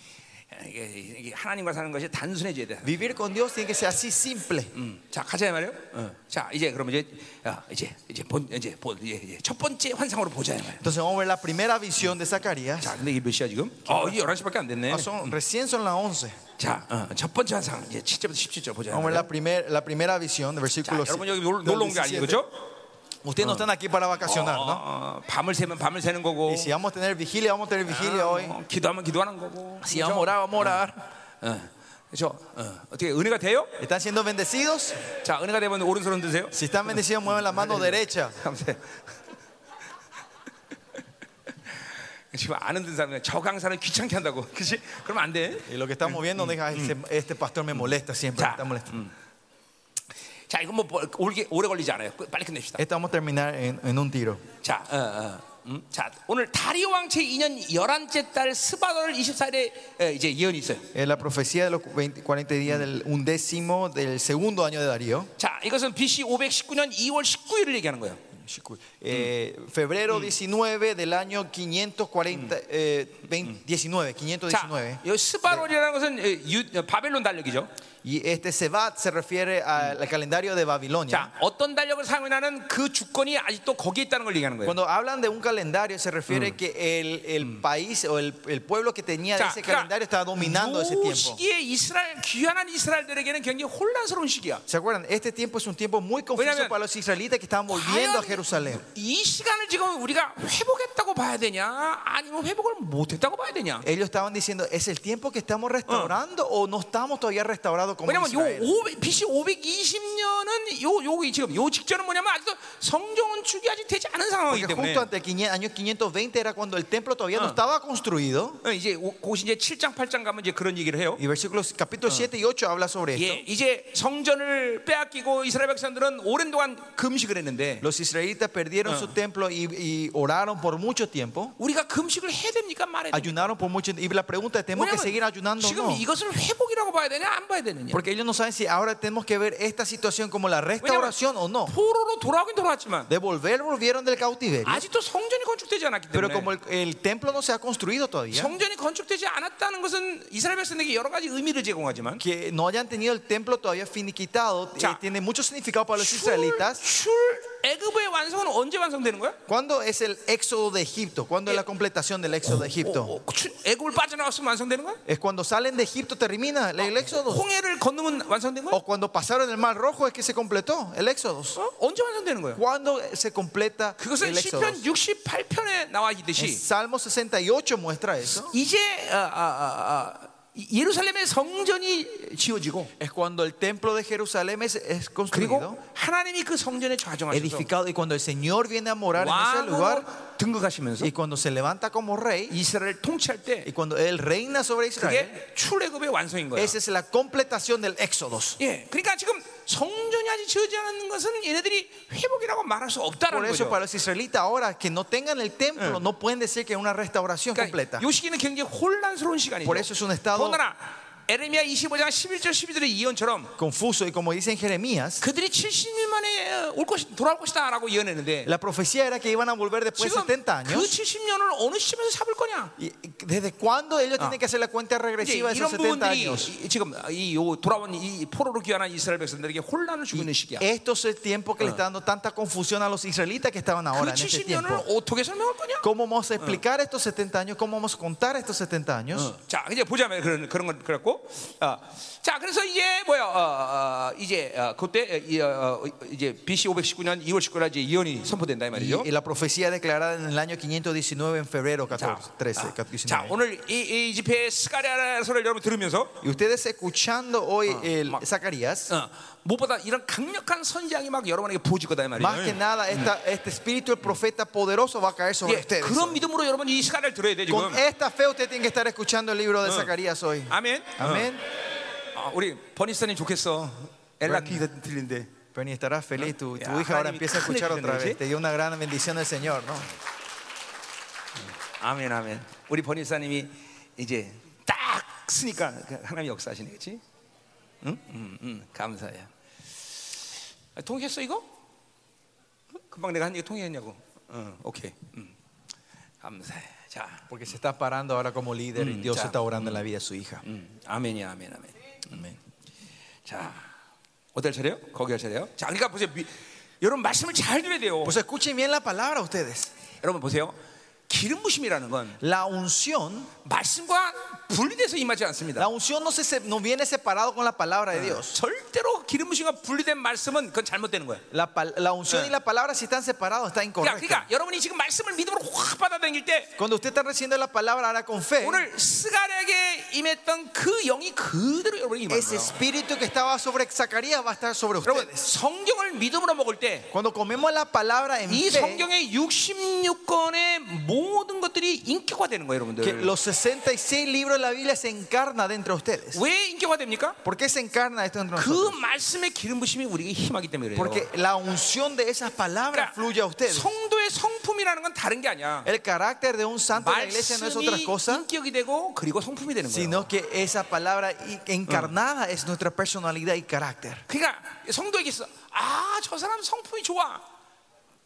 이게, 이게 하나님과 사는 것이 단순해져야 돼. Vivir con Dios tiene que ser así simple. 음, 자 가자 이 말이에요. 자 이제 그러면 이제 아, 이제 이제 본 이제 본 이제, 이제 첫 번째 환상으로 보자 이 말이에요. Entonces vamos a ver la primera visión de Zacarías. 자 근데 이게 몇 시야 지금? 어 이게 11시밖에 안 됐네. Ah, son- recién son las 11. 자첫 번째 환상 이제 7절부터 17절 보자. 이 Vamos a ver 말이에요. la, primer- la primera visión de 자 versículos. 여러분 여기 놀- 놀러 온 게 아니에요, 그죠? Ustedes no están aquí para 어, vacacionar, 어, ¿no? 어, 밤을 새면 밤을 새는 거고. Y si vamos a tener vigilia, vamos a tener vigilia hoy. 어, 기도하면 기도하는 거고. Si Ah. vamos a orar, vamos a orar. 그렇죠? 어, 어떻게 은혜가 돼요? ¿Están siendo bendecidos? 자 은혜가 되면 오른손 흔드세요. Si están bendecidos, mueven la mano derecha. 감사해요. 지금 안 흔든 사람은 저 강사는 귀찮게 한다고. 그렇지? 그럼 안 돼. Y lo que estamos viendo, deja, este, este pastor me molesta siempre. Ya. Está molestando. 자, 이건 뭐 뭐, 오래, 오래 걸리지 않아요. 그, 빨리 끝냅시다. Esto vamos a terminar en, en un tiro. 자, 어, 어, 음? 자, 오늘 다리오 왕제 2년 11째 달 스바월 24일에 이제 예언이 있어요. Es la profecía de los 20 40 días del undécimo del segundo año de Darío. 자, 이것은 BC 519년 2월 19일을 얘기하는 거예요. Eh, febrero 19 del año 540, eh, 20 19, 자, 519. 이 스바월이라는 것은 에, 유- 어, 바벨론 달력이죠. Y este Sebat se refiere al calendario de Babilonia. 자, 어떤 달력을 사용하는 그 주권이 아직도 거기에 있다는 걸 얘기하는 거예요. Cuando hablan de un calendario, se refiere que el, el país o el, el pueblo que tenía 자, ese calendario estaba dominando ese 이 tiempo. 그 시기에 이스라엘 귀환한 이스라엘들에게는 굉장히 혼란스러운 시기야. ¿Se acuerdan? Este tiempo es un tiempo muy confuso Oigan, para los israelitas que estaban volviendo a 과연 Jerusalén. 이 시간을 지금 우리가 회복했다고 봐야 되냐, 아니면 회복을 못했다고 봐야 되냐? Ellos estaban diciendo, ¿es el tiempo que estamos restaurando o no estamos todavía restaurados como 왜냐면 요 Israel? 500, BC 520년은 요, 요 지금 요 직전은 뭐냐면 아직도 성전축이 아직 되지 않은 상황이기 Porque 때문에 justo ante el 500 año 520 era cuando el templo todavía no estaba construido. 어, 이제 오- 그것이 이제 7장 8장 가면 이제 그런 얘기를 해요. Y versículos capítulo 7 y 8 habla sobre esto. 예, 이제 성전을 빼앗기고 이스라엘 백성들은 오랜 동안 금식을 했는데 Los israelitas perdieron su templo y, y oraron por mucho tiempo. 우리가 금식을 해야 됩니까 아, 말해야 됩니까? Ayunaron por mucho tiempo. Y la pregunta es, ¿tenemos que 왜냐면 seguir ayunando o 지금 no? 이것을 회복이라고 봐야 되냐 안 봐야 되느냐? Porque ellos no saben si ahora tenemos que ver esta situación como la restauración o no. 포로로 돌아오긴 돌아왔지만 De volver, volvieron del cautiverio. 아직도 성전이 네. 건축되지 않았기 Pero como 때문에 el, el templo no se ha construido todavía, 성전이 건축되지 않았다는 것은 이스라엘 백성에게 여러 가지 의미를 제공하지만 que no hayan tenido el templo todavía finiquitado, eh, Ya. tiene mucho significado 그 para los 출, israelitas. 출 애굽의 완성은 언제 완성되는 거야? ¿Cuándo es el éxodo de Egipto? ¿Cuándo es la completación del éxodo de 어, Egipto? 어, 출- 애굽을 빠져나왔으면 완성되는 거야? ¿Es cuando salen de Egipto termina el el éxodo? 홍해를 건너면 완성된 거야? ¿O cuando pasaron el mar rojo es que se completó el éxodo? 어? 언제 완성되는 거야? ¿Cuándo se completa 그것은 el éxodo? 시편 68편에 나와 En 있듯이 Salmo 68 muestra eso. 이제 아, 아, 아, 아, 이- 예루살렘의 성전이 지어지고 Es cuando el templo de Jerusalén es, es construido, 그리고 하나님이 그 성전에 좌정하셔서 edificado, y cuando el Señor viene a morar en ese lugar, 왕으로 등극하시면서 y cuando se levanta como rey, 이스라엘을 통치할 때 y cuando Él reina sobre Israel, 그게 출애굽의 완성인 거예요. esa es la completación del éxodo. 예, 그러니까 지금 성전이 아직 지어지지 않은 것은 얘네들이 회복이라고 말할 수 Por 없다라는 eso 거죠. para los israelitas ahora que no tengan el templo no pueden decir que es una restauración completa. 그러니까 이 시기는 굉장히 혼란스러운 시간이죠. Por eso es un estado- 더나라 에레미야 25장 11절 12절의 이언처럼 Confuso y como dice en Jeremías, 그들이 70년 70년에 어, 올 것이 돌아올 것이다라고 예언했는데 La profecía era que iban a volver después de 지금 70 그 años. 70년을 어느 시점에서 잡을 거냐? ¿Y ¿Desde cuándo ellos tienen que hacer la cuenta 이제 regresiva de 이런 esos 70 부분들이 años? 이- 지금 이 요- 돌아온 이 포로로 귀환한 이스라엘 백성들에게 혼란을 주고 있는 시기야. Esto es el tiempo que le está dando tanta confusión a los israelitas que estaban 그 ahora en este tiempo. 70년을 어떻게 설명할 거냐? ¿Cómo vamos a explicar estos 70 años? ¿Cómo vamos a contar estos 70 años? 자 이제 보자면 그런 그런 건 그랬고 어, 자 그래서 이제 뭐야 어, 어, 이제 어, 그때 이, 어, 어, 이제 BC 519년 2월 19일 날 이제 예언이 선포된다 이 말이죠. Y, y la profecía declarada en el año 519 en febrero 14, 13, Ah. 자 19. 오늘 이, 이 집회 스가랴서를 여러분 들으면서 Y ustedes escuchando hoy el Zacarías, 어, 무엇보다 이런 강력한 선장이 막 여러분에게 보여지거다 이 más que 말이에요. nada esta- este espíritu del profeta poderoso va a caer sobre 예, ustedes. 그런 믿음으로 여러분 이 스가랴를 들어야 돼 지금. Con esta fe ustedes tienen que estar escuchando el libro de Zacarías hoy. 아멘. Amén. 아, 우리 버니스타님 좋겠어. 엘라 기도 들린데. Bernie, estarás feliz. Tu, tu Ya, hija ahora Jaime, empieza a escuchar cállate, otra ¿sí? vez. Te dio una gran bendición del Señor, ¿no? 아멘 아멘. 우리 버니스타님이 이제 딱 쓰니까 그 하나님 역사하시네, 그렇지? 응, 응, 응. 감사해요. 아, 통했어 이거? 응? 금방 내가 한 얘기 통했냐고. 응, 오케이. 응. 감사해. 자, Porque se está parando ahora como líder y Dios ya. está orando en la vida de su hija. 응. 아멘이야, 아멘, 아멘. Amén. 자, 어디 할 차례요? 거기 할 차례요? 자, 그러니까 보세요. 미- 여러분 말씀을 잘 들어야 돼요. Pues escuchen bien la palabra ustedes. 여러분 보세요. 기름 부심이라는 건 La unción, 말씀과 분리돼서 임하지 않습니다. la unción no, se, se- no viene separado con la palabra de Dios. 절대로 기름 부심과 분리된 말씀은 그건 잘못되는 거예요. La, pal- la unción y la palabra si están separados está 그러니까, incorrecto. 그러니까 여러분이 지금 말씀을 믿음으로 확 받아들일 때 Cuando usted está recibiendo la palabra ahora con fe, 오늘 스가랴에게 임했던 그 영이 그대로 여러분이 임하는 ese 거예요. espíritu que estaba sobre Zacarías va a estar sobre 여러분 ustedes. 성경을 믿음으로 먹을 때 이 Cuando comemos la palabra en fe, 성경의 66권의 모든 것들이 인격화되는 거예요, que 여러분들. los 66 libros de la Biblia se encarna dentro de ustedes. 왜 인격화됩니까? ¿Por qué se encarna esto dentro de 그 nosotros? 말씀의 기름 부심이 우리에게 힘하기 때문에 Porque 그래요. la unción de esas palabras fluye a 그러니까 ustedes. 성도의 성품이라는 건 다른 게 아니야. El carácter de un santo de la iglesia no es otra 말씀이 cosa, 그 인격이 되고 그리고 성품이 되는 거예요. sino que esa palabra i- encarnada es nuestra personalidad y carácter. 그러니까 성도에게 있어. 아, 저 사람 성품이 좋아.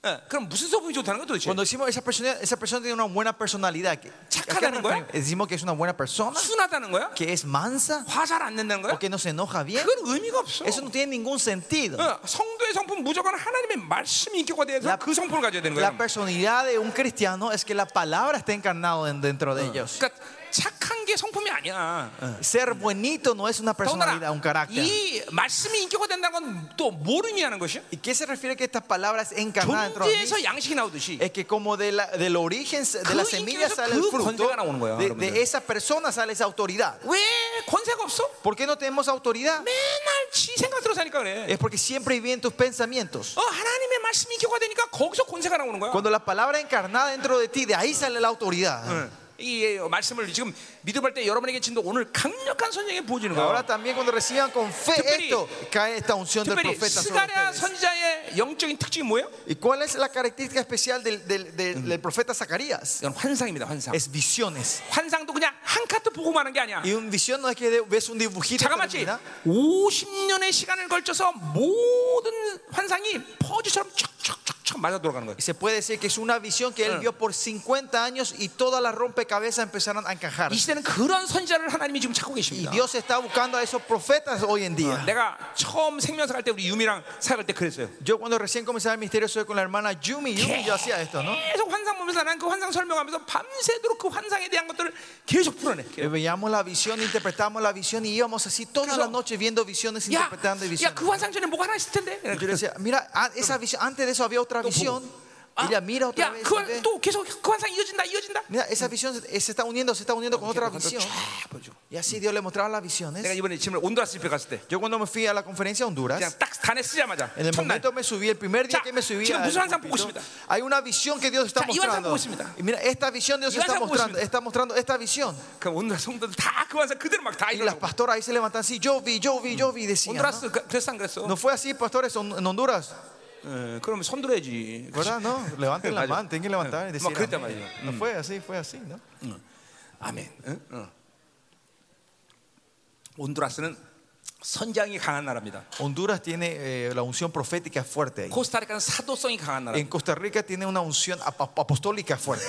예, 그럼 무슨 성품이 좋다는 거 도대체? Cuando decimos esa persona, esa persona tiene una buena personalidad, ¿qué- ¿a qué ¿착하다는 거야? referimos? decimos que es una buena persona, 순하다는 거야? que es mansa 화 잘 안 낸다는 거야? o que no se enoja bien. 그건 의미가 없어. Eso no tiene ningún sentido. 어, 성도의 성품 무조건 하나님의 말씀이 인격화돼서 La- 그 성품을 가져야 되는 거야. La personalidad de un cristiano es que la palabra está encarnada en- dentro de ellos. 그러니까 착한 게 성품이 아니야. 어. Ser buenito no es ah. una personalidad, un 더군다나 carácter. 이 말씀이 인격화된다는 건 또 뭘 의미하는 것이야? ¿Y qué se refiere que estas palabras encarnadas dentro de mí? 아, 존재에서 양식이 나오듯이 Es que como de la- del origen de la 그 semilla 인격에서 sale el 그 fruto, 권세가 나오는 거야, de, 여러분들. de esa persona sale esa autoridad. 왜 권세가 없어? ¿Por qué no tenemos autoridad? 맨날 지 생각대로 사니까 그래. Es porque siempre viven tus pensamientos. 어, 하나님의 말씀이 인격화되니까 거기서 권세가 나오는 거야. Cuando la palabra encarnada dentro de ti, de ahí sale la autoridad. 이 말씀을 지금 믿음할 때 여러분에게 진도 오늘 강력한 선정이 보여주는 Y Ahora 거예요. también cuando reciban con fe 특별히- esto, cae esta unción del 특별히 profeta sobre 스가랴 ustedes. 선지자의 영적인 특징이 뭐예요? ¿Y cuál es la característica especial del, del- del- del profeta Zacarías? 이건 환상입니다. 환상. Es visiones. 환상도 그냥 한 카트 보고만 하는 게 아니야. Y una visión no es que ves un dibujito. y 자그마치 termina. 50년의 시간을 걸쳐서 모든 환상이 퍼즐처럼 촥촥촥촥 맞아 돌아가는 거예요. Y se puede decir que es una visión que él vio por 50 años y todas las rompecabezas empezaron a encajar. 이 시대는 그런 선지자를 하나님이 지금 찾고 Y 계십니다. Dios está buscando a esos profetas hoy en día. 내가 처음 생명사 갈 때 우리 유미랑 사역할 때 그랬어요. Yo cuando recién comenzaba el misterio soy con la hermana Yumi, Yumi yo hacía esto, ¿no? 계속 환상 보면서 난 그 환상 설명하면서 밤새도록 그 환상에 대한 것들을 계속 풀어내. Eh, Veíamos la visión, interpretamos la visión y íbamos así toda Eso- la noche viendo visiones, 야, interpretando y 야, 그 visiones. 환상 전에 뭐가 하나 있을 텐데. Y Yo le decía, mira, ah, esa visión, antes de eso había otra visión. Ah, Y Ella mira otra 야, vez. 그 y ve. 환- 또 계속 그 환상 이어진다, 이어진다. Mira, esa visión se se está uniendo, se está uniendo con otra visión. 쫙 보여주고. Y así Dios le mostraba las 아, 내가 visiones. 이번에 지금 온두라스 집에 갔을 때 Yo cuando me fui a la conferencia a Honduras, 그냥 딱 단에 쓰자마자 en el 첫날 momento me subí, el primer día Ya, que me subí, 지금 al 무슨 환상 보고 púlpito, 있습니다. hay una visión que Dios está 자, 이 환상 보고 mostrando. 있습니다. Y mira, esta visión Dios 이 está 환상 보고 mostrando, 있습니다. está mostrando esta visión. 그 온두라스 성도들 다 그 환상 그대로 막 다 Y las 일어나고 pastoras ahí se levantan así, yo vi, yo vi, yo vi, decían. ¿no? 온두라스 그- 그랬어 안 그랬어? No fue así, pastores, en en Honduras. 예, 그러면 손 들어야지 ¿Verdad? No, levanten la Vaya. mano, tienen que levantar y Eh, decir. más creta, amén. vaya. No fue así, fue así, ¿no? 아멘 응? 응. 온두라스는 선장이 강한 나라입니다. Honduras tiene eh, la unción profética fuerte. ahí. 코스타리카는 사도성이 강한 나라. En Costa Rica tiene una unción ap- ap- apostólica fuerte.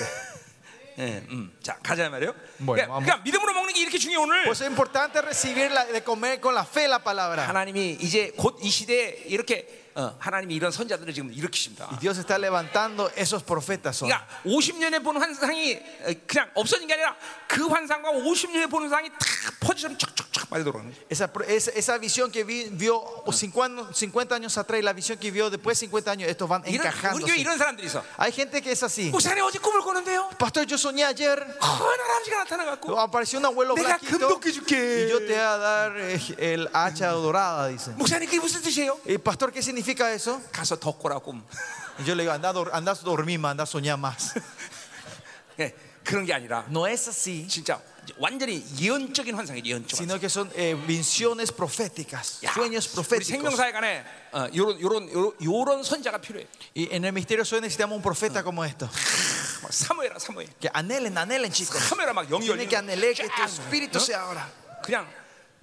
예, 음. 자 가자 말이요. 에 뭐, 그러니까, 아무- 그러니까 믿음으로 먹는 게 이렇게 중요해 오늘. Por eso Pues es importante recibir la- de comer con la fe la palabra. 하나님이 이제 곧 이 시대에 이렇게 어, 하나님이 이런 선자들을 지금 일으키십니다. Y Dios está levantando esos profetas. hoy. 그러니까 50년에 본 환상이 어, 그냥 없어진 게 아니라 그 환상과 50년에 본 환상이 다 퍼지처럼 촥촥촥 빨리 돌아가는 거예요. Esa, pro- esa, esa visión que vi- vio 50, 50 años atrás y la visión que vio después de 50 años, estos van 이런 우리 encajando. 교회 이런 사람들이 있어. Hay gente que es así. 목사님 어제 꿈을 꾸는데요. Pastor, yo soñé ayer. 큰 할아버지가 나타나갖고 Apareció un abuelo 내가 blanquito 금도끼 줄게. y yo te voy a dar eh, el hacha dorada, dice. 목사님 그게 무슨 뜻이에요? Eh, pastor, ¿qué significa eso? 가서 더 꼬라 꿈. Y yo le digo, anda, a dor- anda a dormir más, anda a soñar más. 예, 그런 게 아니라 No es así, 진짜 완전히 예언적인 환상이에요. 예언적 환상. sino que son eh, visiones proféticas, 야, sueños 우리 proféticos. 생명사회간에 어, 요런 요런 요런 요런 선자가 필요해. Y en el misterio sueño necesitamos un profeta como esto. 막뭐 사모해라 사모해. Que anhelen, anhelen, chicos. 사모해라 막 영이 Tiene que anhelar que tu 열리는. espíritu 거. 어? sea ahora. 그냥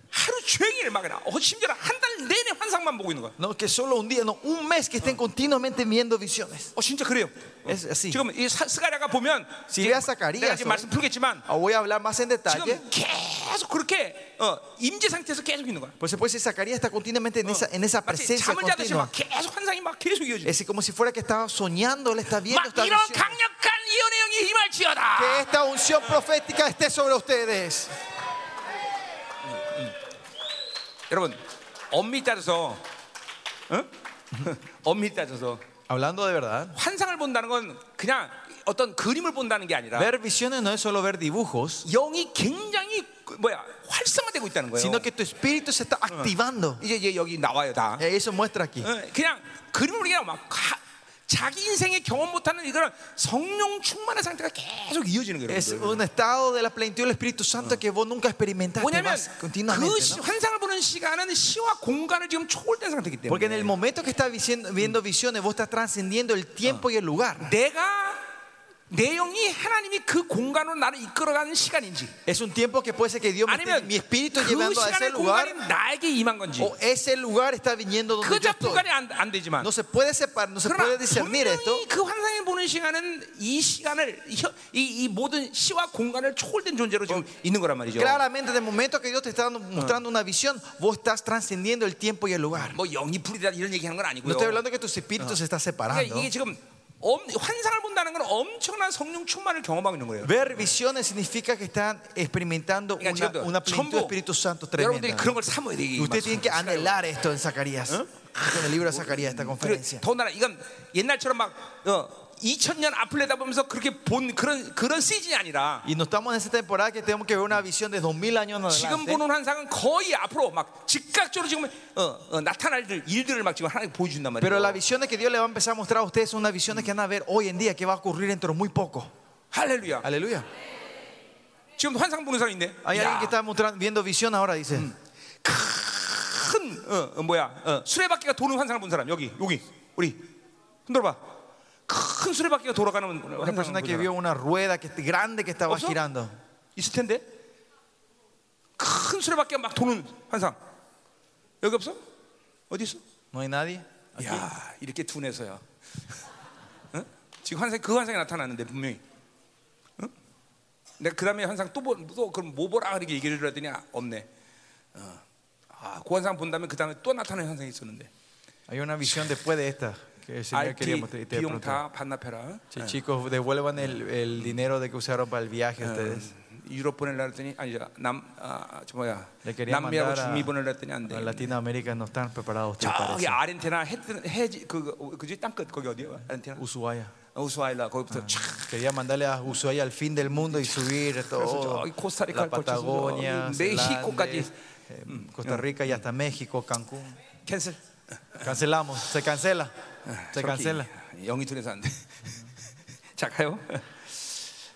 하루 종일 막 그냥 어, 심지어 한 달 내내 환상만 보고 있는 거야. No, que solo un día, no, un mes que estén continuamente viendo visiones. 어 진짜 그래요. 어. Es así. 지금 이 사- 스가랴가 보면 Si 지금 vea Zacarías, 내가 지금 어. 말씀 풀겠지만 Ah, Voy a hablar más en 아, detalle. 지금 계속 그렇게 어, im재 상태에서 계속 있는 거야. Por eso, pues, si Zacarías está continuamente en esa, en esa 마치 presencia 잠을 자듯이 continua. 막 계속 환상이 막 계속 이어지고. Es como si fuera que estaba soñando, él está viendo 막 esta 이런 visión. 강력한 예언의 영이 임할지어다. Que esta unción profética esté sobre ustedes. 여러분 엄밀히 따져서 응? 엄밀히 따져서 Hablando de verdad, 환상을 본다는 건 그냥 어떤 그림을 본다는 게 아니라 ver visiones no es solo ver dibujos, 영이 굉장히 그, 뭐야 활성화되고 있다는 거예요. sino que tu espíritu se está activando. 이제 이제 여기 나와요 다. Ah. Eh, Eso muestra aquí. 어, 그냥 그림을 그냥 막 가- 자기 인생에 경험 못하는 이런 성령 충만의 상태가 계속 이어지는 거예요. Es 여러분들. un estado de la plenitud del Espíritu Santo que vos nunca experimentaste 뭐냐면 más 그 continuamente. 시- ¿no? 환상을 보는 시간은 시와 공간을 지금 초월된 상태이기 때문에. Porque en el momento que estás visi- viendo visiones, vos estás trascendiendo el tiempo y el lugar. 내가 내 영이 하나님이 그 공간으로 나를 이끌어가는 시간인지 Es un tiempo que puede ser que Dios me esté- 아니면 mi espíritu 그 llevando a ese 시간의 lugar 공간이 나에게 임한 건지 o ese lugar está viniendo donde yo 그자 estoy. 분간이 안, 안 되지만 No se puede separar, no se puede 그러나 discernir esto. 분명히 그 환상에 보는 시간은 이 시간을 혀- 이, 이 모든 시와 공간을 초월된 존재로 지금 있는 거란 말이죠 Claramente, en el momento que Dios te está dando- mostrando una visión, vos estás trascendiendo el tiempo y el lugar. 뭐 영이 불이다 이런 얘기하는 건 No 아니고요 estoy hablando que tus espíritus se están 그러니까 separando. 이게 지금 엄- 환상을 본다는 건 엄청난 성령 충만을 경험하고 있는 거예요 Ver visiones significa que están experimentando 그러니까 지금 una, una plenitud del 전부 Espíritu Santo 여러분들이 tremenda. 그런 걸 삼어야 되기 Usted tiene que anhelar esto en Zacarías, en el libro de Zacarías, esta 그래, conferencia. 더나라 이건 옛날처럼 막 어, 2000년 앞을 내다보면서 그렇게 본 그런 그런 시즌이 아니라 Y no estamos en esa temporada que tenemos que ver una visión de 2000 años en 지금 adelante. 보는 환상은 거의 앞으로 막 즉각적으로 지금 어, 어, 나타날 일- 일들을 막 지금 하나님 보여준단 말이에요. Pero las visiones que Dios le va a empezar a mostrar a ustedes son unas visiones que van a ver hoy en día, que va a ocurrir dentro de muy poco. 할렐루야. Aleluya. 지금 환상 보는 사람 있네. Hay alguien 야, que está mostrando, viendo visión ahora, dice. 큰 어, 어, 뭐야 어, 수레바퀴가 도는 환상을 본 사람 여기 여기 우리 흔들어봐. 큰 수레바퀴가 돌아가는 Una 환상을 본 persona que 사람 vio una rueda que, grande que estaba ¿Oso? girando. 있을 텐데 큰 수레바퀴가 막 도는 환상 여기 없어? 어디 있어? ¿No hay nadie? 야 이렇게 둔해서야 응? 지금 환상 그 환상이 나타나는데 분명히 응? 내가 그 다음에 환상 또또 그럼 뭐 보라 이렇게 얘기를 하더니 아, 없네 어. 아그 환상 본다면 그 다음에 또 나타나는 환상이 있었는데 Hay una visión después de esta que el Señor quería RT mostrar. y te 비용 preguntó. 다 반납해라 Sí, chicos, devuelvan el, el dinero de que usaron para el viaje ustedes. 유럽 보내려 했더니 아니 남 아, 저 뭐야 Le quería 남미하고 mandar a, 중미 보내려 했더니 a 안돼 Latinoamérica, no están preparados ustedes para 저기 eso. 아르헨티나 해지 그 그지 땅끝 거기 어디야 아르헨티나 Ushuaia. 우수아일라 거기부터 촥 Quería mandarle a Ushuaia al fin del mundo y subir 그래서 todo 저기 코스타리카 la Patagonia, 거쳐서 저기 멕시코까지. Zelandes, eh, Costa Rica y hasta México, Cancún. 캔슬 Cancelamos, se cancela, se 저렇게 cancela. 영이 둔해서 안 돼. 자 가요.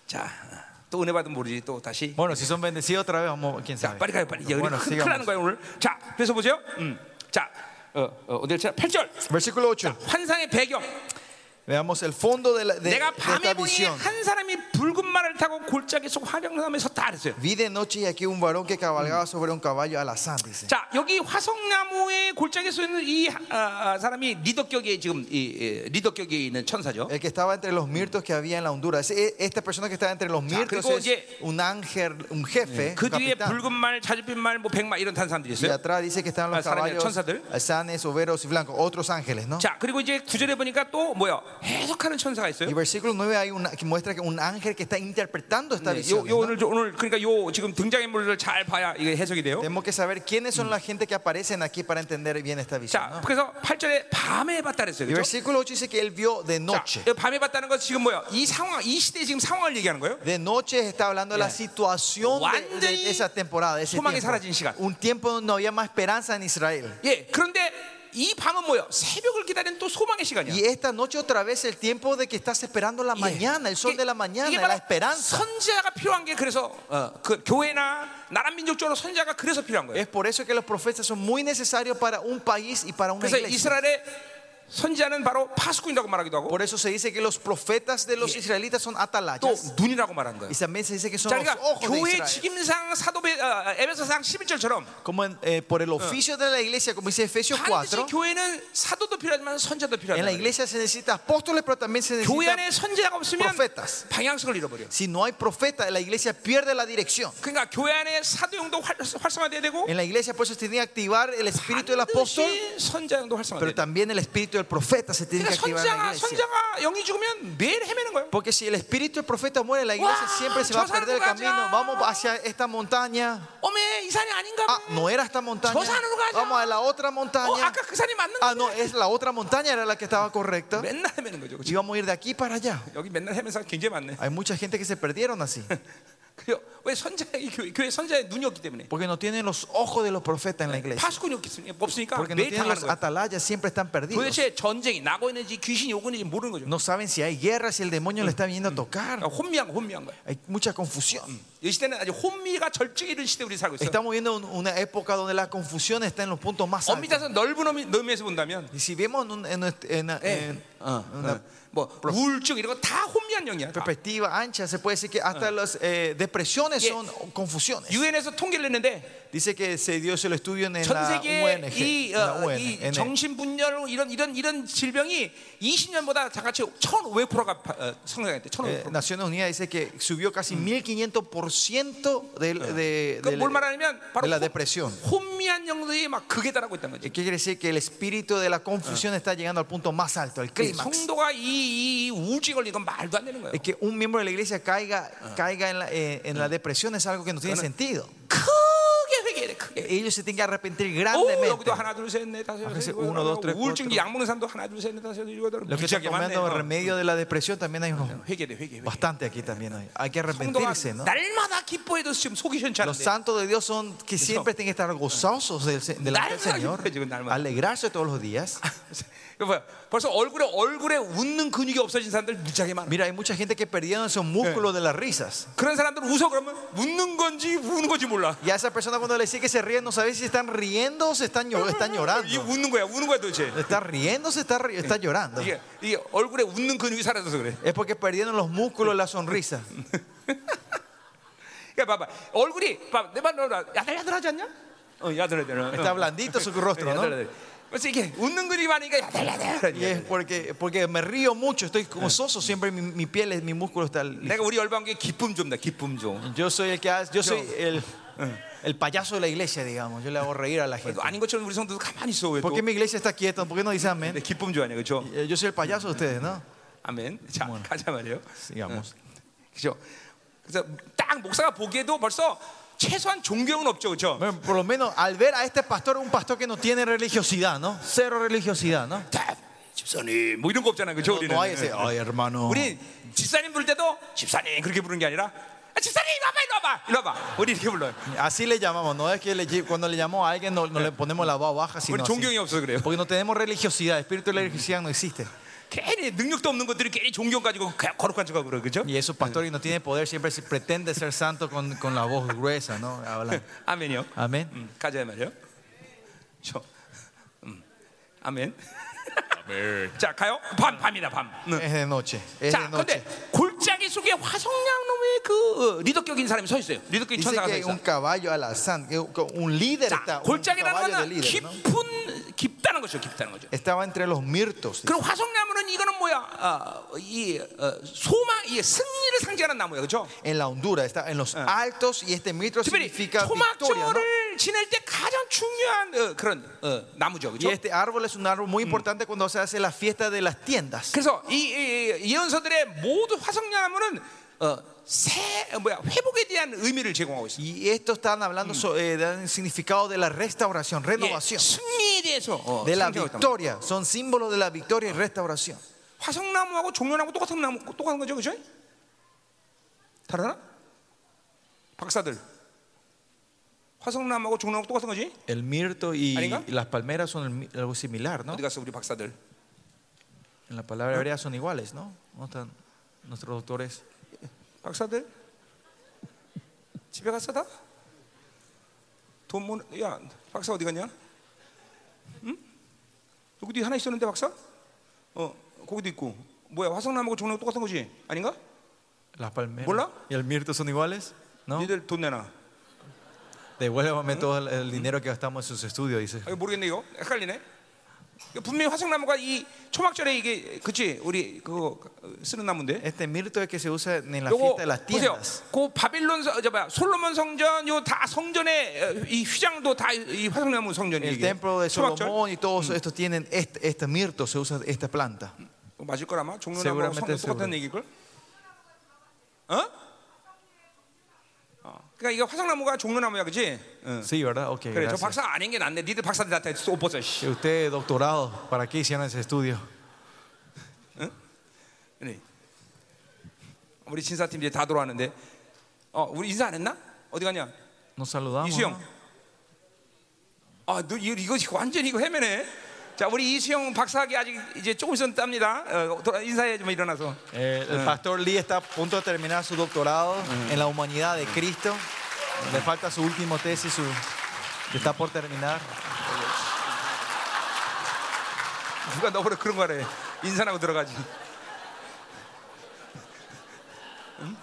자 또 은혜 받으면 모르지 또 다시. Bueno, si son bendecidos otra vez, vamos, quién 자 sabe. 빨리 가요 빨리. 야, 우리 Bueno, 큰일 나는 sigamos. 거야 오늘. 자 그래서 보세요. 음. 자 어, 어, 오늘 자 8절 Versículo 8. 환상의 배경. Veamos el fondo de, la, de- 내가 de esta 밤에 보니 visión. 한 사람이 붉은 말을 타고 골짜기 속 화경섬에 섰다 그랬어요. Vi de noche y aquí un varón que cabalgaba sobre un caballo alazán, dice. 자 여기 화성나무의 골짜기에 서 있는 이 아, 아, 사람이 리더격에 지금 이, 이, 리더격에 있는 천사죠. El que estaba entre los mirtos que había en la Honduras. Ese- e, Esta persona que estaba entre los mirtos 그리고 es 이제- un ángel, un jefe, 그 un 뒤에 capitán. 붉은 말, 자주빛 말, 뭐 백마 이런 탄 사람들이 Y 있어요. atrás dice que estaban Ah, los salen caballos, 천사들. sanes, overos y blancos, otros ángeles, ¿no? 자 그리고 이제 구절에 보니까 또 뭐야 해석하는 천사가 Y 있어요. versículo 9 hay una, que muestra que un ángel que está interpretando esta 네, 요, visión. 요 오늘 저- 오늘 그러니까 요 지금 등장인물을 잘 봐야 이게 해석이 돼요. Tenemos que saber quiénes son la gente que aparecen aquí para entender bien esta visión. 자 ¿no? 그래서 8절에 밤에 봤다 그랬어요. Y 그죠? versículo 8 dice que él vio de 자, noche. 이 밤에 봤다는 건 지금 뭐야? 이 상황, 이 시대 지금 상황을 얘기하는 거예요? De noche está hablando de la situación de- de, 완전히 esa temporada, de ese 소망이 tiempo. 사라진 시간. Un tiempo donde no había más esperanza en Israel. 예. 그런데 이 밤은 뭐야? 새벽을 기다리는 또 소망의 시간이야. Y esta noche otra vez el tiempo de que estás esperando la mañana, el sol de la mañana, la esperanza. 예. 선지자가 필요한 게 그래서 어, 그 교회나 나라 민족적으로 선지자가 그래서 필요한 거예요. Es por eso que los profetas son muy necesarios para un país y para una 그래서 iglesia. 그러니까 이스라엘의 선지자는 바로 파수꾼이라고 말하기도 하고 Por eso se dice que los profetas de los Yeah. israelitas son 또 atalayas. 눈이라고 말하는 거예요. Y también se dice que son 자, los 그러니까 ojos de 교회 Israel. 직임상 사도배 어, 에베소상 11절처럼 Como en, eh, por el oficio de la iglesia, como dice Efesios 반드시 4, 교회는 사도도 필요하지만 선지자도 en la 필요하다. iglesia se necesita apóstoles, pero también se 교회 necesita... 안에 선지자가 없으면 profetas. 방향성을 잃어버려. Si no hay profeta, la iglesia pierde la dirección. 그러니까 교회 안에 사도용도 활- 활성화돼야 되고 En la iglesia, por eso se tiene que activar el espíritu del apóstol, 반드시 선자용도 활성화돼야 pero 돼. también el espíritu del profeta se tiene que 그러니까 activar en la 선자가 iglesia. 선자가 영이 죽으면 매일 헤매는 거예요. Porque si el espíritu del profeta muere, la iglesia ¡Guau! siempre se va a ¡Yo salgo perder el allá! camino. Vamos hacia esta montaña. 어메 이 산이 아닌가? Ah, 봐. no era esta montaña. ¡Yo salgo allá! Vamos a la otra 어 montaña. 아까 그 산이 맞는 Ah, 거? no, es la otra montaña era la que estaba correcta. 맨날 헤매는 거죠. 그치? Y vamos a ir de aquí para allá. 여기 맨날 헤매는 사람 굉장히 많네. Hay mucha gente que se perdieron así, 그래요. 왜 선자의 교회, 교회 선자의 눈이 없기 때문에 porque no tienen los ojos de los profetas en la iglesia, 파수꾼이 없겠으니- 없으니까 porque no 매일 tienen 당하는 los 거예요. atalayas, siempre están perdidos. 도대체 전쟁이 음. 나고 있는지 귀신이 오고 있는지 모르는 거죠. No saben si hay guerra, si el demonio le está viniendo a tocar. 그러니까 혼미한 거, 혼미한 거예요. Hay mucha confusión. 이 시대는 아주 혼미가 절정에 이른 시대 우리 살고 있어요. Estamos viendo un- una época donde la confusión está en los puntos más 엄밀히 따서 altos. 넓은 의미- 의미에서 본다면 Y si vemos en, un- en un- en- 네. en una 뭐 우울증 이런 거 다 혼미한 영이야. perspectiva ancha, se puede decir que hasta las eh, depresiones son confusiones. 유엔에서 통계를 냈는데 Dice que se dio el estudio en 전 la 세계 이, UNG. en la 어, 이 UNN. 정신분열 이런 이런 이런 질병이 20년보다 다 같이 1,500%가 어, 성장했대. Eh, 1,500%. Naciones Unidas dice que subió casi 1500% del- de, del- eh, 그뭘 말하냐면 바로 de la 혼- depresión. 혼미한 영들이 막 예, 극에 달하고 있다는 ¿Qué 거지. quiere decir? Que el espíritu de la confusión está llegando al punto más alto, al clímax. 성도가 이, 이 우울증 걸린 건 말도 안 되는 거예요. Es que un miembro de la iglesia caiga, caiga en, la, eh, en la depresión es algo que no tiene sentido. E-, 크게 회개해야 돼. 크게. Ellos se tienen que arrepentir 오, grandemente. 여기도 하나 둘셋넷 다섯 여섯 아, 그래서 일곱, uno, dos, 여덟 tres, 아홉, 우울증 cuatro. 약 먹는 사람도 하나 둘셋넷 다섯 여섯 일곱 여덟 Los que están 무지하게 많네. tomando 어. remedio de la depresión también hay unos 회개돼 회개 회개. bastante aquí también. Hay, hay que 성도가 arrepentirse, ¿no? 날마다 기뻐해도 지금 속이 Los 시원찮은데 santos de Dios son que siempre tienen que estar gozosos del, delante del Nalma, Señor, yo digo, nalma. alegrarse todos los días. 이거 뭐야? 벌써 얼굴에 얼굴에 웃는 근육이 없어진 사람들 무지하게 많아 Mira, hay mucha gente que perdieron esos músculos de las risas. 그런 사람들 웃어 그러면 웃는 건지 우는 건지 몰라 Y a esa persona cuando le dice que se ríen, no sabe si están riendo o se están, llor- están 이게 llorando. 웃는 거야 우는 거야 도대체 Está riendo o se está, ri- está llorando. 이게, 이게 얼굴에 웃는 근육이 사라져서 그래 Es porque perdieron los músculos la sonrisa. 그러니까 봐봐 얼굴이 봐내 말로 야들야들하지 않냐? 어 야들야들 Está blandito su rostro, ¿no? 그래서 이게 웃는 근육이 많으니까 야들야들 예. Y es porque, porque me río mucho, estoy gozoso, siempre mi, mi piel, es- mi músculo está... liso. 내가 우리 열방계 기쁨 좀나 기쁨 좀 Yo soy el que hace- yo soy el, el payaso de la iglesia, digamos. Yo le hago reír a la gente. 또 아닌 것처럼 우리 성도 가만히 있어 왜또 ¿Por qué mi iglesia está quieta? ¿Por qué no dice 내 amén? 기쁨 좋아하냐 그렇죠? Eh, Yo soy el payaso de ustedes, ¿no? 아멘. 자, 가자 말이에요. Sigamos. 그죠? 그래서 딱 목사가 보기에도 벌써 최소한 존경은 없죠. 그죠? Bueno, por lo menos al ver a este pastor, un pastor que no tiene religiosidad, ¿no? Cero religiosidad, ¿no? 자, 집사님 뭐 이런 거 없잖아요. 어. 그죠? No, 우리는. 예. no hay ese, ay hermano. 우리 집사님 부를 때도 집사님 그렇게 부르는 게 아니라 아, 집사님 이리 와봐 이리 와봐 이리 와봐 우리 이렇게 불러요. Así le llamamos, no es que le- cuando le llamamos a alguien no, no le ponemos la voz baja, sino 우리 así. 존경이 없어서 그래요. Porque no tenemos religiosidad, espíritu de religiosidad no existe. 괜히 능력도 없는 것들이 괜히 존경 가지고 그냥 거룩한 척하고 그래. 그죠? Y esos pastores que no tienen poder siempre se pretende ser santo con, con la voz gruesa, ¿no? Hablan. 아멘이요. Amén. 음, 가자 말이요. 저, 음, 아멘. 아멘. 네. 자 가요. 밤 밤이다 밤. 응. Es de noche. Es de 자, noche. 근데 골짜기 속에 화성양 놈의 그 어, 리더격인 사람이 서 있어요. 리더격인 Dice 천사가 서 que 있어. un caballo alazán, que un- que un líder está, 자, un 골짜기라는 caballo de 건 líder, ¿no? 깊은 깊다는 것이죠. 깊다는 거죠. Estaba entre los mirtos. 그리고 화성나무는 이거는 뭐야? 어, 이 어, 소망, 이 승리를 상징하는 나무야, 그렇죠? En la hondura, está en los altos y este mirto 특별히 significa victoria, ¿no? 초막절을 지낼 때 가장 중요한 어, 그런 어, 나무죠, Y 그렇죠? este árbol es un árbol muy importante cuando se hace la fiesta de las tiendas. 그래서 이, 이- 이 예언서들의 모든 화성나무는 어, 새 뭐야 회복에 대한 의미를 제공하고 있습니다. Y esto están hablando sobre el significado de la restauración, 예, renovación, 승리에 대해서 어, de la 상징하고 있단 말이에요. victoria. Son símbolos de la victoria y restauración. 화성나무하고 종려나무 똑같은 나무 똑같은 거죠, 그렇죠? 다르나? 박사들. 화성나무하고 종려나무 똑같은 거지? El mirto y ¿Aringa? las palmeras son el mi- algo similar, ¿no? 어디 갔어 우리 박사들? En la palabra hebrea son iguales, ¿no? ¿Dónde están nuestros doctores? 박사들 집에 갔어 다? 돈 모, 야 박사 어디 갔냐? 응? 여기 뒤에 하나 있었는데 박사? 어 거기도 있고 뭐야 화성나무하고 종려나무 똑같은 거지? 아닌가? Las palmeras. ¿Hola? ¿Y el mirto son iguales? ¿No? 니들 돈 내놔. 아, Devuélvame todo el- el dinero que gastamos en sus estudios, dice. 아, 모르겠네 이거 헷갈리네. 이거 분명히 화성나무가 이 초막절에 이게 그치 우리 그거 쓰는 나무인데. Este mirto es que se usa en la 요거 fiesta de las 보세요. tiendas. 그 바빌론 서- 저 뭐야 솔로몬 성전 요 다 성전에 어, 이 휘장도 다 이 화성나무 성전이에요. El 이게. templo de 초막절 Solomón y todos estos tienen este, este mirto, se usa esta planta. 어, 맞을 걸 아마 종로나무랑 성전 Seguramente, 똑같은 seguro. 얘기일 걸. 어? 어. 그러니까 이거 화성나무가 종로나무야 그지? 응. Sí, ¿verdad? Ok, 그래 저 gracias. 박사 아닌 게 낫네. 니들 박사들 다옷 벗어. 씨. Que usted, doctorado, ¿para qué hicieron ese estudio? 네. 우리 진사팀 이제 다 돌아왔는데, 어, 우리 인사 안 했나? 어디 갔냐? Nos saludamos. 이수영. ¿no? 아, 너 이거, 이거 완전 이거 헤매네. 자, 우리 이수영 박사학위 아직 이제 조금 있으면 땁니다. 어, 돌아- 인사해 좀 일어나서. Eh, el pastor Lee está a punto de terminar su doctorado en la humanidad de Cristo. Le falta su último tesis, su... está por terminar. 누가 너보러 그런 거래? 인사하고 들어가지. 응?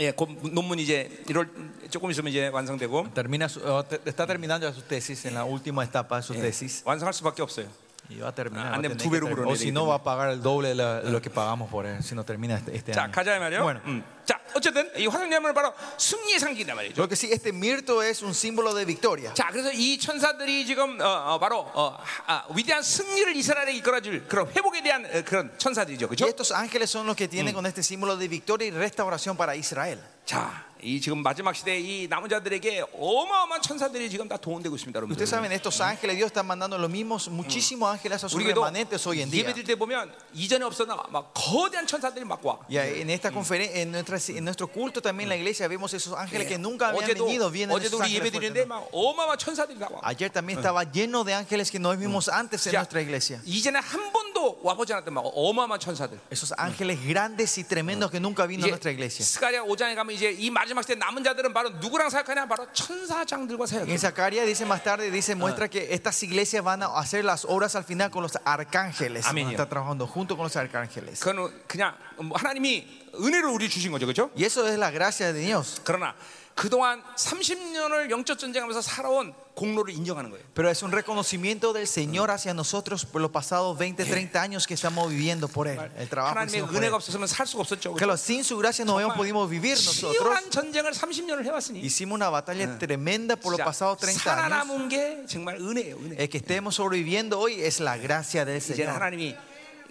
예, 곧 논문 이제 이럴 조금 있으면 이제 완성되고 Termina su- oh, te- está terminando ya su tesis en la última etapa de su 예, tesis. 완성할 수밖에 없어요. Y va a terminar. Ah, va a ande, tener tú que verú, terminar. bro, o si no, va a pagar el doble de la- lo que pagamos por él, si no termina este, este 자, año. 가자 이 말이요. Bueno, 음. 자, 어쨌든 이 화성나무는 바로 승리의 상징이란 말이죠. lo que sí, este mirto es un símbolo de victoria. 자, 그래서 이 천사들이 지금 어, 어, 바로 어, 하- 아, 위대한 승리를 이스라엘에 이끌어줄 그런 회복에 대한 어, 그런 천사들이죠, Y 그렇죠? estos ángeles son los que tienen con este símbolo de victoria y restauración para Israel. 자, 이 지금 마지막 시대 이 남은 자들에게 어마어마한 천사들이 지금 다 동원되고 있습니다, 여러분들. Ustedes saben, estos ángeles, Dios está mandando los mismos, muchísimos ángeles a sus 우리도 remanentes hoy en día. 예배드릴 때 보면 이전에 없었던 막 거대한 천사들이 막 와. Y Mm. en esta conferencia, en, nuestra- en nuestro culto también en la iglesia vemos esos ángeles que nunca habían 예. 어제도 venido, vienen 어제도 esos 우리 ángeles 예배드리는데 아, fuertes, ¿no? 막 어마어마한 천사들이 다 와. Ayer también estaba lleno de ángeles que no vimos antes en 자, nuestra iglesia. 이전에 한 번도 와보지 않았던 막 어마어마한 천사들. Esos ángeles grandes Mm. y tremendos que nunca vino a nuestra iglesia. 스가랴 5장에 가면 이제 이 마지막 시대 남은 자들은 바로 누구랑 사역하냐? 바로 천사장들과 사역. En Zacarías dice más tarde, dice, muestra que estas iglesias van a hacer las obras al final con los arcángeles. Van Amén. a estar trabajando junto con los arcángeles. 그건 그냥 뭐 하나님이 은혜를 우리 주신 거죠, 그렇죠? Y eso es la gracia de Dios. 그러나 그동안 30년을 영적 전쟁하면서 살아온 공로를 인정하는 거예요. Pero es un reconocimiento del Señor hacia nosotros por los pasados 20, 30 años que estamos viviendo por Él. El trabajo que 하나님의 hicimos por Él. 은혜가 없었으면 살 수가 없었죠. 그렇죠? Claro, sin su gracia no habíamos podido vivir nosotros. 치열한 전쟁을 30년을 해왔으니 Hicimos una batalla tremenda por los 진짜 pasados 30 años. 살아남은 게 정말 은혜예요. 은혜. El que estemos sobreviviendo hoy es la gracia del 이제 는 Señor. 하나님이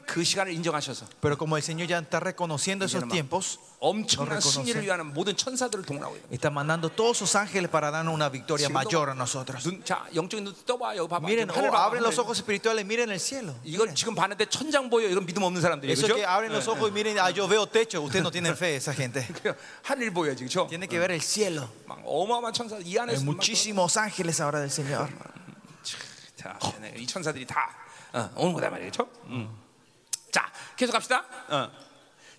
그 시간을 인정하셔서 Pero como el Señor ya está reconociendo esos llama. tiempos, 엄청난 reconoce. 승리를 위한 모든 천사들을 동원하고 있는 거예요. está mandando todos sus ángeles para darnos una victoria Siendo- mayor a nosotros. 눈, 자 영적인 눈 떠봐 여기 봐봐 Miren, 지금 하늘 oh, 봐봐, abren los 하늘. ojos espirituales, miren el cielo. 이건 지금 봤는데 천장 보여 이건 믿음 없는 네. 사람들이에요 Eso que 그죠? abren los ojos y miren, ah, yo veo techo. Ustedes no tienen fe, esa gente. 하늘 보여야지 그죠? Tiene que ver el cielo. 막 어마어마한 천사 이 Hay 안에서 막 muchísimos ángeles ahora del Señor. 자, 네, 이 천사들이 다 어, 오는 거다 말이죠. 음. 자, 계속 갑시다. 어.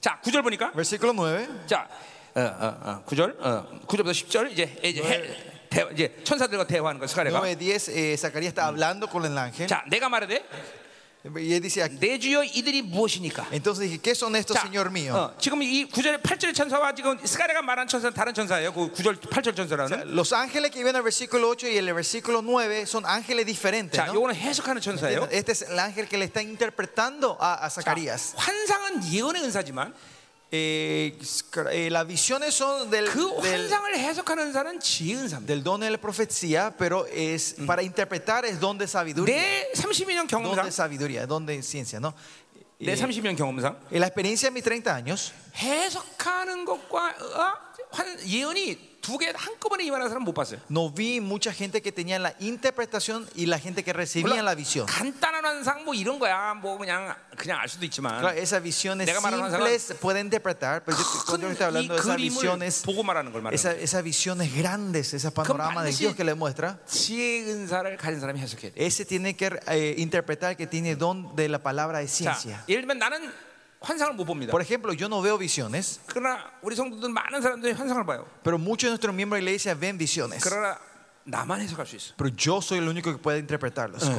자, 9절 보니까 Versículo 9. 자, 어, 어, 어, 9절, 어, 9절부터 10절 이제, 이제 해, 대- 이제 천사들과 대화하는 거예요. 스가랴가. 9.10, eh, Zacarías está hablando con el ángel 자, 내가 말하되 y él dice, aquí- 내 주여 이들이 무엇이니까? entonces dije, ¿qué son estos, Señor mío? 어, 지금 이 구절의 8절의 천사와 지금 스가랴가 말한 천사는 다른 천사예요. 그 9절 8절 천사라는. Los ángeles que viven al versículo 8 y el versículo 9 son ángeles diferentes. 자, ¿no? 요거는 해석하는 천사예요. Este es el ángel que le está interpretando a, a 자, Zacarías. 환상은 예언의 은사지만 Eh, eh, las visiones son del, 그 del, 환상을 해석하는 은사는 지혜 은사입니다. del don de la profecía, pero es para interpretar es don de 네. sabiduría. 내 32년 Don 경험상, de sabiduría, don de ciencia, ¿no? 내 Eh, 32년 경험상 en la experiencia de mis 30 años, 해석하는 것과 어, 환- 예언이 두 개 한꺼번에 임하는 사람 못 봤어요. no vi mucha gente que tenía la interpretación y la gente que recibía la visión. 간단한 환상 뭐 이런 거야, 뭐 그냥 그냥 알 수도 있지만 Claro, esas visiones 내가 말하는 simples pueden interpretar, pero yo, cuando yo 큰 이 estoy hablando de esas 그림을 visiones, 보고 말하는 걸 말해요. esas, esas visiones grandes, ese panorama de 반드시- Dios que le muestra. 지혜 은사를 가진 사람이 해석해야 돼. Ese tiene que eh, interpretar que tiene don de la palabra de 자, ciencia. 예를 들면 나는 환상을 못 봅니다. Por ejemplo, yo no veo visiones, 그러나 우리 성도들 많은 사람들이 환상을 봐요. pero muchos de nuestros miembros de la iglesia ven visiones. 그러나 나만 해석할 수 있어. Pero yo soy el único que puede interpretarlos 그 나는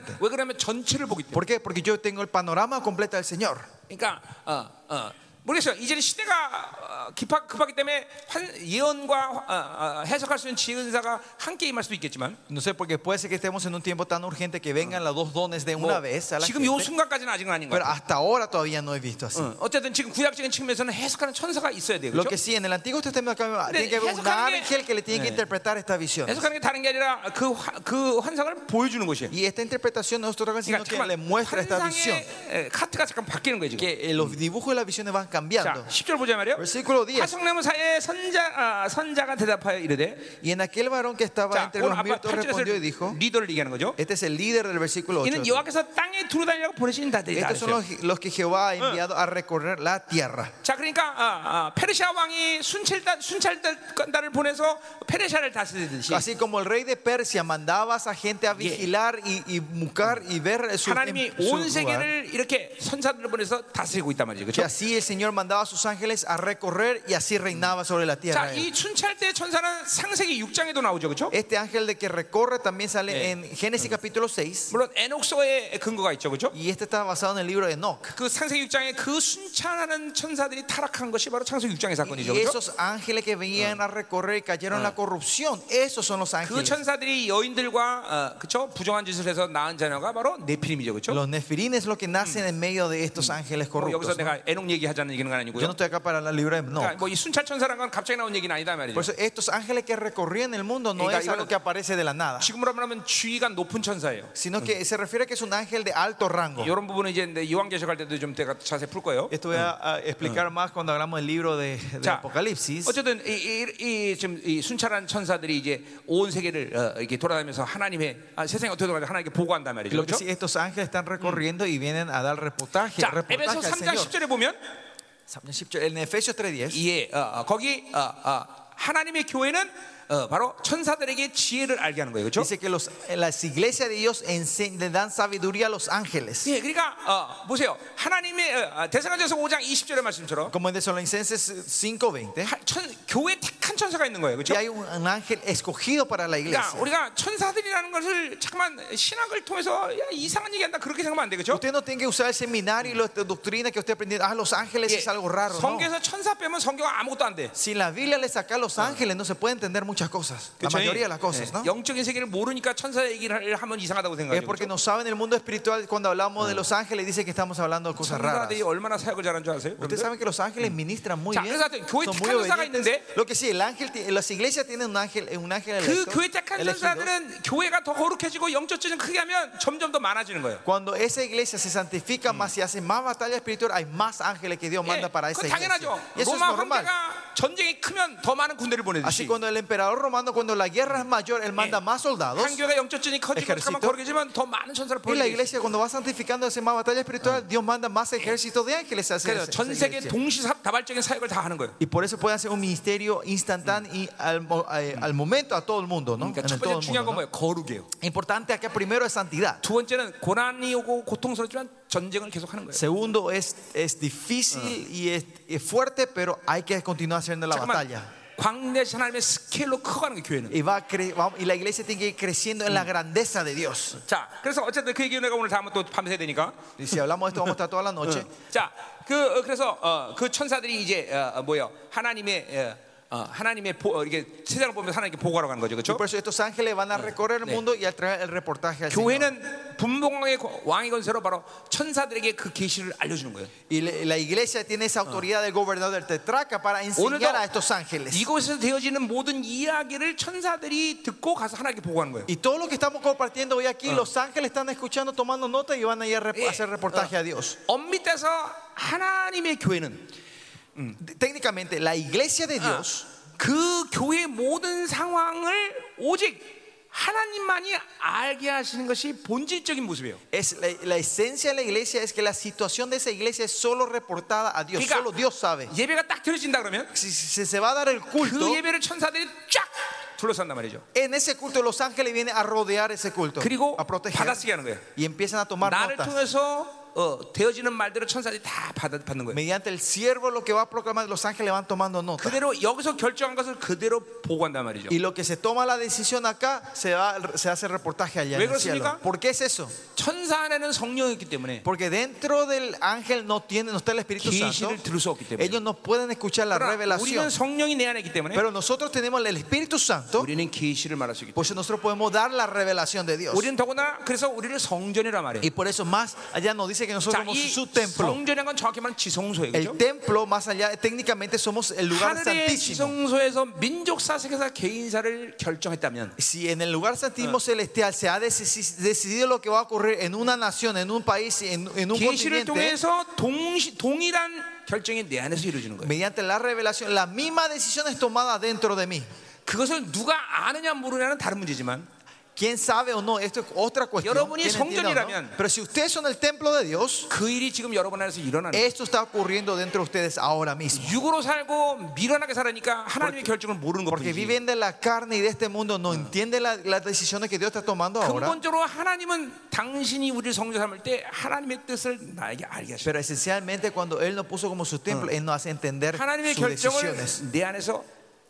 correctamente. 왜 그러냐면 전체를 보기 때문에. ¿Por qué? Porque yo tengo el panorama completo del Señor. 그러니까 어, 어, 모르겠어요. 이제는 시대가 어, 급하, 급하기 때문에 환, 예언과 어, 어, 해석할 수 있는 지혜 은사가 함께 임할 수도 있겠지만 No sé, porque puede ser que estemos en un tiempo tan urgente que vengan las dos dones de 뭐, una vez a la 지금 요 gente, 순간까지는 아직은 아닌 것 pero 같아요. hasta ahora todavía no he visto así. 어, 어쨌든 지금 구약적인 측면에서는 해석하는 천사가 있어야 돼요. Lo 그렇죠? que sí, en el Antiguo Testamento acá tiene que haber un 해석하는 게- ángel que le tiene que 네. interpretar esta visión. 해석하는 게 다른 게 아니라 그, 화- 그 환상을 보여주는 것이에요. Y esta interpretación no es otra cosa, sino 그러니까 que le 잠깐만 muestra esta visión. 환상의 에, 카트가 잠깐 바뀌는 거예요 지금. que eh, los dibujos de las visiones van 자, cambiando. 10절 보자 말이요. Versículo 10. 화성나무 사이에 선자 아, 선자가 대답하여 이르되 Y en aquel varón que estaba 자, entre 오늘 los 그 아빠 mirtos respondió y 8절에서 dijo: 리더를 얘기하는 거죠. Este es el líder del versículo 8. 이는 여호와께서 땅에 두루다니라고 보내신 자들이다. Estos 예, son 그랬어요. los, los que Jehová ha enviado a recorrer la tierra. 자, 그러니까 아, 아, 페르시아 왕이 순찰단 순찰단을 보내서 페르시아를 다스리듯이 Así como el rey de Persia mandaba a esa gente a vigilar y, y buscar y ver su, em, 하나님이 su 온 lugar. 세계를 이렇게 선사들을 보내서 다스리고 있단 말이죠. Que 그렇죠? así el Señor mandaba a sus ángeles a recorrer y así reinaba sobre la tierra. 자, 이 순찰대 천사는 상세기 6장에도 나오죠. 그렇죠? Este ángel de que recorre también sale en Génesis capítulo 6. 물론 에녹서의 근거가 있죠. 그렇죠? Y este está basado en el libro de Enoch. 그 창세기 6장에 그 순찰하는 천사들이 타락한 것이 바로 창세기 6장의 사건이죠. Y 그렇죠? esos ángeles que venían a recorrer y cayeron en la corrupción, esos son los 그 ángeles. 천사들이 여인들과 어, 그쵸? 부정한 짓을 해서 낳은 자녀가 바로 네피림이죠. 그렇죠? Los nefirines lo que nacen en medio de estos ángeles 뭐 corruptos. 여기서 ¿no? 내가 에녹 얘기하자는 얘기는 Yo no 아니고요. estoy acá para la libra de no. 그러니까 뭐 이 순찰 천사란 건 갑자기 나온 얘기는 아니다 말이죠. Por eso estos ángeles que recorrían el mundo no Venga, es Iván. algo que aparece de la nada, 지금으로 하면 지위가 높은 천사예요. sino que se refiere a que es un ángel de alto rango. 이런 부분은 이제 내 요한 계시할 때도 좀 제가 자세히 풀 거예요. Esto voy a, a explicar más cuando hablamos del libro de, de 자, Apocalipsis. 어쨌든 이, 이- 이 지금 이 순찰한 천사들이 이제 온 세계를 어, 이렇게 돌아다니면서 하나님의 아, 세상이 어떻게 돌아가는지 하나님께 보고한단 말이죠. Lo Mm. que 그렇죠? sí, estos ángeles están recorriendo y vienen a dar reportaje, 자, reportaje 에베소 al 3장 Señor. 10절에 보면 En Efesios 3.10. 예, 어, 어, 거기 어, 어, 하나님의 교회는 어, 바로 천사들에게 지혜를 알게 하는 거예요, 그렇죠? Dice que los, las iglesias de Dios ense- le dan sabiduría a los ángeles. 예, 그러니까 어, 보세요, 하나님의 어, 어, 대사관전서 5장 20절의 말씀처럼 Como en Tesalonicenses 5:20. 하- 천, 교회 택한 천사가 있는 거예요, Y 그렇죠? hay un, un ángel escogido para la 그러니까 iglesia. 우리가 천사들이라는 것을 잠깐만 신학을 통해서 야, 이상한 얘기한다 그렇게 생각하면 안 돼, 그렇죠? Usted no tiene que usar el seminario y la doctrina que usted aprendió. Ah, los ángeles 예, es Ah. algo raro. ¿no? 성경에서 천사 빼면 성경 아무것도 안 돼. Si la Biblia le saca a los ángeles, no se puede entender muchas cosas. La mayoría de las cosas, ¿no? 네. 영적인 세계를 모르니까 천사 얘기를 하면 이상하다고 Es 생각해요. 그렇죠? porque no saben el mundo espiritual. Cuando hablamos de los ángeles, dice que estamos hablando de cosas raras. 천사들이 얼마나 사역을 잘하는 줄 아세요? Ustedes 여러분들? saben que los ángeles ministran muy 자, bien. 그래서 하여튼 교회 Son muy 택한 천사가 obedientes. 있는데 Lo que sí, el ángel, ti- las iglesias tienen un ángel, eh, un ángel 그 electo, 교회 택한 elegido. 천사들은 교회가 더 거룩해지고 영적 전쟁 크게 하면 점점 더 많아지는 거예요. Cuando esa iglesia se santifica más y hace más batalla espiritual, hay más ángeles que Eh, Dios manda para esa 그 iglesia. 당연하죠. Y eso es 로마 normal. 황제가 전쟁이 크면 더 많은 군대를 보내듯이 Así cuando el emperador romano, cuando la guerra es mayor, él manda más soldados. 한 교회가 영적 전쟁이 커지고 잠깐만 Ejército. 거룩해지면 더 많은 천사를 Y la 보내듯이 iglesia cuando va santificando, hace más batalla espiritual, Dios manda más ejércitos de ángeles. a esa- 그래서 esa 전 세계 iglesia. 동시다발적인 사역을 다 하는 거예요. Y por eso puede hacer un ministerio instantáneo y al, mo- eh, al momento a todo el mundo, ¿no? 그러니까 En 첫 el todo 번째 el 중요한 건 mundo, 뭐예요? ¿no? 거룩이에요. Importante acá primero es santidad. 두 번째는 고난이 오고 고통스럽지만 전쟁을 계속하는 거예요. Segundo, es, es difícil y es, es fuerte, pero hay que continuar haciendo la 잠깐만 batalla. 광대신 하나님의 스케일로 커가는 게 교회는. Y, va a cre- va- y la iglesia tiene que ir creciendo en la grandeza de Dios. 자, 그래서 어쨌든 그 얘기 내가 오늘 다음에 또 밤새야 되니까. Y si hablamos de esto, vamos a estar toda la noche. 자, 그 어, 그래서 어, 그 천사들이 이제 어, 어, 뭐요? 하나님의 어, 어, 하나님의 보, 어, 이렇게 세상을 보면서 하나님께 보고하러 간 거죠, Y 그렇죠? por eso estos ángeles van a recorrer el mundo y a traer el reportaje al Señor. 교회는 분봉왕의 거- 왕의 권세로 바로 천사들에게 그 계시를 알려주는 거예요. Y le- la iglesia tiene esa autoridad del gobernador del tetraca para enseñar a estos ángeles. 이곳에서 되어지는 모든 이야기를 천사들이 듣고 가서 하나님께 보고하는 거예요. Y todo lo que estamos compartiendo hoy aquí, los ángeles están escuchando, tomando nota y van a ir a rep- Eh, hacer reportaje a Dios. 엄밑에서 하나님의 교회는 Técnicamente, la iglesia de Dios 그 교회의 모든 상황을 오직 하나님만이 알게 하시는 것이 본질적인 모습이에요. es la, la esencia de la iglesia es que la situación de esa iglesia es solo reportada a Dios. Solo Dios sabe. 예배가 딱 드려진다 그러면 Si, si se va a dar el culto, 그 예배를 천사들이 쫙 둘러싼단 말이죠. en ese culto los ángeles vienen a rodear ese culto, 그리고 a proteger 받아쓰게 하는 거예요. y empiezan a tomar 나를 notas. 통해서 어, 되어지는 말대로 천사들이 다 받아, 받는 거예요. Mediante el siervo lo que va a proclamar, los ángeles van tomando notas. 그대로 여기서 결정한 것을 그대로 보고한단 말이죠. Y lo que se toma la decisión acá, se, va- se hace reportaje allá ¿Ve en el cielo. 그렇습니까? ¿Por qué es eso? 천사 안에는 성령이 있기 때문에 Porque dentro del ángel no, tiene, no está el Espíritu Santo. 계시를 들을 수 없기 때문에. Ellos no pueden escuchar la 그러나 우리는 revelación. 성령이 내 안에 있기 때문에 Pero nosotros tenemos el Espíritu Santo, 우리는 계시를 말할 수 있기 때문에 por eso Pues nosotros podemos dar la revelación de Dios. 우리는 더구나 그래서 우리를 성전이라 말해. Y por eso más allá nos dice que nosotros 자, somos 이 su templo. 성전이란 건 정확히 말하면 지성소예요. El 그죠? templo, más allá, técnicamente somos el lugar 하늘의 santísimo. 지성소에서 민족사 세계사 개인사를 결정했다면 Si en el lugar santísimo celestial se ha deci- decidido lo que va a ocurrir en una nación, en un país, en, en un 계시를 continente, 통해서 동시, 동일한 결정이 내 안에서 이루어지는 거예요. mediante la revelación, la misma decisión es tomada dentro de mí. 그것을 누가 아느냐 모르냐는 다른 문제지만 Quién sabe o no, esto es otra cuestión. 여러분이 ¿Quién entiende o no? 성전이라면- Pero si ustedes son el templo de Dios, 그 일이 지금 여러분 안에서 일어나는 거예요. esto está ocurriendo dentro de ustedes ahora mismo. 육으로 살고 미련하게 살으니까 하나님의 결정을 모르는 Porque 것뿐이지. viven de la carne y de este mundo, no entienden la- las decisiones que Dios está tomando ahora. 근본적으로 하나님은 당신이 우리를 성전 삼을 때 하나님의 뜻을 나에게 알게 하시고 Pero esencialmente cuando Él nos puso como su templo, Él nos hace entender 하나님의 sus 결정을 decisiones. 내 안에서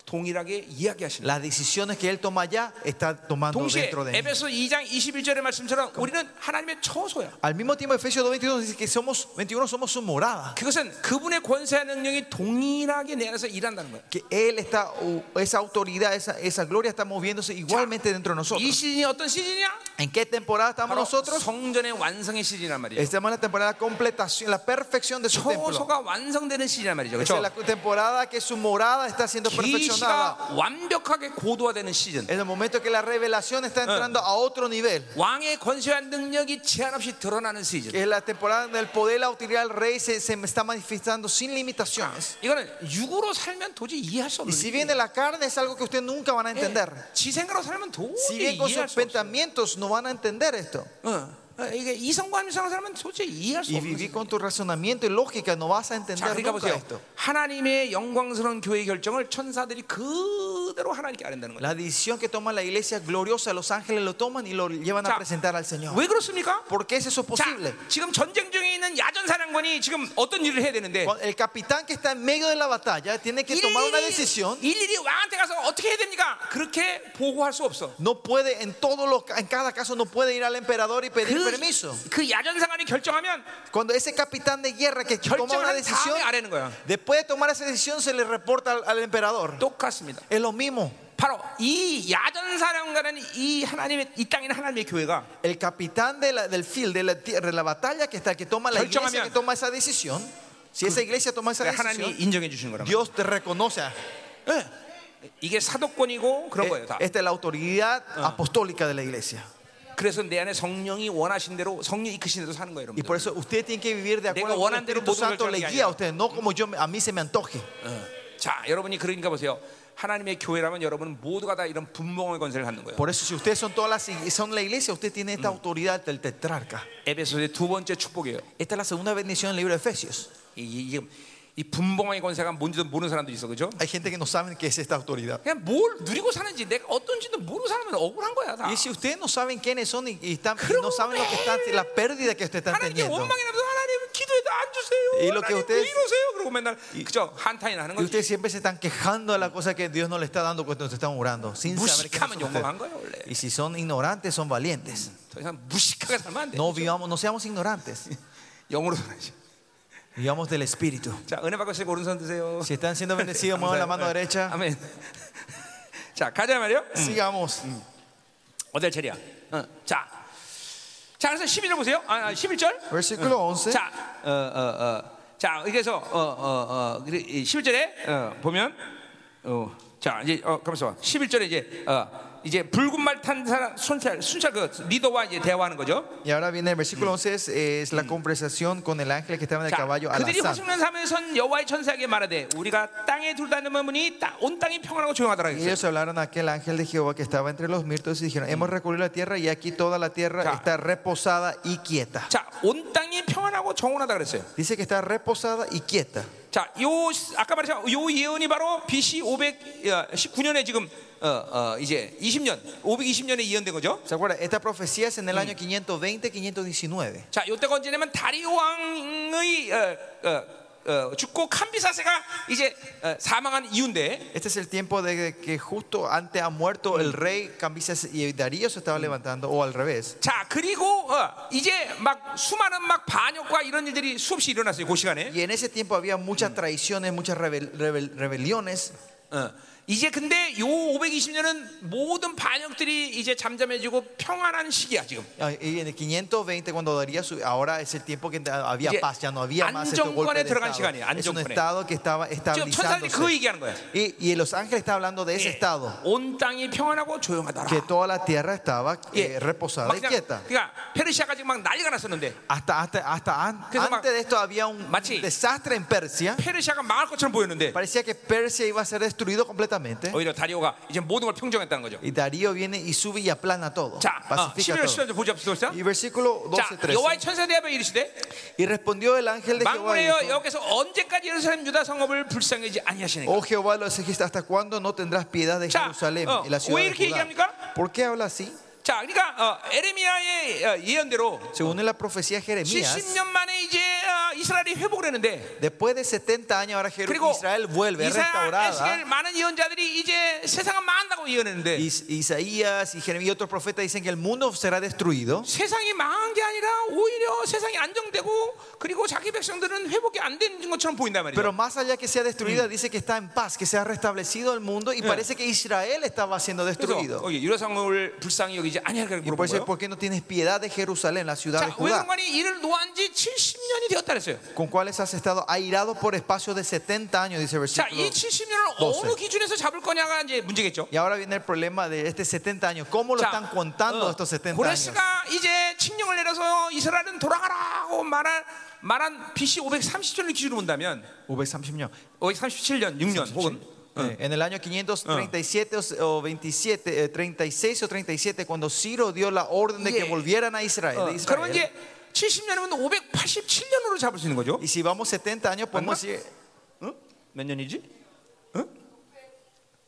동일하게 이야기하시는 Las decisiones que Él toma allá está tomando 동시에 dentro de mí. 에베소 2장 21절의 말씀처럼 우리는 하나님의 처소야. Al mismo tiempo, Efesios 2.21 dice que somos, 21 somos su morada. 그것은 그분의 권세와 능력이 동일하게 내 안에서 일한다는 거야. Que Él está, o esa autoridad, esa, esa gloria está moviéndose igualmente dentro 이 de nosotros. 시즌이 어떤 시즌이야? ¿En qué temporada estamos 바로 nosotros? 성전의 완성의 시즌이란 말이죠. Estamos en la temporada de completación, la perfección de su templo. 처소가 완성되는 시즌이란 말이죠. Esa 그렇죠? es la temporada que su morada está siendo perfeccionada. 기시가 완벽하게 고도화되는 시즌. En el momento que la revelación está entrando a otro nivel. 왕의 권세와 능력이 제한 없이 드러나는 시즌. que es la temporada donde el poder, la utilidad del rey se, se está manifestando sin limitaciones. 이거는 육으로 살면 도저히 이해할 수 Y 없는 si viene la carne es algo que ustedes nunca van a entender. 예, 지 생각으로 살면 Si 도저히 bien con 이해할 sus 수 없어. pensamientos no van a entender esto. 어, 어, 이게 이성과 함성으로 살면 도저히 이해할 수 Y 없는 vivir con tu razonamiento y lógica no vas a 자, entender 그러니까 nunca 보세요. esto. 하나님의 영광스러운 교회의 결정을 천사들이 그대로 하나님께 아른다는 거예요. La decisión que toma la iglesia gloriosa, los ángeles lo toman y lo llevan 자, a presentar al Señor. 왜 그렇습니까? ¿Por qué es eso 자, posible? 지금 전쟁 중에 있는 야전 사령관이 지금 어떤 일을 해야 되는데 Cuando El capitán que está en medio de la batalla tiene que tomar una decisión. 일일이, 일일이 왕한테 가서 어떻게 해야 됩니까? 그렇게 보고할 수 없어. No puede, en todos los, en cada caso, no puede ir al emperador y pedir 그, permiso. 그 야전 사령관이 결정하면 Cuando ese capitán de guerra que toma una 결정한 decisión, 다음에 아래는 거야. después de tomar esa decisión se le reporta al, al emperador. 똑같습니다. Es lo mismo. 바로 이 야전 사령관은 이 하나님의 이 땅에는 하나님의 교회가 El capitán de la- del field, de la, tierra, de la batalla que está, el que toma la iglesia 결정하면- que toma esa decisión, si esa iglesia toma esa 하나님이 decisión, 인정해 주시는 거란 말이에요. Dios te reconoce. 이게 사도권이고 그런 거예요. Eh, 다. Esta es la autoridad apostólica de la iglesia. 그래서 내 안에 성령이 원하신 대로 성령 이끄신 대로 사는 거예요, Y 여러분. por eso usted tiene que vivir de acuerdo 내가 con el 원하는 대로 Espíritu 모든 걸 Santo, le 결정하는 게 guía a 아니라. usted, no como yo, a mí se me antoje. 자, 여러분이 그러니까 보세요. 하나님의 교회라면 여러분은 모두가 다 이런 분봉의 권세를 갖는 거예요. Por eso, si ustedes son todas las ig- son la iglesia, usted tiene esta autoridad del tetrarca. 에베소서의 두 번째 축복이에요. Esta es la segunda bendición del libro de Efesios. 이, 이, 이, 이 분봉의 권세가 뭔지도 모르는 사람도 있어, 그죠? Hay gente que no saben qué es esta autoridad. 그냥 뭘 누리고 사는지 내가 어떤지도 모르는 사람은 억울한 거야, 다. Y si ustedes no saben quiénes son y, y están- y Pero no saben lo que están, la pérdida que ustedes están 하나님께 teniendo. 원망이 나도 하나님 기도해도 안 주세요. Y lo que 하나님 왜 ustedes 네, 이러세요? 그러고 맨날 그죠 한탄이나 하는 Y 거지. ustedes siempre se están quejando de la cosa que Dios no le está dando cuando se están orando, sin saber que 무식하면 no son 영광한 ustedes. 거예요 원래. Y si son ignorantes, son valientes. 더 이상 무식하게 살면 안 돼. No vivamos, no seamos ignorantes. 영으로 살아야지. Vivamos del Espíritu. 자 은혜 받으시고 오른손 드세요. Si están siendo bendecidos, muevan la mano derecha. 아멘. 자 가자 말이요. Sigamos. 어딜 차례야. 어, 자. 자 그래서 11절 보세요. 아, 아 11절. Versículo 11. 자, 어, 어, 어. 자, 그래서 어, 어, 어, 11절에 어, 보면 어, 자, 이제 어, 가만있어 봐. 11절에 이제 어, 이제 붉은 말 탄 사람 순찰 순찰 그 리더와 이제 대화하는 거죠. Y ahora viene el versículo 11, es, es la conversación con el ángel que estaba en el 자, caballo 그들이 Alazán. 화식난 삼에선 여호와의 천사에게 말하되 우리가 땅에 둘다니는 분이 온 땅이 평안하고 조용하더라 Y 그랬어요. ellos hablaron a aquel ángel de Jehová que estaba entre los mirtos y dijeron, hemos recorrido la tierra y aquí toda la tierra Ya. está reposada y quieta. 자, 온 땅이 평안하고 정온하다 그랬어요. Dice que está reposada y quieta. 자, 요 아까 말했죠. 요 예언이 바로 BC 519년에 지금 어, 어, 이제 20년 520년에 예언된 거죠. ¿Se acuerdan? Esta profecía es en el año 520-519. 자, 요때가 언제냐면 다리오 왕의 어, 어, 어, 죽고 캄비사세가 이제 어, 사망한 이유인데 Este es el tiempo de que justo antes ha muerto el rey Cambises y Darío se estaba levantando, o al revés. 자, 그리고 어, 이제 막 수많은 막 반역과 이런 일들이 수없이 일어났어요. 그 시간에. Y en ese tiempo había muchas traiciones, muchas rebel- rebel- rebeliones. 어, 이제 근데 요 520년은 모든 반역들이 이제 잠잠해지고 평안한 시기야, 지금. Ah, Y en el 520, cuando Darío subió, ahora es el tiempo que había 이제 paz, ya no había más este golpe 안정권에 de 들어간 estado. 시간이에요, Es un 안정권에. estado que estaba 지금 천사들이 그 estabilizándose. 얘기하는 거야. Y, Eh. y los ángeles están hablando de ese estado, 예. 온 땅이 평안하고 que 조용하더라. toda la tierra estaba eh, reposada 막 y 그냥- quieta. 그러니까 페르시아가 지금 막 난리가 났었는데 Hasta, hasta, hasta an- 그래서 막- antes de esto había un 마치- desastre en Persia. 페르시아가 망할 것처럼 보였는데 Parecía que Persia iba a ser destruido completamente. 오히려 다리오가 이제 모든 걸 평정했다는 거죠. Y Darío viene y sube y aplana todo. 자, 어, Pacifica 11월 todo. 10절 보자 보자. Y versículo 12, 자, 13. 여호와의 천사 대답에 이르시되 Y respondió el ángel de Jehová. 망군의 y 여- dijo, 여호께서 언제까지 예루살렘 유다 성읍을 불쌍히 아니하시는가? Oh Jehová, los ejércitos, ¿hasta cuándo no tendrás piedad de 자, Jerusalén 어, y la ciudad 왜 de 이렇게 Judá? 얘기합니까? ¿Por qué habla así? 자, 그러니까 어, 에레미야의 어, 예언대로 Según en la profecía de Jeremías, 70년 만에 이제 어, 이스라엘이 회복을 했는데 después de 70 años ahora Jeru- 그리고 Israel vuelve 이사 에스겔 restaurada. 많은 예언자들이 이제 세상은 망한다고 예언했는데 Is- Isaías y Jeremías y otros profetas dicen que el mundo será destruido. 세상이 망한 게 아니라 오히려 세상이 안정되고 그리고 자기 백성들은 회복이 안 되는 것처럼 보인단 말이죠. Pero más allá que sea destruida, dice que está en paz, que se ha restablecido el mundo y parece que Israel estaba siendo 그래서 destruido. 어, 유다 성읍을 불쌍히 여기지 아니하게 Y por 물어본 eso, 거예요. ¿por qué no tienes piedad de Jerusalén, la ciudad 자, de Judá? 외상관이 이를 놓은 지 70년이 되었다 그랬어요. ¿Con cuáles has estado airado por espacio de 70 años? Dice el 자, 이 versículo. 70년을 넣었어요. 어느 기준에서 잡을 거냐가 이제 문제겠죠. Y ahora viene el problema de este 70 años. ¿Cómo lo 자, están contando 어, estos 70 años? 고레스가 이제 칙령을 내려서 이스라엘은 돌아가라고 말한 말한 BC 530년을 기준으로 본다면 Ube 30 años. 537년, 6년 혹은 Eh, En el año 537 o- o 27, eh, 36 o 37, cuando Ciro dio la orden de que Yeah. volvieran a Israel. 어, de 그러면 Israel. 이제 70년이면 587년으로 잡을 수 있는 거죠. Y si vamos 70 años, podemos decir 몇 년이지? 어?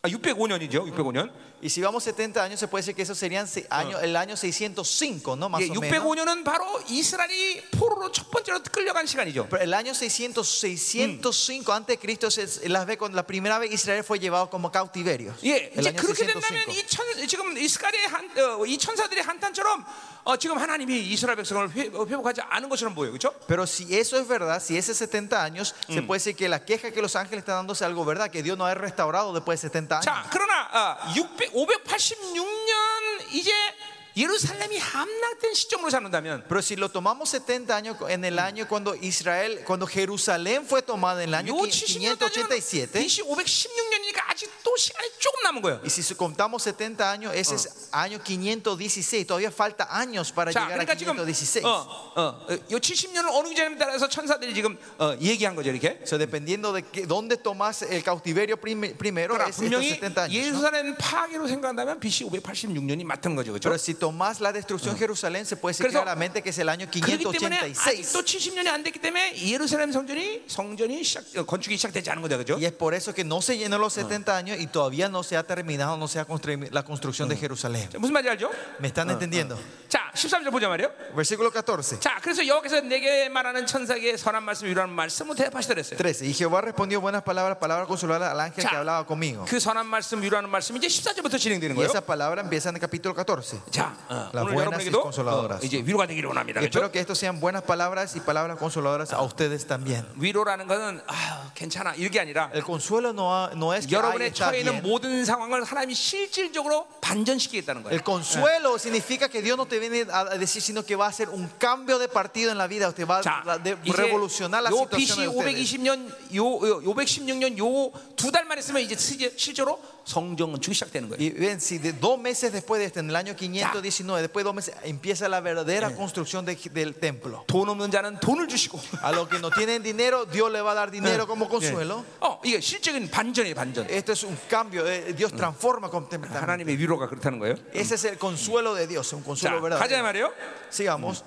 아, 605년이죠. 605년. Y si vamos 70 años, se puede decir que eso serían se- año- el año 605, ¿no? Más 예, o menos. 605년은 바로 이스라엘이 포로로 첫 번째로 끌려간 시간이죠. Pero el año 600, 605 antes de Cristo es las ve- cuando la primera vez Israel fue llevado como cautiverio. 예, el 이제 año 그렇게 된다면 605. 이 천, 지금 이스라엘의 한, 어, 이 천사들의 한탄처럼 어, 지금 하나님이 이스라엘 백성을 회, 어, 회복하지 않은 것처럼 보여요, 그렇죠? Pero si eso es verdad, si ese 70 años, se puede decir que la queja que los ángeles están dando es algo verdad, que Dios no ha restaurado después de 70 años. 자, 그러나 어, 600, 586년 이제 예루살렘이 함락된 시점으로 잡는다면 Pero si lo tomamos 70 años en el año cuando Israel, cuando Jerusalén fue tomada en el 요 año 70년 따지면 587, BC 516년이니까 아직 또 시간이 조금 남은 거예요. y si su- contamos 70 años, ese es año 516, todavía falta años para 자, llegar 그러니까 a 지금 516. 어, 어, 어, 요 70년을 어느 기준에 따라서 천사들이 지금 어, 얘기한 거죠, 이렇게. O sea, dependiendo de qué- dónde tomas el cautiverio prim- primero, 그러니까 그러나 es estos 분명히 70 años. ¿no? 예루살렘 파괴로 생각한다면 BC 586년이 맞는 거죠, 그렇죠? Pero si tomás la destrucción de Jerusalén, se puede decir 그래서 claramente que es el año 그렇기 때문에 586. 아직도 70년이 안 됐기 때문에 예루살렘 성전이 성전이 시작 어, 건축이 시작되지 않은 거다 그죠? 그렇죠? Y es por eso que no se llenó los 70 años y todavía no se ha terminado, no se ha construido la construcción de Jerusalén. 자, 무슨 말인지 알죠? ¿Me están entendiendo? 자, 13절 보자 말이에요. Versículo 14. 자, 그래서 여기서 내게 말하는 천사에게 선한 말씀 위로하는 말씀을 대답하시더랬어요. 13. Y Jehová respondió buenas palabras, palabra consoladora al ángel 자, que hablaba conmigo. 그 선한 말씀 위로하는 말씀이 이제 14절부터 진행되는 Y 거예요. esa palabra empieza en el capítulo 14. 자, 어, La 오늘 buenas 여러분에게도 y consoladoras. 어, 이제 위로가 되기를 원합니다. Y 그렇죠? espero que estos sean buenas palabras y palabras consoladoras a ustedes también. 위로라는 것은 아, 괜찮아 이게 아니라 El consuelo no, ha- no es que "Ay, 여러분의 está 처해 있는 bien". 모든 상황을 하나님이 실질적으로 반전시키겠다는 거예요. El consuelo significa que Dios no te viene a a decir, sino que va a hacer un cambio de partido en la vida. Usted va 자, a de- 이제 revolucionar la 요 situación BC de ustedes. 520년, 요, 요 516년 요 두 달만 있으면 이제 시- 실제로 성전 건축이 시작되는 거예요. Y ven, si de dos meses después de este, en el año 519, después de dos meses, empieza la verdadera construcción de- del templo. 돈 없는 자는 돈을 주시고, A los que no tienen dinero, Dios le va a dar dinero como consuelo. 어 이게 실적인 반전이에요, 반전. Esto es un cambio, eh, Dios transforma completamente. 하나님의 위로가 그렇다는 거예요. Ese es el consuelo de Dios, un consuelo 자, 가자 verdadero. 말이요. Sigamos,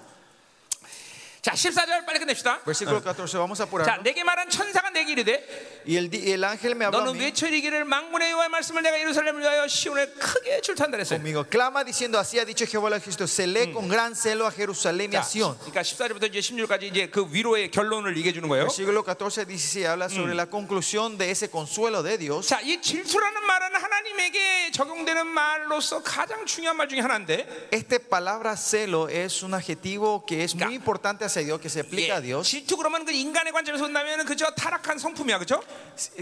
자, 14절 빨리 끝냅시다. versículo 14, vamos a 자, apurar. 내게 말한 천사가 내게 이르되 Y el, di- el ángel me habló a 너는 mí 외쳐이기를 망문의 여호와의 말씀을 내가 예루살렘을 위하여 시온에 크게 출탄다 했어요. conmigo, clama diciendo, así ha dicho Jehová el ejército, celé con gran celo a Jerusalén y 자, a Sion. 그러니까 14절부터 이제 16절까지 이제 그 위로의 결론을 얘기해 주는 거예요. Versículo 14, 16 habla sobre la conclusión de ese consuelo de Dios. 자, 이 질투라는 말은 하나님에게 적용되는 말로서 가장 중요한 말 중에 하나인데, Esta Este palabra celo es un adjetivo que es muy importante hacia Dios, que se aplica a 예, Dios. 질투 그러면 그 인간의 관점에서 본다면 그저 타락한 성품이야, 그죠?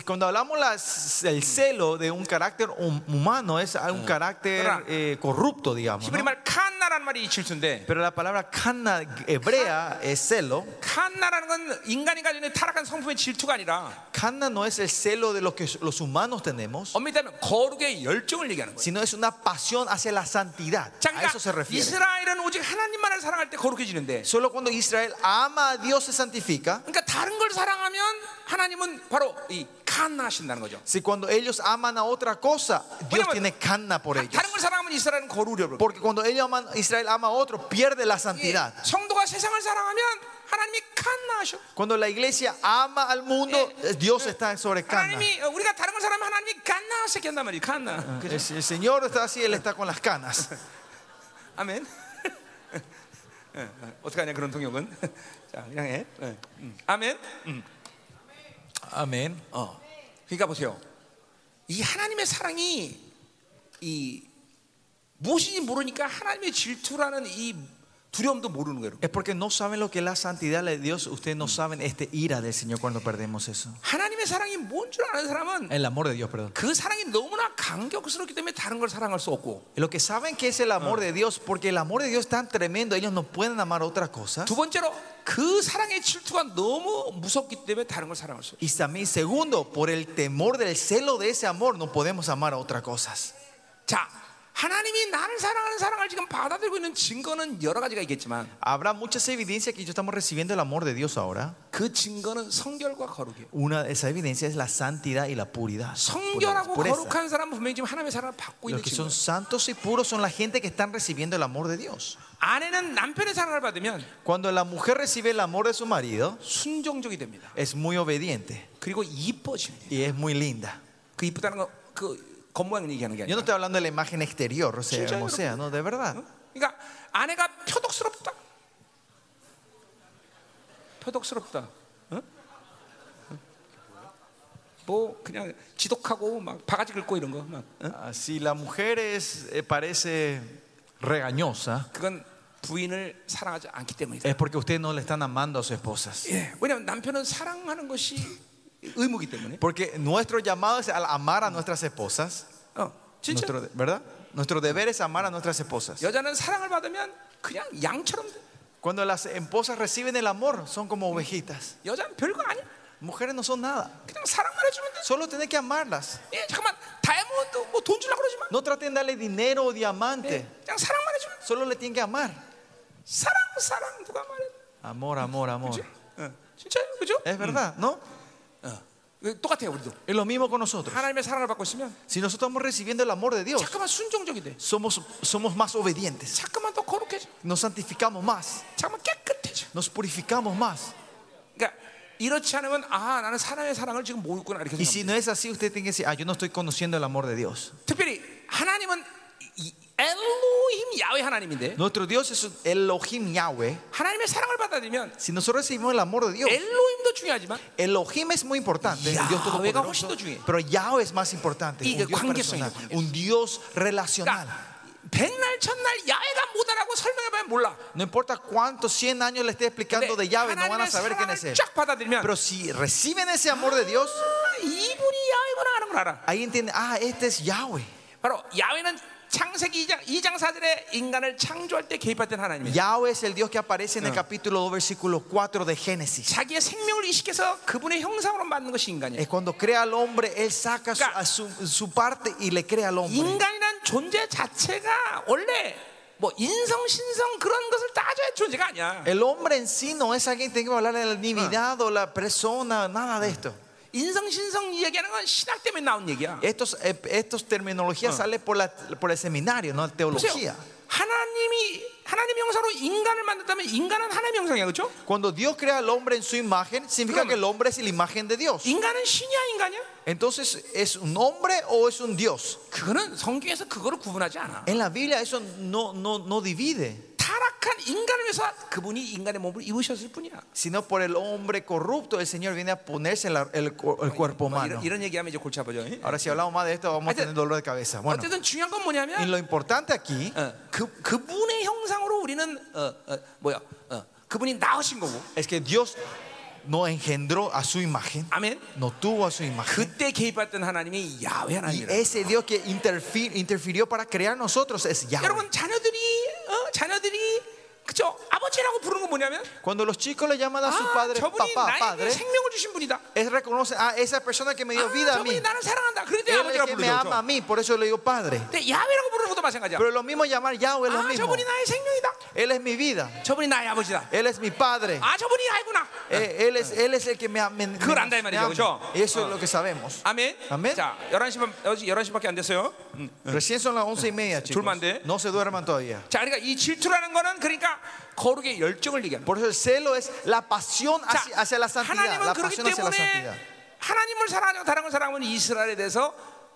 Cuando hablamos las- el celo de un carácter hum- humano, es un carácter Ahora. eh, corrupto, digamos. 히브리 ¿no? 말 칸나라는 말이 이 질투인데, Pero la palabra cana hebrea es celo. 칸나라는 건 인간이 가지고 있는 타락한 성품의 질투가 아니라, Cana no es el celo de lo que los humanos tenemos, 엄밀히 따면 거룩의 열정을 얘기하는 거예요. sino es una pasión hacia la santidad. 자, A eso se 그러니까 refiere. 이스라엘은 오직 하나님만을 사랑할 때 거룩해지는데, Solo cuando Israel ama a Dios se santifica. 그러니까 다른 걸 사랑하면 하나님은 바로 이 칸나하신다는 거죠. Si cuando ellos aman a otra cosa, Dios Bueno, tiene cana por ellos. 다른 걸 사랑하면 이스라엘은 거룩이라고. Porque cuando ellos aman, Israel ama a otro, pierde la santidad. 예, 성도가 세상을 사랑하면 하나님이 칸나하셔. Cuando la iglesia ama al mundo, eh, Dios está sobre cana. 하나님이 어, 우리가 다른 걸 사랑하면 하나님이 칸나 새끼 한단 말이에요. 칸나. El, el Señor está así, Él está con las canas. 아멘. 어, 어, 어떡하냐 그런 통역은. 자, 그냥 해. 예, 음. 아멘. 음. Amén. 어. 그러니까 보세요. 이 하나님의 사랑이 이 무엇인지 모르니까 하나님의 질투라는 이 두려움도 모르는 거예요. Es porque no saben lo que es la santidad de Dios. Ustedes no saben este ira del Señor cuando perdemos eso. 하나님의 사랑이 뭔 줄 아는 사람은 El amor de Dios, perdón. 그 사랑이 너무나 간격스럽기 때문에 다른 걸 사랑할 수 없고 Lo que saben que es el amor de Dios, porque el amor de Dios es tan tremendo, ellos no pueden amar otra cosa. 두 번째로 그 사랑의 질투가 너무 무섭기 때문에 다른 걸 사랑할 수 없어요. Y también, segundo, por el temor del celo de ese amor, no podemos amar a otras cosas. 자, 하나님이 나를 사랑하는 사랑을 지금 받아들고 있는 증거는 여러 가지가 있겠지만 Habrá muchas evidencias que yo estamos recibiendo el amor de Dios ahora. 그 증거는 성결과 거룩이에요. Una de esas evidencias es la santidad y la puridad. 성결하고 Pureza. 거룩한 사람은 분명히 지금 하나님의 사랑을 받고 Los 있는 que 증거. son santos y puros son la gente que están recibiendo el amor de Dios. 아내는 남편의 사랑을 받으면 Cuando la mujer recibe el amor de su marido, 순종적이 됩니다. es muy obediente 그리고 이뻐집니다. y es muy linda. 그 이쁘다는 건그 겉모양 얘기하는 게 Yo no 아니라. estoy hablando de la imagen exterior, o sea, como sea, no, de verdad. 그러니까 아내가 표독스럽다. 표독스럽다. 어? 응? 응. 뭐 그냥 지독하고 막 바가지 긁고 이런 거 막. 응? Ah, Si la mujer es, eh, parece regañosa, 그건 부인을 사랑하지 않기 때문이다. es porque ustedes no le están amando a sus esposas. 예. 왜냐하면 남편은 사랑하는 것이 의무기 때문에. Porque nuestro llamado es al amar a nuestras esposas, 어, 진짜 nuestro, de- ¿verdad? Nuestro deber es amar a nuestras esposas. 여자는 사랑을 받으면 그냥 양처럼 돼. Cuando las esposas reciben el amor, son como ovejitas. 여자는 별거 아니야. Mujeres no son nada, 그냥 사랑만 해주면 돼. solo tienen que amarlas. 예, 잠깐만 다이아몬드 뭐 돈 주려고 그러지 마. No traten de darle dinero o diamante, 그냥 사랑만 해주면 돼. solo le tienen que amar. 사랑 사랑 누가 말해? Amor, amor, amor. 어. 예. 진짜요, 그죠? Es verdad, ¿no? 어. 똑같아요 우리도 Es lo mismo con nosotros. 하나님의 사랑을 받고 있으면 Si nosotros estamos recibiendo el amor de Dios, 잠깐만 순종적이 돼 somos, somos más obedientes, 잠깐만 더 거룩해져 nos santificamos más, 잠깐만 깨끗해져 nos purificamos más. 그러니까 이렇지 않으면 아 나는 하나님의 사랑을 지금 모르구나 이렇게 Y si 생각합니다 no es así, usted tiene que decir, ah, yo no estoy conociendo el amor de Dios. 특별히 하나님은 이- 이- 엘로힘 야외 하나님인데 Nuestro Dios es Elohim Yahweh. 하나님의 사랑을 받아들이면 Si nosotros recibimos el amor de Dios, 엘로힘도 중요하지만 Elohim es muy importante, un Dios Yahweh가 todopoderoso, 훨씬 더 중요해. pero Yahweh es más importante, 이게 un Dios 관계성이에요, personal, un Dios relacional. 그러니까 백날 첫날 야외가 뭐다라고 설명해봐야 몰라. No importa cuántos 100 años le 근데 esté explicando de Yahweh, no van a 하나님의 saber quién es 사랑을 él. 쫙 받아들이면 Pero si reciben ese amor de Dios, 아, 이분이 야외구나 하는 걸 알아. ahí entienden, ah, este es Yahweh. 바로 야외는 창세기 2장, 2장 4절에 인간을 창조할 때 개입했던 하나님이에요. Yahweh es el Dios que aparece en el capítulo 2, versículo 4 de Génesis. 자기의 생명을 이식해서 그분의 형상으로 만든 것이 인간이에요. Es cuando crea al hombre, él saca su, a su- su parte y le crea al hombre. 인간이란 존재 자체가 원래 뭐 인성, 신성 그런 것을 따져야 존재가 아니야. El hombre en sí no es alguien que tenga que hablar de la divinidad o la persona, nada de esto. 인성, 신성 얘기하는 건 신학 때문에 나온 얘기야. Estos, eh, estos terminologías salen por, la, por el seminario, no la 보세요. teología. 하나님이 하나님 형상으로 인간을 만든다면 인간은 하나님 형상이야, 그렇죠? Cuando Dios crea al hombre en su imagen, significa que el hombre es la imagen de Dios. 인간은 신이야, 인간이야? Entonces, ¿es un hombre o es un Dios? 그거는 성경에서 그거를 구분하지 않아. En la Biblia eso no, no, no divide, 타락한 인간을 위해서 그분이 인간의 몸을 입으셨을 뿐이야. sino por el hombre corrupto el Señor viene a ponerse la- el, cu- el cuerpo 뭐 humano. 이런, 이런 얘기하면 이제 골치 아파져. 예? Ahora, si hablamos más de esto, vamos a tener dolor de cabeza. Bueno, 어쨌든 중요한 건 y 뭐냐면 lo importante aquí, 어, 그 그분의 형상으로 우리는 어, 어, 뭐야? 어, 그분이 나으신 거고. es que Dios no engendró a su imagen, 아멘. no tuvo a su imagen. 그때 개입했던 하나님이 야훼 Y 하나님이라. ese Dios que interfi- interfirió para crear nosotros es Yahweh. 여러분 자녀들이 어, 자녀들이 그죠? 아버지라고 부르는 건 뭐냐면 Cuando los chicos le llaman a su 아, padre 저분이 papá, 나에게 padre, 생명을 주신 분이다. es reconoce a esa persona que me dio 아, vida a mí. 저분이 나를 사랑한다. 그래도 Él es 아버지라 que me 부르죠. ama a 그렇죠? mí, por eso le digo padre. 근데 야훼라고 부르는 것도 마찬가지야. Pero lo mismo llamar Yahweh es lo 아, mismo. 저분이 나의 생명이다. Él es mi vida. 저분이 나의 아버지다. Él es mi padre. 아, 저분이 나이구나. Eh, Él es, él es el que me, ama 그걸 안다 이 말이죠, 그렇죠? Eso es lo que sabemos. 아멘. 아멘. 자, 11시 반 11시밖에 안 됐어요. Recién son las once y media, chicos. Chulmande. No se duerman todavía. 자, 그러니까 이 질투라는 거는 그러니까 거룩의 열정을 얘기하는 거예요. Por eso el celo es la pasión hacia, 자, hacia la santidad. 하나님은 La 그렇기 pasión hacia la santidad. 때문에 하나님을 사랑하고 다른 걸 사랑하면 이스라엘에 대해서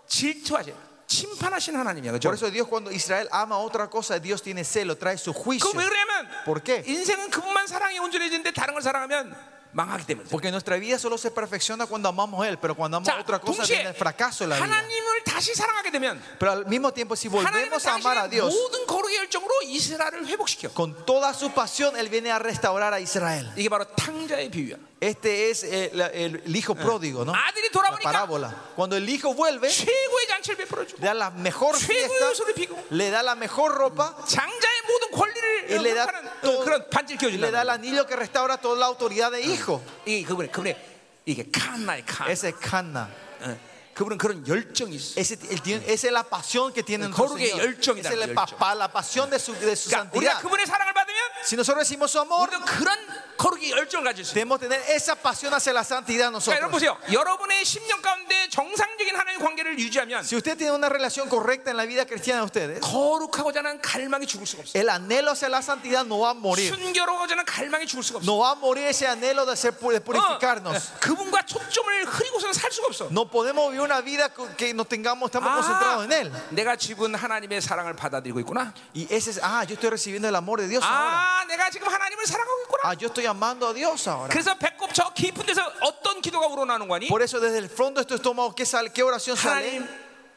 질투하지 심판하시는 하나님이야. Por 그렇죠? eso Dios cuando Israel ama otra cosa, Dios tiene celo, trae su juicio. 그거 왜 그러냐면 ¿Por qué? 인생은 그분만 사랑이 온전해지는데 다른 걸 사랑하면 망하기 때문에. Porque nuestra vida solo se perfecciona cuando amamos a Él, pero cuando amamos 자, otra cosa 동시에 viene el fracaso en la vida. 하나님을 다시 사랑하게 되면 Pero al mismo tiempo, si 하나님은 volvemos a amar a 당신의 Dios, 모든 거룩의 열정으로 이스라엘을 회복시켜. con toda su pasión, Él viene a restaurar a Israel. 이게 바로 탕자의 비유야. Este es eh, la- el, el hijo pródigo, ¿no? 아들이 La 돌아오니까 parábola. Cuando el hijo 예? vuelve, 최고의 잔치를 베풀어주고 le da la 뭐 mejor 최고의 fiesta, 옷을 입히고 le da la mejor ropa 장자의 모든 권리를 y le da, 회복하는 어, todo- 그런 반지를 le da el 끼워준다. anillo que restaura toda la autoridad de hijo. 이게 그분의 그분의 이게 칸나의 칸. Ese es Cana. 어, 그분은 그런 열정이 있어. Ese, él tiene- esa es la pasión que tiene nuestro 거룩의 Señor. 열정이다, Esa es la, 열정. pa- la pasión de su, de su 그러니까 우리가 santidad. 그분의 사랑을 받으면 Si nosotros decimos su amor, 우리도 그런 거룩의 열정을 가질 수 있어. debemos tener esa pasión hacia la santidad 자, nosotros. 여러분 보세요. 여러분의 10년 가운데 정상적인 하나님의 관계를 유지하면 Si usted tiene una relación correcta en la vida cristiana de ustedes, 거룩하고자 하는 갈망이 죽을 수가 없어. el anhelo hacia la santidad no va a morir. 순결하고자 하는 갈망이 죽을 수가 없어. No va a morir ese anhelo de, ser, pu- de purificarnos. 어, 그분과 초점을 흐리고서는 살 수가 없어. No podemos vivir una vida co- que nos tengamos, estamos 아, concentrados en Él. 내가 지금 하나님의 사랑을 받아들이고 있구나. Y ese es, ah, yo estoy recibiendo el amor de Dios Ah. ahora. 아, 내가 지금 하나님을 사랑하고 있구나. Ah, yo estoy amando a Dios ahora. 그래서 배꼽 저 깊은 데서 어떤 기도가 우러나는 거니? Por eso desde el fondo de tu estómago, ¿qué, sale, qué oración sale? 하나님,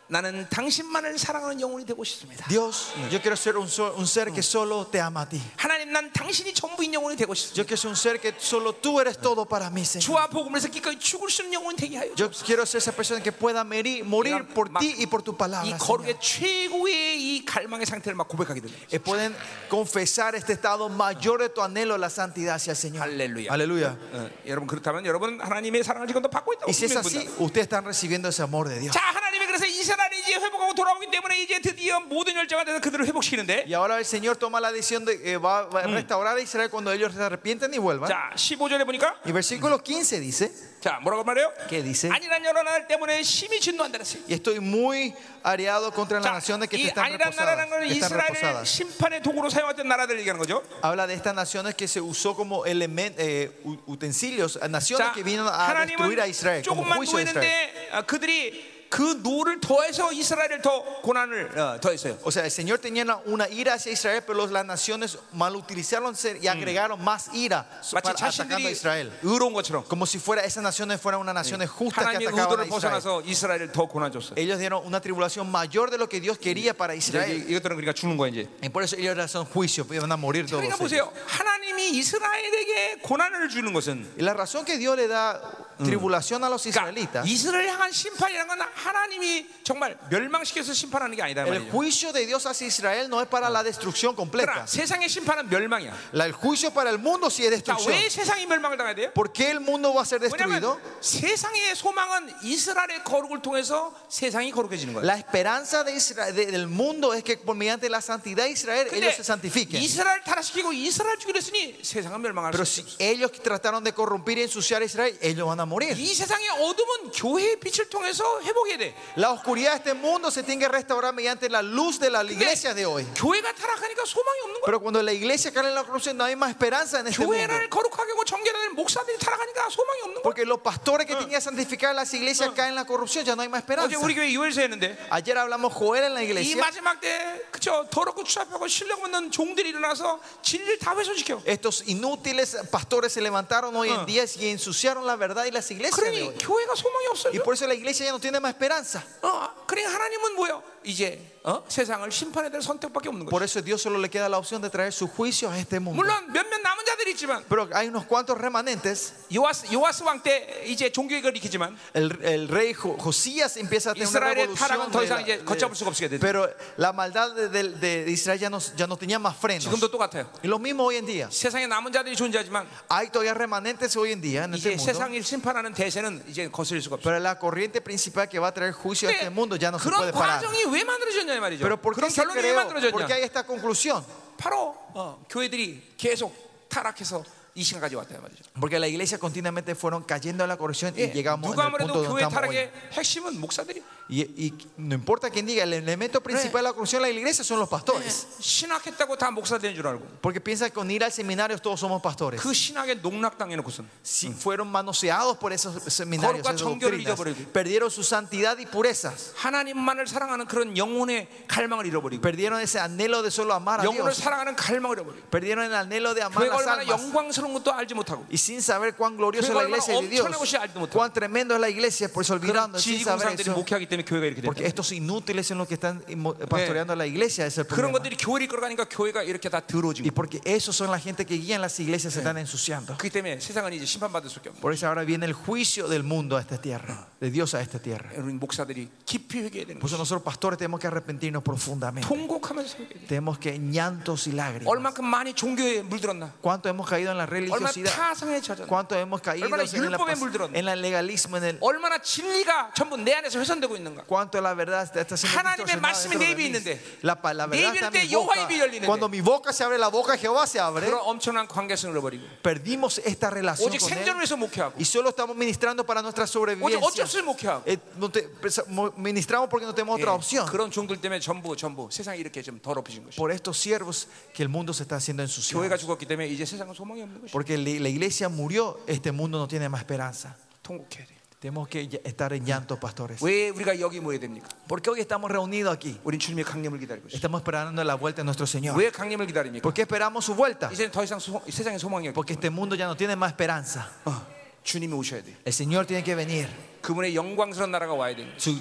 나는 당신만을 사랑하는 영혼이 되고 싶습니다. Dios, yo quiero ser un, sol- un ser que solo te ama a ti. 하나님, 난 당신이 전부인 영혼이 되고 싶습니다. Yo quiero ser un ser que solo tú eres todo para mí, Señor. 주와 복음을 해서 기꺼이 죽을 수 있는 영혼이 되게 하여 Yo quiero ser esa persona que pueda meri- morir por ti y por tu 이 palabra. Señor. 거룩의 최고의 이 갈망의 상태를 막 고백하게 되는 거예요. Que pueden confesar este estado mayor de tu anhelo, la santidad hacia el Señor. Aleluya. Aleluya. 어, 여러분 그렇다면 여러분은 하나님의 사랑을 지금도 받고 있다고 Y si es 분명히 así, 본다. ustedes están recibiendo ese amor de Dios. 자, 하나님이 그래서 이스라엘이 이제 회복하고 돌아오기 때문에 이제 드디어 모든 열정을 돼서 그들을 회복시키는데 Y ahora el Señor toma la decisión de eh, va, va a restaurar a Israel cuando ellos se arrepienten y vuelvan. 자, 15절에 보니까 Y versículo 15 dice, 자, 뭐라고 말해요? ¿Qué dice? 아니란 여러 나라 때문에 심히 진노한다 그랬어요. y estoy muy areado contra las 자, naciones que te 이 están 아니란 나라라는 reposadas. 건 que están 이스라엘을 reposadas. 심판의 도구로 사용했던 나라들 얘기하는 거죠. Habla de estas naciones que se usó como element- eh, u- utensilios, eh, naciones 자, que vinieron a destruir a Israel, 하나님은 como 조금만 juicio de Israel. 보이는데 아, 그들이 그 노를 더해서 이스라엘을 더 고난을 어, 더했어요. O sea, el Señor tenía una- una ira hacia Israel, pero los- las naciones malutilizaron ser- y agregaron más ira so- 마치 para- atacando a 자신들이 Israel. 의로운 것처럼 Como si fuera, esas naciones fueran unas naciones justas que 하나님의 atacaban a 의도를 Israel. 벗어나서 이스라엘을 더 고난 줬어요. Ellos dieron una tribulación mayor de lo que Dios quería para 이제 이- Israel. 이것들은 그러니까 죽는 거야 이제. Y por eso ellos son juicios, pues, van a morir todos. 그러니까 ellos. 보세요. 하나님이 이스라엘에게 고난을 주는 것은 Y la razón que Dios le da tribulación a los 그러니까 israelitas, 이스라엘 향한 심판이라는 건 하나님이 정말 멸망시켜서 심판하는 게 아니다 el 말이죠. juicio de Dios hacia Israel no es para la destrucción 그러나 completa. 세상의 심판은 멸망이야. La- el juicio para el mundo sí es 자, destrucción. 왜 세상이 멸망을 당해야 돼요? ¿Por qué el mundo va a ser destruido? 왜냐하면 세상의 소망은 이스라엘의 거룩을 통해서 세상이 거룩해지는 거예요. La esperanza de Isra- de- del mundo es que por mediante la santidad de Israel ellos se santifiquen. 이스라엘 타락시키고 이스라엘 죽이려 했으니 세상은 멸망할 Pero 수 si 있어요. ellos trataron de corrompir y ensuciar a Israel, ellos van a morir. 이 세상의 어둠은 교회의 빛을 통해서 회복해야 돼. La oscuridad de este mundo se tiene que restaurar mediante la luz de la iglesia de hoy. 교회가 타락하니까 소망이 없는 거야. Pero cuando la iglesia cae en la corrupción, no hay más esperanza en este mundo. 교회를 거룩하게 하고 정결하는 목사들이 타락하니까 소망이 없는 거야. Porque los pastores que tenían que santificar las iglesias caen en la corrupción, ya no hay más 어제 esperanza. 우리 교회 유월세 했는데 Ayer hablamos Joel en la 이 iglesia. 마지막 때 그쵸 더럽고 추잡하고 신뢰가 없는 종들이 일어나서 진리를 다 훼손시켜. Estos inútiles pastores se levantaron hoy en día y ensuciaron la verdad y las iglesias de 그러니 hoy. 교회가 소망이 Y 없어요. por eso la iglesia ya no tiene más esperanza. 어, 그래 하나님은 뭐요? 이제 어? 세상을 심판해야 될 선택밖에 없는 거죠. Por eso Dios solo le queda la opción de traer su juicio a este mundo. 물론 몇몇 남은 자들이 있지만 Pero hay unos cuantos remanentes. 요아스, 요아스 왕 때 이제 종교개혁을 일으키지만 El, el rey Jo- Josías empieza a tener una Israel의 revolución. 타락은 더 de 이상 la- 이제 de- 걷잡을 수가 없게 됐죠. pero la maldad de, de- de Israel ya no, ya no tenía más frenos. 지금도 똑같아요. Y lo mismo hoy en día. 세상에 남은 자들이 어. 존재하지만 Hay todavía remanentes hoy en día en este 이제 mundo. 세상을 심판하는 대세는 이제 거슬릴 수가 없어요. Pero la corriente principal que va a traer juicio a 근데 este mundo ya no se 그런 puede parar. 과정이 왜 만들어졌냐 이 말이죠. Pero ¿por qué 그런 se 결론이 왜 creó? ¿Por qué 만들어졌냐? hay esta conclusión? 바로 어, 교회들이 계속 타락해서 이 시간까지 왔다 이 말이죠. 예, Porque la iglesia continuamente fueron cayendo en la corrupción y llegamos 누가 뭐 al punto 아무래도 donde 교회 estamos hoy. 타락의 핵심은 목사들이 Y, y no importa quién diga, el elemento principal de la corrupción de la iglesia son los pastores. 신학했다고 다 목사 되는 줄 알고 Porque piensan que con ir al seminario todos somos pastores. 그 신학에 농락당해놓고선 Si fueron manoseados por esos seminarios, 거룩과 esas 정결을 doctrinas, 잃어버리고. perdieron su santidad y purezas. 하나님만을 사랑하는 그런 영혼의 갈망을 잃어버리고 Perdieron ese anhelo de solo amar a 영혼을 Dios. 사랑하는 갈망을 잃어버리고 Perdieron el anhelo de amar 교회가 las 얼마나 almas. 영광스러운 것도 알지 못하고 Y sin saber cuán gloriosa es 교회가 la iglesia de 얼마나 Dios, 엄청난 것이 알지 못하고. cuán tremendo es la iglesia, por eso 그런 olvidando, sin saber 지지공산들이 eso. 목회하기 때문에 교회가 이렇게 Porque 됐다 estos inútiles son los que están inmo- pastoreando la iglesia, ese es el 그런 problema. 것들이 교회를 이끌어가니까 교회가 이렇게 다 Y 더러워지고 porque esos son la gente que guían las iglesias, se están ensuciando. 그렇기 때문에 세상은 이제 심판받을 수밖에 없는 Por eso ahora viene el juicio del mundo a esta tierra, de Dios a esta tierra. 거예요 우리 목사들이 깊이 회개해야 되는 Por 거죠 eso nosotros pastores tenemos que arrepentirnos profundamente. 통곡하면서 회개해야 돼요 Tenemos que llantos y lágrimas. 얼만큼 많이 종교에 물들었나 ¿Cuánto hemos caído en la 얼마나 religiosidad? 타성에 젖었나 ¿Cuánto hemos caído 얼마나 en, la 율법에 pas- 물들었나? en el legalismo? En el, 얼마나 진리가 전부 내 안에서 훼손되고 있는가 ¿Cuánto la verdad está- está siendo 하나님의 distorsionada 말씀이 내 dentro de 입에 mí? 있는데 La, pa- la 내 verdad 입을 está en mi 때 여호와 boca. 입이 열리는데. Cuando mi boca se abre, la boca de Jehová se abre. 그런 엄청난 관계성을 잃어버리고 Perdimos esta relación 오직 con 생존을 él 위해서 목회하고 y solo estamos ministrando para nuestra 오직 sobrevivencia. 어쩔 수 없이 목회하고 Eh, no te- pesa- mo- ministramos porque no tenemos otra 예, opción. 그런 종들 때문에 전부 전부 세상이 이렇게 좀 더럽혀진 것이. Por estos siervos que el mundo se está haciendo ensuciado. 교회가 죽었기 때문에 이제 세상은 소망이 없는 것이. Porque la la iglesia murió, este mundo no tiene más esperanza. 통곡해야 돼. Tenemos que ya- estar en llanto, pastores. 왜 우리가 여기 모여야 됩니까? ¿Por qué hoy estamos reunidos aquí? 우린 주님의 강림을 기다리고 있어요. Estamos esperando la vuelta de nuestro Señor. 왜 강림을 기다립니까? ¿Por qué esperamos su vuelta? 이제는 더 이상 소- 세상에 소망이 없고 Porque este mundo ya no tiene más esperanza. 어, 주님이 오셔야 돼. El Señor tiene que venir. 그분의 영광스러운 나라가 와야 돼. Su,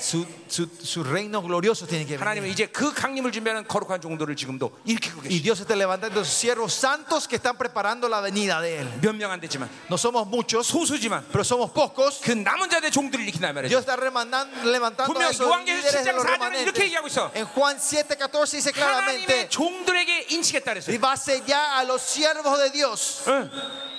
su, su, su reino glorioso tiene que venir. 하나님은 이제 그 강림을 준비하는 거룩한 종들을 지금도 일으키고 Y 계시. Dios está levantando sus siervos santos que están preparando la venida de Él. 몇명 안 되지만 No somos muchos, 소수지만 pero somos pocos. 그 남은 자들의 종들을 일으키나 말이죠. Dios está remandan- levantando 분명 a esos 요한계시록 líderes de los 7장 4절은 이렇게 얘기하고 remanentes. 있어. En Juan 7:14 dice claramente, 하나님의 종들에게 인치겠다 y 그랬어요. va a sellar a los siervos de Dios. 응.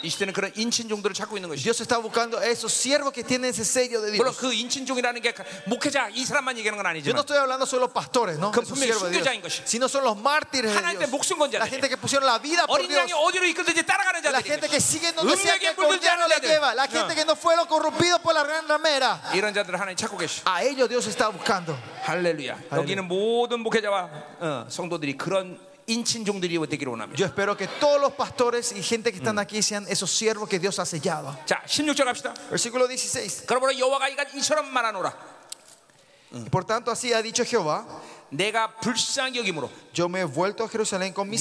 이 시대는 그런 인친 종들을 찾고 있는 것이. Dios está buscando a esos siervos que tienen ese sello de 물론 Dios. 그 인친종이라는 게 목회자 이 사람만 얘기하는 건 Yo no 아니지만 estoy hablando solo de los pastores, ¿no? Que Esos 분명히 siervos de Dios, 순교자인 것이. sino son los mártires de 하나님의 목숨 Dios. 건자들이에요. La gente que pusieron la vida por 어린 Dios. 양이 어디로 이끌든지 따라가는 La gente 자들 que sigue donde sea que 음력에 물들지 Cordero le 않은 자들. lleva. La gente que no fueron corrompidos por la gran ramera. 이런 자들을 하나님 찾고 계시 A ellos Dios está buscando. 할렐루야 여기는 모든 목회자와 어, 성도들이 그런 인친종들이 되기를 원합니다 Yo espero que todos los pastores y gente que están aquí sean esos siervos que Dios ha sellado. 자 16절 갑시다 Versículo 16. 그러므로 여호와가 이가 이처럼 말하노라 Por tanto, así ha dicho Jehová, 내가 불쌍히 여김으로 yo me he vuelto a Jerusalén con 예루살렘에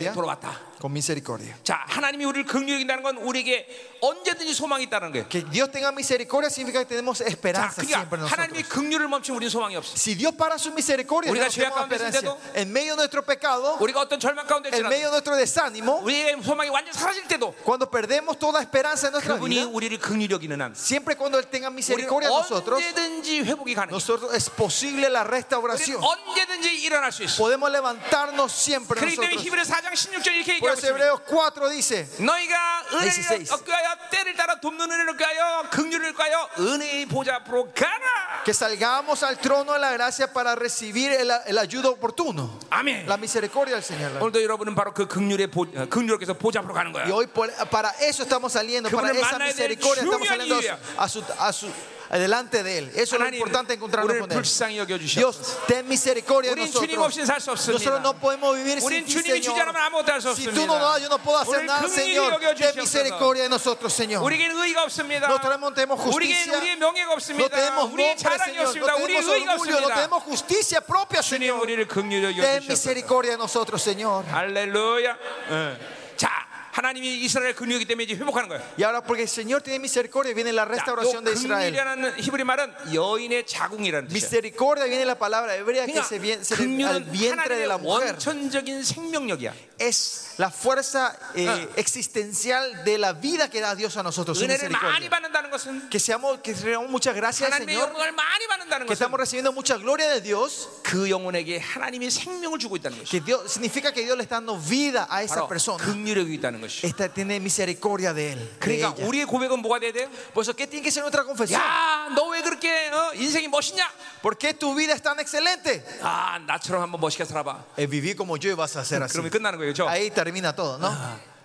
misericordia, 돌아왔다. con misericordia. 자, 하나님이 우리를 긍휼히 여긴다는 건 우리에게 언제든지 소망이 있다는 거예요. Que Dios tenga misericordia significa que tenemos 자, esperanza 그러니까 siempre en 하나님이 nosotros. 긍휼을 멈추면 우리는 소망이 없어. Si Dios para su misericordia, 우리가 nosotros tenemos 죄악 가운데 esperanza. 있을 En medio de nuestro pecado, 우리가 어떤 절망 가운데 en medio 있더라도 de nuestro desánimo, 우리의 소망이 완전 히 사라질 때도 cuando perdemos toda esperanza en nuestra 그분이 vida, 그러니까 우리를 긍휼히 여기는 한 siempre cuando Él tenga 우리는 misericordia de nosotros, 언제든지 회복이 가능해. nosotros es posible la 우리는 restauración. 언제든지 일어날 수 있어. Podemos levantarnos siempre 그렇기 때문에 nosotros. 히브리 4장 16절 이렇게 Por 얘기하고 eso 있습니다. Hebreos 4 dice, 너희가 은혜를 16. 얻고하여 때를 따라 돕는 은혜를 얻고하여 긍휼을 얻고하여 은혜의 보좌 앞으로 가라. que salgamos al trono de la gracia para recibir el, el ayuda oportuno. 아멘. La misericordia del Señor. 오늘도 여러분은 바로 그 긍휼의 보, 어, 긍휼께서 보좌 앞으로 가는 거야. Y hoy por- para eso estamos saliendo, para 그분을 esa 만나야 될 misericordia 중요한 estamos saliendo a su, a su, a su- adelante de Él. Eso es lo 하나님, importante encontrarnos 우리를 con Él. 불쌍히 여겨 주시옵소서. Dios, ten misericordia de 우린 주님 nosotros. 없이는 살 수 없습니다. Nosotros no podemos vivir 우린 sin ti, 주님이 주지 Señor. 않으면 아무것도 할 수 Si tú no 없습니다. das, yo no puedo hacer 우리를 nada, 긍휼히 Señor. 여겨 Ten 주시옵소서. misericordia de nosotros, Señor. 우리에게는 의의가 없습니다. No tenemos- tenemos 우리에게는 justicia. 우리의 명예가 No 없습니다. tenemos 우리의 nombre, 자랑이 Señor. 없습니다. No 우리의 tenemos 의의가 orgullo, no 없습니다. tenemos justicia propia, 주님 Señor. 우리를 긍휼히 여겨 Ten 주시옵소서. misericordia de nosotros, Señor. 할렐루야. 예. 자, 하나님이 이스라엘 긍휼이기 때문에 이제 회복하는 거예요. Y ahora porque el Señor tiene misericordia viene la 자, restauración de Israel. 긍휼이라는 히브리 말은 여인의 자궁이라는 뜻이에요. Misericordia viene la palabra hebrea que se, 그러니까 vien- se le- al 긍휼은 vientre de 하나님의 la mujer. 원천적인 생명력이야. Es la fuerza eh, Ah. existencial de la vida que da Dios a nosotros. su 은혜를 많이 misericordia. 받는다는 것은 Que seamos, que seamos muchas gracias al 하나님의 예, Señor. 영광을 많이 받는다는 Que 것은 estamos recibiendo mucha gloria de Dios. 그 영혼에게 하나님이 생명을 주고 있다는 것이 Que Dios significa que Dios le está dando vida a esa 바로 persona. 긍휼력이 있다는 것이. Esta tiene misericordia de él. de 그러니까 ella. 우리의 고백은 뭐가 돼야 돼요? Por eso, pues, ¿qué tiene que ser nuestra confesión? 야, 너 왜 그렇게 어, 인생이 멋있냐? ¿Por qué tu vida es tan excelente? 아, 나처럼 한번 멋있게 살아봐. Es vivir Eh, como yo y vas a hacer así. 그러면 끝나는 거예요, 그렇죠? Ahí termina todo, ¿no?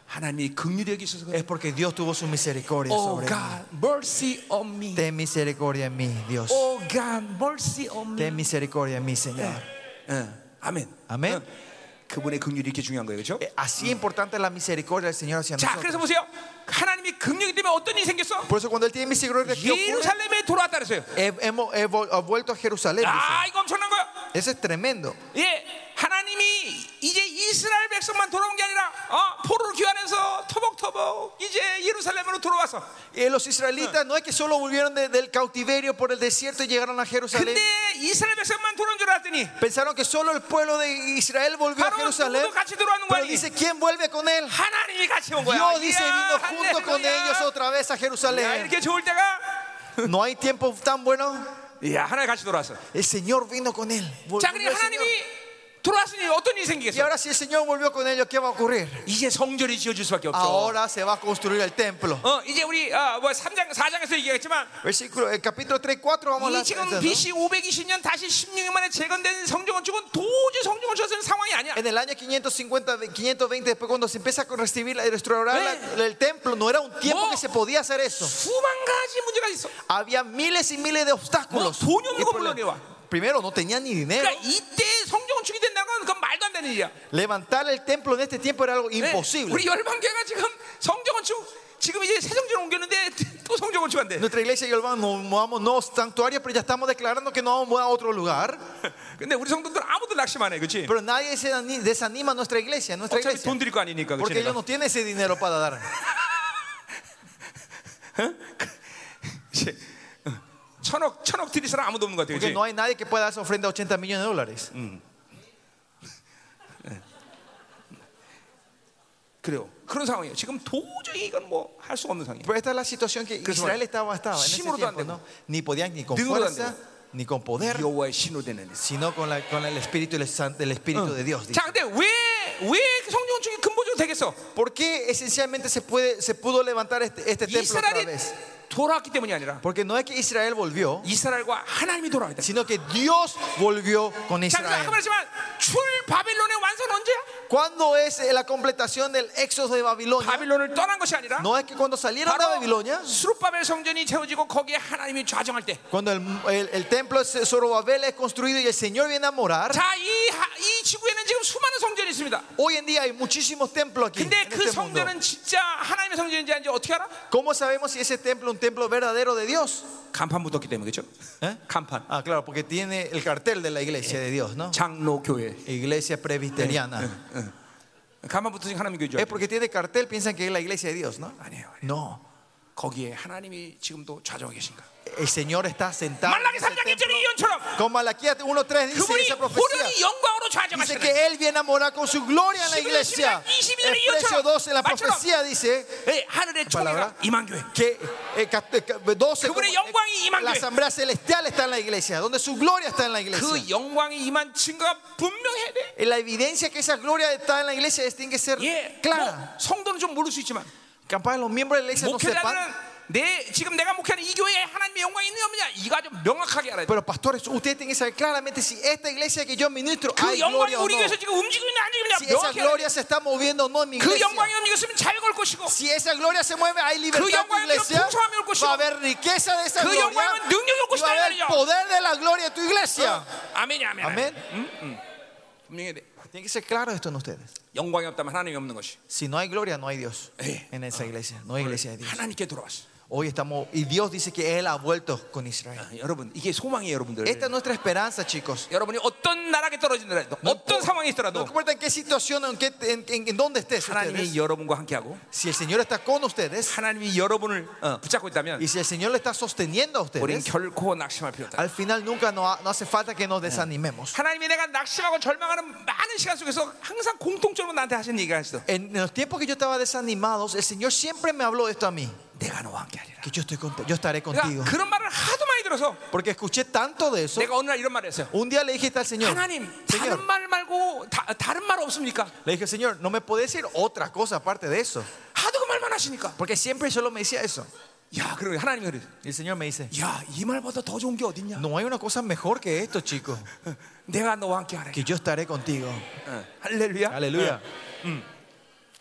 하나님이 긍휼력이 있어서 그래. Es porque Dios tuvo su misericordia Oh sobre mí. God, mercy on me. Ten misericordia en mí, Dios. Oh God, mercy on me. Ten misericordia en mí, Señor. 응, 아멘. 아멘. 응. 그분의 긍휼이 이렇게 중요한 거예요, 그렇죠? Eh, Así importante es la misericordia del Señor hacia 자, 그래서 nosotros. 보세요. 하나님이 긍휼이 때문에 어떤 일이 생겼어? Por eso cuando Él tiene misericordia, ¿qué ocurre? 예루살렘에 돌아왔다 그랬어요. He- Hemos he vol- ha vuelto a Jerusalén. 아, dice. 이거 엄청난 거야. Eso es tremendo. 예, 하나님이 이제 이스라엘 백성만 돌아온 게 아니라 어, 포로를 귀환해서 터벅터벅 이제 예루살렘으로 돌아와서. Eh, los israelitas no es que solo volvieron de- del cautiverio por el desierto y llegaron a Jerusalén. 근데 이스라엘 백성만 돌아온 줄 알았더니 Pensaron que solo el pueblo de Israel volvió a 바로 Jerusalén. 누구도 같이 들어가는 거 Pero 아니니? dice, ¿quién vuelve con Él? 하나님이 같이 온 거야. Dios dice, vino 이야, junto con 할렐루야. ellos otra vez a 야, Jerusalén. 이렇게 좋을 때가 No hay tiempo tan bueno. 야, 하나님 같이 돌아왔어. El Señor vino con él. Volvió 자, el 그러니까 Señor. 하나님이 돌아왔으니 어떤 일이 Y 생기겠어? ahora si el Señor volvió con ellos, ¿qué va a ocurrir? 이제 성전이 아, 지어질 수밖에 없죠. Ahora se va a construir el templo. 어, 이제 우리 아, 뭐 3장 4장에서 얘기했지만 Versículo, el capítulo 3, 4 vamos a 이 la 지금 ¿no? BC 520년 다시 16년 만에 재건된 성전건축은 도저히 성전건축은 상황이 아니야. En el año 550, 520, después cuando se empieza a recibir y restaurar Eh. la- el templo, no era un tiempo No. que se podía hacer eso. 수만 가지 문제가 있어. Había miles y miles de obstáculos. No, 돈이 없는 y 거 problemas. 물론이야. Primero, no tenían ni dinero. 그러니까 이때 성전건축이 된다는 건 그건 말도 안 되는 일이야. Levantar el templo en este tiempo era algo 네, 우리 imposible. 열방교회가 지금 성전건축 지금 이제 새 성전 옮겼는데 또 성전건축 안 돼. Nuestra iglesia y el nos mudamos no santuario, pero ya estamos declarando que no vamos a mudar a otro lugar. 근데 우리 성도들 아무도 낙심 안 해, 그렇지? Pero nadie se ani- desanima a nuestra iglesia, a nuestra 어차피 돈 iglesia. 드릴 거 아니니까, Porque 그렇지? ellos no tienen ese dinero para dar. 천억 천억 드릴 사람 아무도 없는 것 같아, Porque 그렇지? no hay nadie que pueda dar esa ofrenda de 80 millones de dólares. 그래요. 그런 상황이에요. 지금 도저히 이건 뭐 할 수 없는 상황이에요. Pero esta es la situación que 그래서 Israel estaba, estaba en ese 힘으로도 안 tiempo, 되고, ¿no? Ni podían ni con 능으로도 안 fuerza, ni con poder, 여호와의 신으로 되는 일. sino con, la- con el Espíritu, el, San- el Espíritu de Dios. dice. 자, 근데 왜왜 성전축이 근본적으로 되겠어? ¿Por qué esencialmente se, puede, se pudo levantar este, este 네, templo otra 이스라엘이 vez? 돌아왔기 때문이 아니라 Porque no es que Israel volvió, 이스라엘과 하나님이 돌아왔다. sino que Dios volvió con 자, 그래서 Israel. 아까 말했지만 출 바벨론의 완성 은 언제야? ¿Cuándo es la completación del éxodo de Babilonia? 바빌론을 떠난 것이 아니라 No es que cuando salieron de Babilonia, 바로 수르바벨 성전이 채워지고 거기에 하나님이 좌정할 때. cuando el, el- el templo de Zorobabel es construido y el Señor viene a morar, 자, 이, 하- 이 지구에는 지금 수많은 성전이 있습니다. hoy en día hay muchísimos templos aquí. 근데 En 그 este mundo. 성전은 진짜 하나님의 성전인지 아닌지 어떻게 알아? ¿Cómo sabemos si ese templo es un templo verdadero de Dios? 간판 붙었기 때문에 그렇죠? 에? 간판. Ah, claro, porque tiene el cartel de la iglesia de Dios, ¿no? 장로교회. Iglesia presbiteriana. 간판 붙으니 하나님 교회죠. Es porque tiene cartel, piensan que es la iglesia de Dios, ¿no? 아니에요. 아니에요. No. 거기에 하나님이 지금도 좌정하고 계신가? El Señor está sentado. en 말라기 ese 3장 1절의 templo. 이언처럼 Con Malaquías 1.3 dice 그분이 esa 호련히 profecía. 영광으로 Dice 좌정하시는 que Él viene a morar con su gloria en la 11, iglesia. 11, Efesios 12, la Macho. profecía dice 예, 하늘의 총회가 palabra. 이만교회. que eh, cat- eh, 12, 그분의 como- 영광이 임한 la 교회. asamblea celestial está en la iglesia, donde su gloria está en la iglesia. 그 영광이 임한 증거가 분명해야 돼. Y La evidencia que esa gloria está en la iglesia es- tiene que ser 예, clara. 뭐 성도는 좀 모를 수 있지만 Capaz los miembros de la iglesia no sepan. 목회자들은 내 지금 내가 목회하는 이 교회에 하나님의 영광이 있는 없냐 이거 아주 명확하게 알아야 돼. Pero pastores, ustedes tienen que saber claramente si esta iglesia que yo ministro 그 hay 영광이 gloria o 우리 no. 교회에서 지금 움직이고 있냐 안 움직이냐 Si esa 명확히 알아야 돼. gloria se está moviendo o no en mi 그 iglesia. 영광이 움직였으면 자유걸 것이고 Si esa gloria se mueve, hay libertad en tu 영광이 iglesia. 풍성함이 올 것이고, Va a haber riqueza de esa 그 gloria. 영광은 능력이 올 y Va a 것이다, 이 haber 말이죠. poder de la gloria de tu iglesia. 아멘이 아멘. Amén. 분명해야 돼. Tiene que ser claro esto en ustedes. 영광이 없다면 하나님이 없는 것이. Si no hay gloria, no hay Dios Eh. en esa iglesia. No hay iglesia de Dios. 하나님께 돌아왔어. Hoy estamos, y Dios dice que Él ha vuelto con Israel. 아, 여러분 이게 소망이에요, 여러분들. Esta es nuestra esperanza, chicos. 여러분이 어떤 나라에 떨어지더라도 어떤 상황에 No 있더라도 importa en qué situación, en, qué, en, en- en dónde estés, 하나님이 ustedes, 여러분과 함께하고 si el Señor está con ustedes 하나님이 여러분을 어, 붙잡고 있다면 y si el Señor le está sosteniendo a 우리는 ustedes, 결코 낙심할 필요 없다. al final nunca no, ha- no hace falta que nos desanimemos. 하나님이 내가 낙심하고 절망하는 많은 시간 속에서 항상 공통적으로 나한테 하신 얘기가 있어. En en los tiempos que yo estaba desanimado, el Señor siempre me habló esto a mí, 내가 너와 함께하리라. que yo, estoy cont- yo estaré contigo. 그러니까 그런 말을 하도 많이 들어서 Porque escuché tanto de eso. 내가 어느 날 이런 말을 했어요. Un día le dije esto al Señor, 하나님 다른 Señor, 말 말고 다, 다른 말 없습니까? le dije, Señor, no me podés decir otra cosa aparte de eso. 하도 그 말만 하시니까. Porque siempre solo me decía eso. 야, 그러면 하나님이 그래. Y el Señor me dice, 야, 이 말보다 더 좋은 게 어딨냐? no hay una cosa mejor que esto, chicos, 내가 너와 함께하래. que yo estaré contigo. 어, 할렐루야. Aleluya.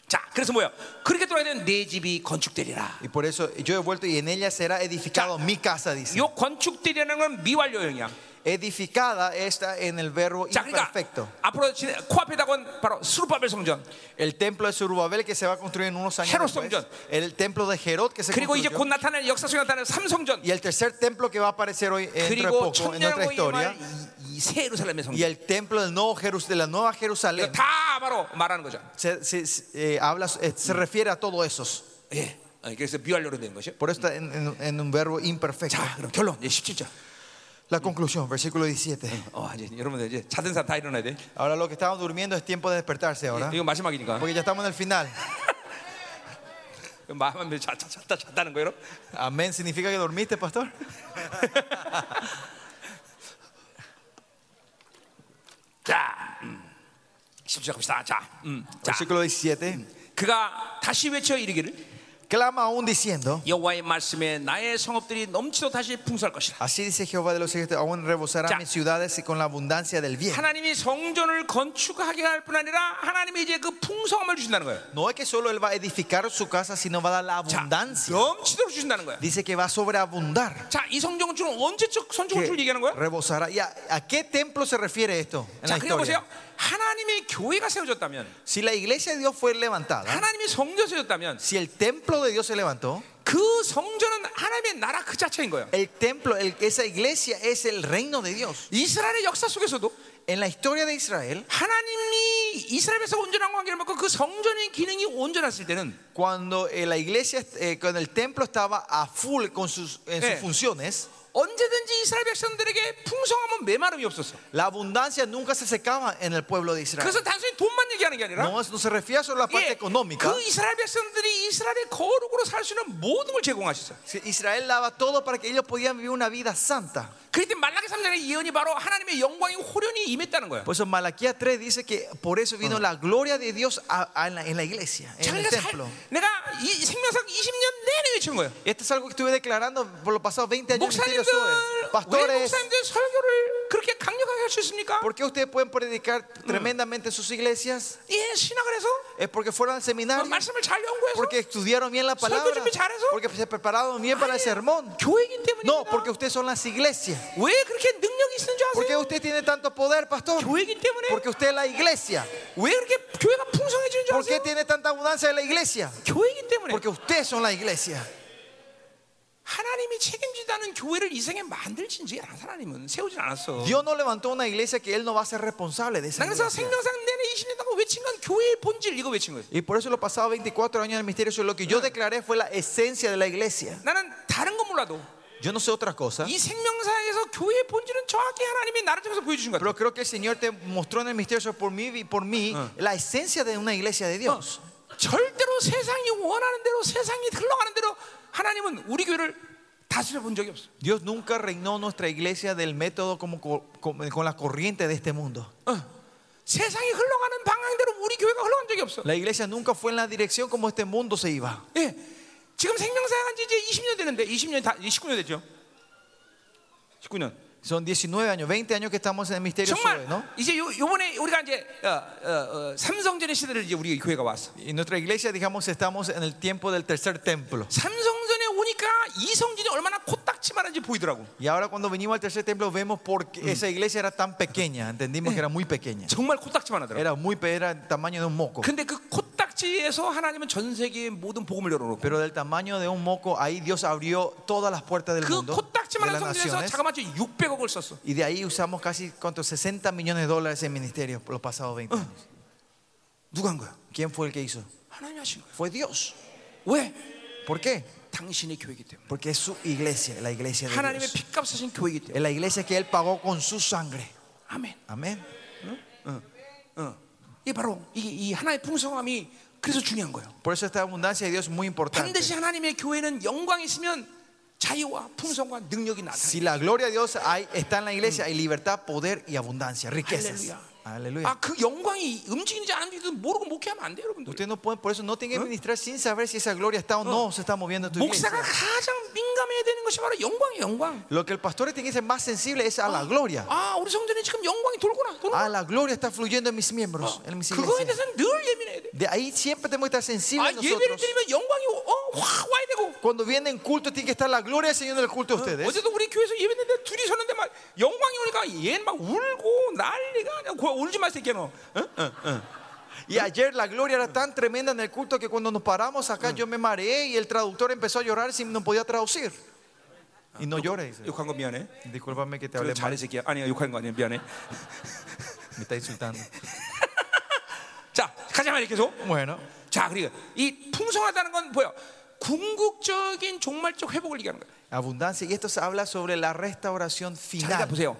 자, 그래서 뭐야? 그렇게 돌아야 되는 내 집이 건축되리라. Y por eso yo he vuelto y en ella será edificado mi casa, dice. 요 건축되리라는 건 미완료형이야. Edificada está en el verbo 자, 그러니까 imperfecto. 앞으로 지내- 코앞에 다건 바로 수르바벨 성전. El templo de Zerubabel que se va a construir en unos años. Herod después. 성전. El templo de Herod que se 그리고 이제 곧 construyó. 나타날 역사 속에 나타날 삼성전. Y el tercer templo que va a aparecer hoy en dentro de 그리고 poco, en 천년왕국이 nuestra historia. 말이 세루살렘의 Y 성전. el templo del nuevo Jerus- de la nueva Jerusalén. 이거 다 바로 말하는 거죠. Se, se- se, eh, habla, eh, se refiere a todo eso. 예. 어, 그래서 미완료로 된 것이요. Por eso está en, en- en un verbo imperfecto. 자, 그럼 결론 이제 17절. La conclusión, versículo 17. 어, 이제 여러분들 이제 자든 사람 다 일어나야 돼. Ahora lo que estaban durmiendo es tiempo de despertarse ahora. 이거 마지막이니까. Porque ya estamos en el final. 마음에 자, 자, 잤다 잤다는 거예요. 여러분? Amén significa que dormiste, pastor. 자, 음. 17절 갑시다. 자, 음. 자, Versículo 17. 그가 다시 외쳐 이르기를 Clama aún diciendo: 여호와의 말씀에 나의 성읍들이 넘치도 다시 풍성할 것이라. Así dice Jehová de los ejércitos: Aún Ya. rebosará mis ciudades con la abundancia del bien. 하나님이 성전을 건축하게 할 뿐 아니라 하나님이 이제 그 풍성함을 주신다는 거예요. No es que solo él va a edificar su casa, sino va a dar la 자, abundancia. 넘치도록 주신다는 거예요. Dice que va a sobreabundar. 자, 이 성전은 주로 언제적 Que 성전을 얘기하는 거예요? rebosará. ¿Y a, a qué templo se refiere esto en la 자, 그리고 보세요. historia? 하나님의 교회가 세워졌다면, Si la iglesia de Dios fue levantada, 하나님의 성전 세워졌다면, si el templo de Dios se levantó, 그 성전은 하나님의 나라 그 자체인 거예요. el templo, el- esa iglesia es el reino de Dios. 이스라엘의 역사 속에서도 En la historia de Israel, 하나님이 이스라엘에서 온전한 관계를 맺고 그 성전의 기능이 온전했을 때는 cuando eh, la iglesia, eh, cuando el templo estaba a full con sus, en sus Eh. funciones, 언제든지 이스라엘 백성들에게 풍성함은 메마름이 없었어. La abundancia nunca se secaba en el pueblo de Israel. 그래서 단순히 돈만 얘기하는 게 아니라 No, es- no se refiere solo a la parte 예, económica. 그 이스라엘 백성들이 이스라엘의 거룩으로 살 수 있는 모든 걸 제공하셨어요. Israel daba todo para que ellos podían vivir una vida santa. 그때 말라기 3장의 예언이 바로 하나님의 영광이 호련히 임했다는 거야. Por eso Malaquía 3 dice que por eso vino la gloria de Dios a- a- en, la, en la iglesia, en el 자기가 살, templo. 내가 이 생명상 20년 내내 외친 거야. Este es algo que estuve declarando por los pasados 20 años en 목사님들 Ministerio Sue. 왜 Pastores, 목사님들 설교를 그렇게 강력하게 할 수 있습니까? ¿por qué ustedes pueden predicar tremendamente en sus iglesias? 예, 신학을 해서 Es porque fueron al 어, seminario, 말씀을 잘 연구해서 porque estudiaron bien la palabra, 준비 잘해서? porque se prepararon bien para el sermón. 교회이기 때문입니다. No, porque ustedes son las iglesias. 왜 그렇게 능력이 있는 줄 ¿Por qué 아세요? usted tiene tanto poder, pastor? 교회이기 때문에 Porque usted es la iglesia. 왜 그렇게 교회가 풍성해지는 줄 ¿Por qué 아세요? tiene tanta abundancia de la iglesia? 교회이기 때문에 Porque ustedes son la iglesia. 하나님이 책임지다는 교회를 이 생에 만들진지 하나님은 세우진 않았어. Dios no levantó una iglesia que Él no va a ser responsable de esa 난 그래서 iglesia. 생명상 내내 20년 동안 외친 건 교회의 본질 이거 외친 거예요. Y por eso los pasados 24 años en el misterio, eso es lo que yo declaré fue la esencia de la iglesia. 나는 다른 건 몰라도 Yo no sé otra cosa, 이 생명사에서 교회의 본질은 정확히 하나님이 나를 통해서 보여주신 거야. pero creo que el Señor te mostró en el misterio por mí, y por mí la esencia de una iglesia de Dios. 절대로 세상이 원하는 대로 세상이 흘러가는 대로 하나님은 우리 교회를 다스려 본 적이 없어. Dios nunca reinó nuestra iglesia del método como co- como- con la corriente de este mundo. 어. 세상이 흘러가는 방향대로 우리 교회가 흘러간 적이 없어. La iglesia nunca fue en la dirección como este mundo se iba. 예. 지금 생명사에 간지 이제 20년 되는데 20년 다 19년 됐죠. 19년. Son 19 años, 20 años que estamos en el misterio, 정말 Zoe, ¿no? 이제 요, 요번에 우리가 이제 어, 어, 어, 삼성전의 시대를 이제 우리 교회가 왔어. Y nuestra iglesia, digamos, estamos en el tiempo del tercer templo. 삼성전에 오니까 이성전이 얼마나 코딱지만한지 보이더라고. Y ahora cuando venimos al tercer templo vemos por qué esa iglesia era tan pequeña. Entendimos que era muy pequeña. 정말 코딱지만하더라고. Era muy pe- era el tamaño de un moco. 근데 그 코딱지에서 하나님은 전 세계의 모든 복음을 열어놓고 Pero del tamaño de un moco ahí Dios abrió todas las puertas del 그 mundo, de 코딱지만한 las 성전에서 naciones. 자그마치 600억을 썼어. Y de ahí usamos casi ¿cuánto? 60 millones de dólares en ministerios por los pasados Uh. 20 años. 누가 한 거야? ¿Quién fue el que hizo? 하나님이 하신 거야. Fue Dios. 왜? ¿Por qué? 당신의 교회이기 때문에. Porque es su iglesia, la iglesia de 하나님의 Dios. 핏값 사신 교회이기 때문에. Es la iglesia que Él pagó con su sangre. 아멘. Amén. 어. 이게 바로 이게 이 하나의 풍성함이 그래서 중요한 거예요. Por eso esta abundancia de Dios es muy importante. 반드시 하나님의 교회는 영광이 있으면 자유와 풍성과 능력이 나타나. Si la gloria de Dios hay- está en la iglesia, hay libertad, poder y abundancia, riquezas. Aleluya. 아, 그 영광이 움직이는지 안 움직이는지 모르고 목회하면 안 돼요, 여러분들. Usted no puede, por eso no tiene que ministrar sin saber si esa gloria está o no se está moviendo en tu iglesia. 목사가 가장 민감해야 되는 것이 바로 영광이에요, 영광. Lo que el pastor tiene que ser más sensible es a la gloria. 아, 우리 성전에 지금 영광이 돌구나. 돌구나. A la gloria está fluyendo en mis miembros, en mis 그거에 iglesias. 대해서는 늘 예민해야 돼. De ahí siempre tenemos que estar sensibles 아, 예배를 nosotros. 드리면 영광이 어, 확 와야 되고. Cuando vienen culto, tiene que estar la gloria del Señor en el culto de ustedes. 어제도 우리 교회에서 예배했는데 둘이 섰는데 막 영광이 오니까 얘는 막 울고 난리가 아니야. 어? 고- 울지 마세요, 걔는. 응? Y ayer la gloria era tan tremenda en el culto que cuando nos paramos acá yo me mareé y el traductor empezó a llorar sin no podía traducir. Y no llore, dice. 욕한 거 미안해. Discúlpame que te 그래, hablé 잘해 mal, 새끼야. 아니야, 욕한 거 아니야. 미안해. me está insultando. 자, 가자 말이야, 계속. Bueno, 자, 그러니까 이 풍성하다는 건 뭐야? 궁극적인 종말적 회복을 얘기하는 거예요. abundancia. Y esto se habla sobre la restauración 자, 그러니까 final. 보세요.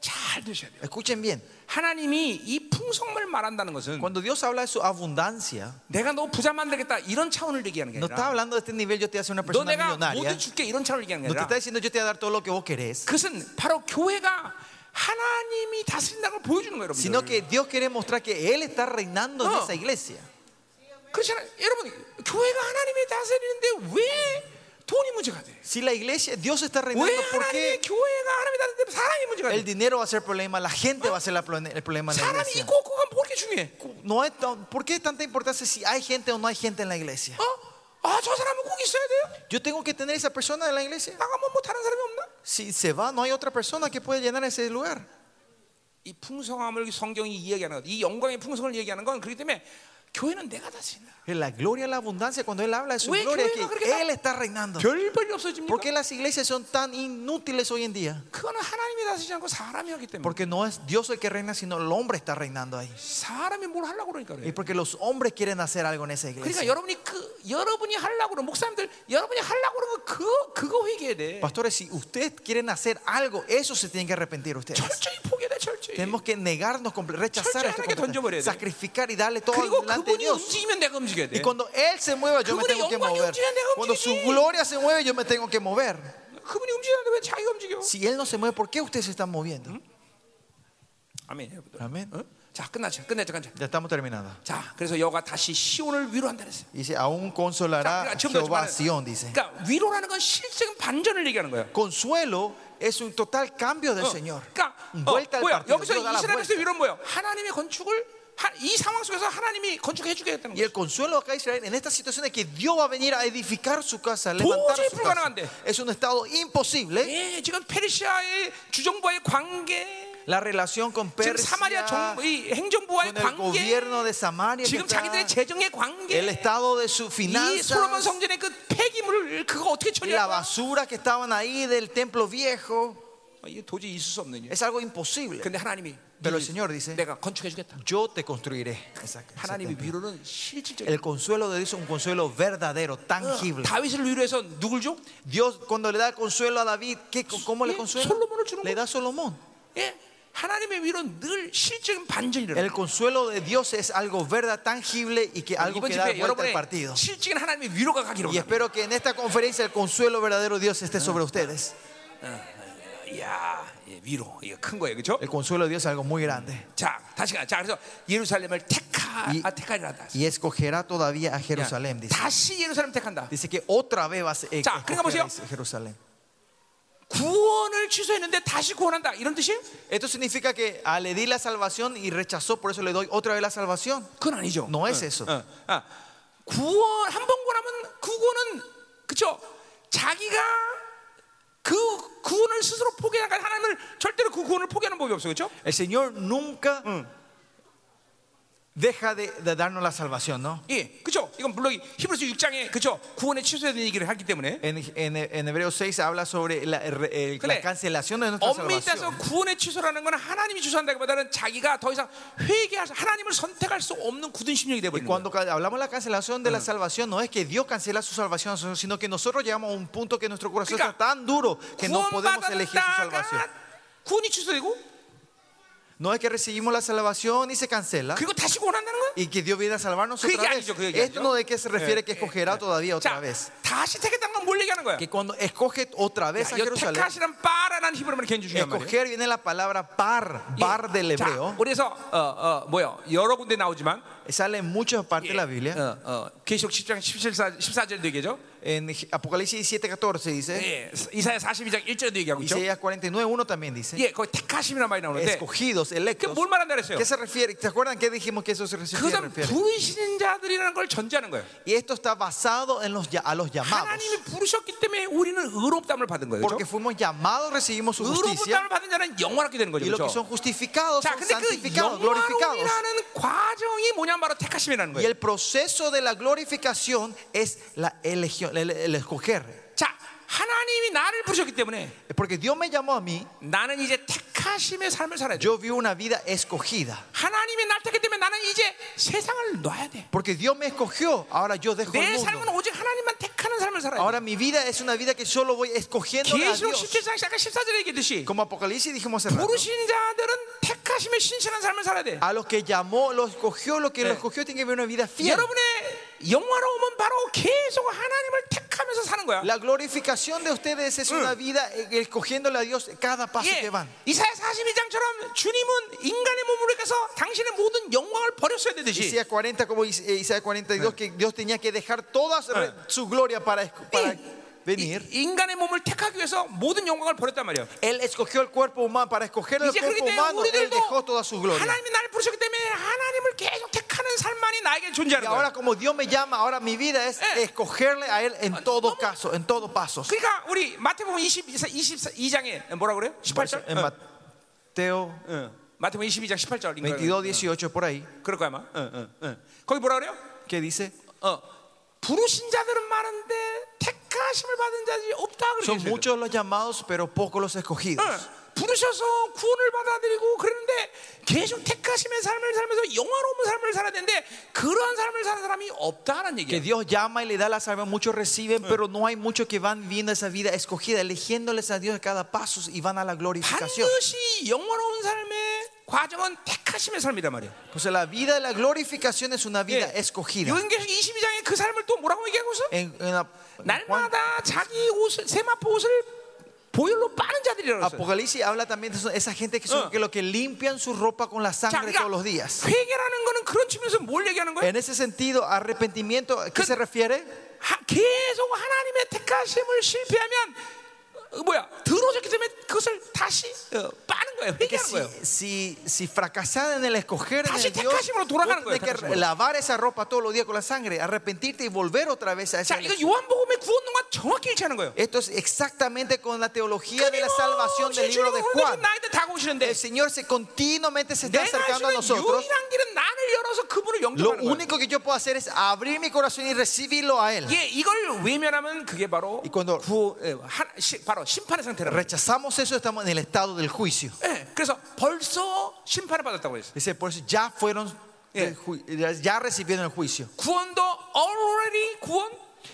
잘 드셔야 돼요. Escuchen bien, 하나님이 이 풍성을 말한다는 것은 cuando Dios habla de su abundancia, 내가 너 부자 만들겠다 이런 차원을 얘기하는 게 no está 아니라 hablando de este nivel yo te voy a hacer una 너 persona 내가 millonaria. 모두 줄게 이런 차원을 얘기하는 No 게 te está 아니라 diciendo yo te voy a dar todo lo que vos querés, 그것은 바로 교회가 하나님이 다스린다는 걸 보여주는 거예요, sino 여러분들. que Dios quiere mostrar que Él está reinando en No. esa iglesia. 그렇잖아요. 여러분, 교회가 하나님이 다스리는데 왜 돈이 문제가 돼? Si la iglesia, Dios está reinando, 왜 ¿por qué 하나님의 교회가 하나님이 다스리는데 사람이 문제가 돼? El dinero va a ser problema, la gente va a ser la plone- el problema en la 사람이 iglesia. 있고 없고가 뭐 그렇게 중요해? No es tan- ¿Por qué tanta importancia si hay gente o no hay gente en la iglesia? 어? 아, 저 사람은 꼭 있어야 돼요? Yo tengo que tener esa persona en la iglesia. 나가면 뭐 다른 사람이 없나? Si se va, no hay otra persona que pueda llenar ese lugar. 이 풍성함을 성경이 이야기하는 것, 이 영광의 풍성을 얘기하는 건 그렇기 때문에 교회는 내가 다스린다. La gloria, la abundancia, cuando él habla de su Uy, gloria, qué bueno, creo que que él está reinando. 별벌이 ¿Por 없어집니까? qué las iglesias son tan inútiles hoy en día? 그거는 하나님이 다스리지 않고 사람이 하기 때문에. Porque no es Dios el que reina, sino el hombre está reinando ahí. 사람이 뭘 하려고 그러니까 Y 그래. porque los hombres quieren hacer algo en esa 그러니까 iglesia. 여러분이 그 여러분이 하려고 그러 목사님들 여러분이 하려고 그러는 거 그거 그거 회개해야 돼. Pastores, si ustedes quieren hacer algo, eso se tienen que arrepentir ustedes. 철저히 포기해야 돼, 철저히. Tenemos que negarnos, comple- rechazar 철저히 esto, 하나님께 completamente, 던져버려야 돼. sacrificar y darle todo 그리고 delante de 그분이 Dios. 움직이면 내가 움직여야 돼. Y cuando Él se mueva, yo me 그분의 tengo que 영광이 mover. 움직여야 내가 Cuando su 움직이지. gloria se mueve, yo me tengo que mover. 그분이 움직이는데 왜 자기가 움직여? Si Él no se mueve, ¿por qué ustedes se están moviendo? 아멘. 여러분들. 아멘. 어? 자, 끝났죠. 끝났죠. 끝났죠. Ya estamos terminando. 자, 그래서 여가 다시 시온을 위로한다 그랬어요. Dice, aún 자, 그러니까 consolará 지금도 Jehová a 말하는- Sion, dice. 그러니까 위로라는 건 실생 반전을 얘기하는 거예요. Consuelo es un total cambio del 어, Señor. 그러니까 Vuelta 어, al 뭐야? partido. Dios da 여기서 la 이스라엘에서 vuelta. 위로는 뭐예요? 하나님의 건축을 하- 이 상황 속에서 하나님이 건축해 주겠다는 Y 거예요. el consuelo acá de Israel en esta situación es que Dios va a venir a edificar su casa, a levantar Doji su casa. 불가능한데. Es un estado imposible. 예, 지금 페르시아의 주정부와의 관계, La relación con 지금 사마리아 Persia, 정, 이 행정부와의 con el 관계, gobierno de Samaria, que 지금 está, 자기들의 재정의 el 관계, estado de sus 이 솔로몬 finanzas, 성전의 그 폐기물을 그거 어떻게 y 처리할 la 거야? basura que estaban ahí del templo viejo. 어, 이게 도저히 있을 수 없는 일. Es algo imposible. 근데 하나님이 Pero el Señor dice, 내가 건축해 주겠다. yo te construiré. 하나님의 위로는 실질적인 El consuelo de Dios es un consuelo verdadero, 어, tangible. 다윗을 위로해서 누굴 줘? Dios cuando le da consuelo a David, ¿qué, ¿cómo le Sí, consuela? Salomón es un hombre. Le da a Solomón. 예. 하나님의 위로는 늘 실질적인 반전이라는 El consuelo de Dios es algo verdad, tangible y que algo 이번 que da 집에 vuelta al 여러분의 partido. 실질적인 하나님의 위로가 가기로 Y espero que en esta conferencia el consuelo verdadero de Dios esté sobre ustedes. 이야 예, 위로 이거 큰 거예요 그렇죠? El consuelo de Dios es algo muy grande. 자 다시 가자 그래서 예루살렘을 택하 이- 아, 택하리라다 Y escogerá todavía a Jerusalén, dice. 다시 예루살렘 택한다 Dice que otra vez vas a eh, 자, 그러니까 보세요. escoger a Jerusalén. 구원을 취소했는데 다시 구원한다 이런 뜻이에요? Esto significa que ah, le di la salvación y rechazó, por eso le doy otra vez la salvación. 그건 아니죠 No es eso. 어, 아, 구원 한 번 구원하면 그 구원은 그쵸 자기가 그 구원을 스스로 포기한 건 하나님을 절대로 그 구원을 포기하는 법이 없어요 그렇죠? El Señor nunca deja de, de darnos la salvación, ¿no? 예, 그죠? 이건 물론 이 히브리서 6장에 그죠? 구원의 취소된 얘기를 하기 때문에 En, en, en Hebreos 6 habla sobre la, re- eh, Claro. la cancelación de nuestra 엄밀히 따서 salvación. 구원의 취소라는 건 하나님이 취소한다기보다는 자기가 더 이상 회개할 수- 하나님을 선택할 수 없는 굳은 심령이 Y 되버리는 거예요. cuando ca- hablamos de la cancelación de la salvación, no es que Dios cancela su salvación, sino que nosotros llegamos a un punto que nuestro corazón Claro. está tan duro que no podemos elegir su salvación. 구원받았다가 구원이 취소되고 No es que recibimos la salvación y se cancela 그리고 다시 구원한다는 거야? y que Dios viene a salvarnos 그게 otra vez. 아니죠, 그게 Esto 아니죠. no de qué se refiere que escogerá todavía otra 자, vez. 다시 택했다는 건 뭘 얘기하는 거야? Que cuando escoge otra vez a 야, 아, 이 Jerusalén, 택하시란 빠라는 히브리말 굉장히 중요한 말이에요. escoger viene la palabra par, 예. par del 자, hebreo. 그래서 어, 어, 뭐요? 여러 군데 나오지만 Sale en muchas partes de la Biblia. 어, 어, 계시록 10장 14, 14절도 얘기죠. En Apocalipsis 17:14 dice. 예, 이사야 42장 1절도 얘기하고 있죠. Isaías 49.1 también dice. 예, 거기 택하심이란 말이 나오는데 Escogidos, 그게 electos. 뭘 말한다 그랬어요? ¿Qué se refiere? ¿Te acuerdan que dijimos que eso se 그것은 refiere? 부르시는 자들이라는 걸 전제하는 거예요. Y esto está basado en los, ya- a los llamados. 하나님이 부르셨기 때문에 우리는 의롭담을 받은 거예요. Porque 그렇죠? fuimos llamados, recibimos su justicia. 의롭담을 받은 자는 영화롭게 되는 Y 거죠. los que 그렇죠? son justificados 자, son 근데 그 santificados, glorificados. 영화로움이라는 과정이 뭐냐 바로 택하심이라는 Y 거예요. el proceso de la glorificación es la elección, el, el escoger. 자, 하나님이 나를 부르셨기 때문에 Porque Dios me llamó a mí, 나는 이제 택하심의 삶을 살아야 돼. yo vivo una vida escogida. 하나님이 날 택했기 때문에 나는 이제 세상을 놔야 돼. Porque Dios me escogió, ahora yo dejo el 내 삶은 mundo. 오직 하나님만 택하는 삶을 살아야 돼. Ahora mi vida es una vida que solo voy escogiendo a 계시록 Dios. 17장 시작 14절에 얘기했듯이 Como Apocalipsis dijimos hace rato, 부르신 자들은 택하심의 신실한 삶을 살아야 돼. a los que llamó, los escogió, lo que Eh. los escogió tiene que vivir una vida 예. fiel. 여러분의 영화로움은 바로 계속 하나님을 택하면서 사는 거야. La glorificación de ustedes es una vida eh, escogiéndole a Dios cada paso 예, que van. 이사야 42장처럼 주님은 인간의 몸으로 가서 당신의 모든 영광을 버렸어야 되듯이 Isaías 40, como Is- eh, Isaías 42, que Dios tenía que dejar toda su- Eh. su gloria para, esco- para 예. 이, venir. 인간의 몸을 택하기 위해서 모든 영광을 버렸단 말이야. Él escogió el cuerpo humano para escoger el 이제 네, 그렇기 cuerpo 때문에 humano. Él 우리들도 dejó toda su gloria. 하나님이 나를 부르셨기 때문에 하나님을 계속 택하는 삶만이 나에게 Y 존재하는 ahora 거야. como Dios me llama, ahora mi vida es Eh. escogerle a Él en todo caso, en todo paso. 그러니까 우리 마태복음 20, 22장에 뭐라 그래요? 18절? 어. En Mateo 마태복음 22장 18절 22, 18 por ahí, 그럴 거야 아마. 응, 응, 응. 거기 뭐라 그래요? que dice... 어, 부르신 자들은 많은데 택하심을 받은 자들이 없다 Son 그러죠. muchos los llamados, pero pocos los escogidos. Eh. 부르셔서 구원을 받아들이고 그러는데 계속 택하심의 삶을 살면서 영화로운 삶을 살아야 되는데 그러한 삶을 사는 사람이 없다라는 Que 얘기예요. Dios llama y le da la salvación, muchos reciben, pero no hay muchos que van viviendo esa vida escogida, eligiéndoles a Dios a cada paso y van a la glorificación. 반드시 영화로운 삶의 과정은 택하심의 삶이란 말이에요. 예. Entonces la vida de la glorificación es una vida Eh. escogida. 요한계시록 22장에 그 삶을 또 뭐라고 얘기하고 있어? En, en la- en Juan, 날마다 자기 옷을 세마포 옷을 아, 보혈로 빠는 자들이라고 했어요. Apocalipsis habla también de eso- esa gente que son Ah. que lo que limpian su ropa con la 자, sangre 그러니까 todos los días. 회개라는 거는 그런 측면에서 네. 뭘 얘기하는 거예요? En ese sentido, arrepentimiento, ¿a qué Cre- se refiere? 하- 계속 하나님의 택하심을 실패하면 어, 뭐야 들어졌기 때문에 그것을 다시 어, 빠는 거예요 Que 회개하는 si, 거예요 si, si fracasada en el escoger 다시 de Dios, 택하심으로 vos 돌아가는 거예요, tenés que 택하심으로. lavar esa ropa todos los días con la sangre, arrepentirte y volver otra vez a esa 자 이거 elección. 요한복음의 구원론과 정확히 일치하는 거예요 Esto es exactamente con la 예, teología de la salvación del 끊임없이 libro de 주님은 오늘도 예, Juan. 나한테 다가오시는데 El Señor se continuamente se 내가 está acercando 할수 a 있는 nosotros. 유일한 길은 나를 열어서 그분을 Lo 영접하는 거예요 único que yo puedo hacer es abrir mi corazón y recibirlo a Él. 예, 이걸 외면하면 그게 바로 Y cuando- 구, 예, 하- 시- 바로 심판의 상태라는 거예요 Rechazamos eso, estamos en el estado del juicio. 예, 그래서 벌써 심판을 받았다고 했어요 Dice, por eso ya fueron, Yeah. del ju- ya recibieron el juicio. 구원도 already 구원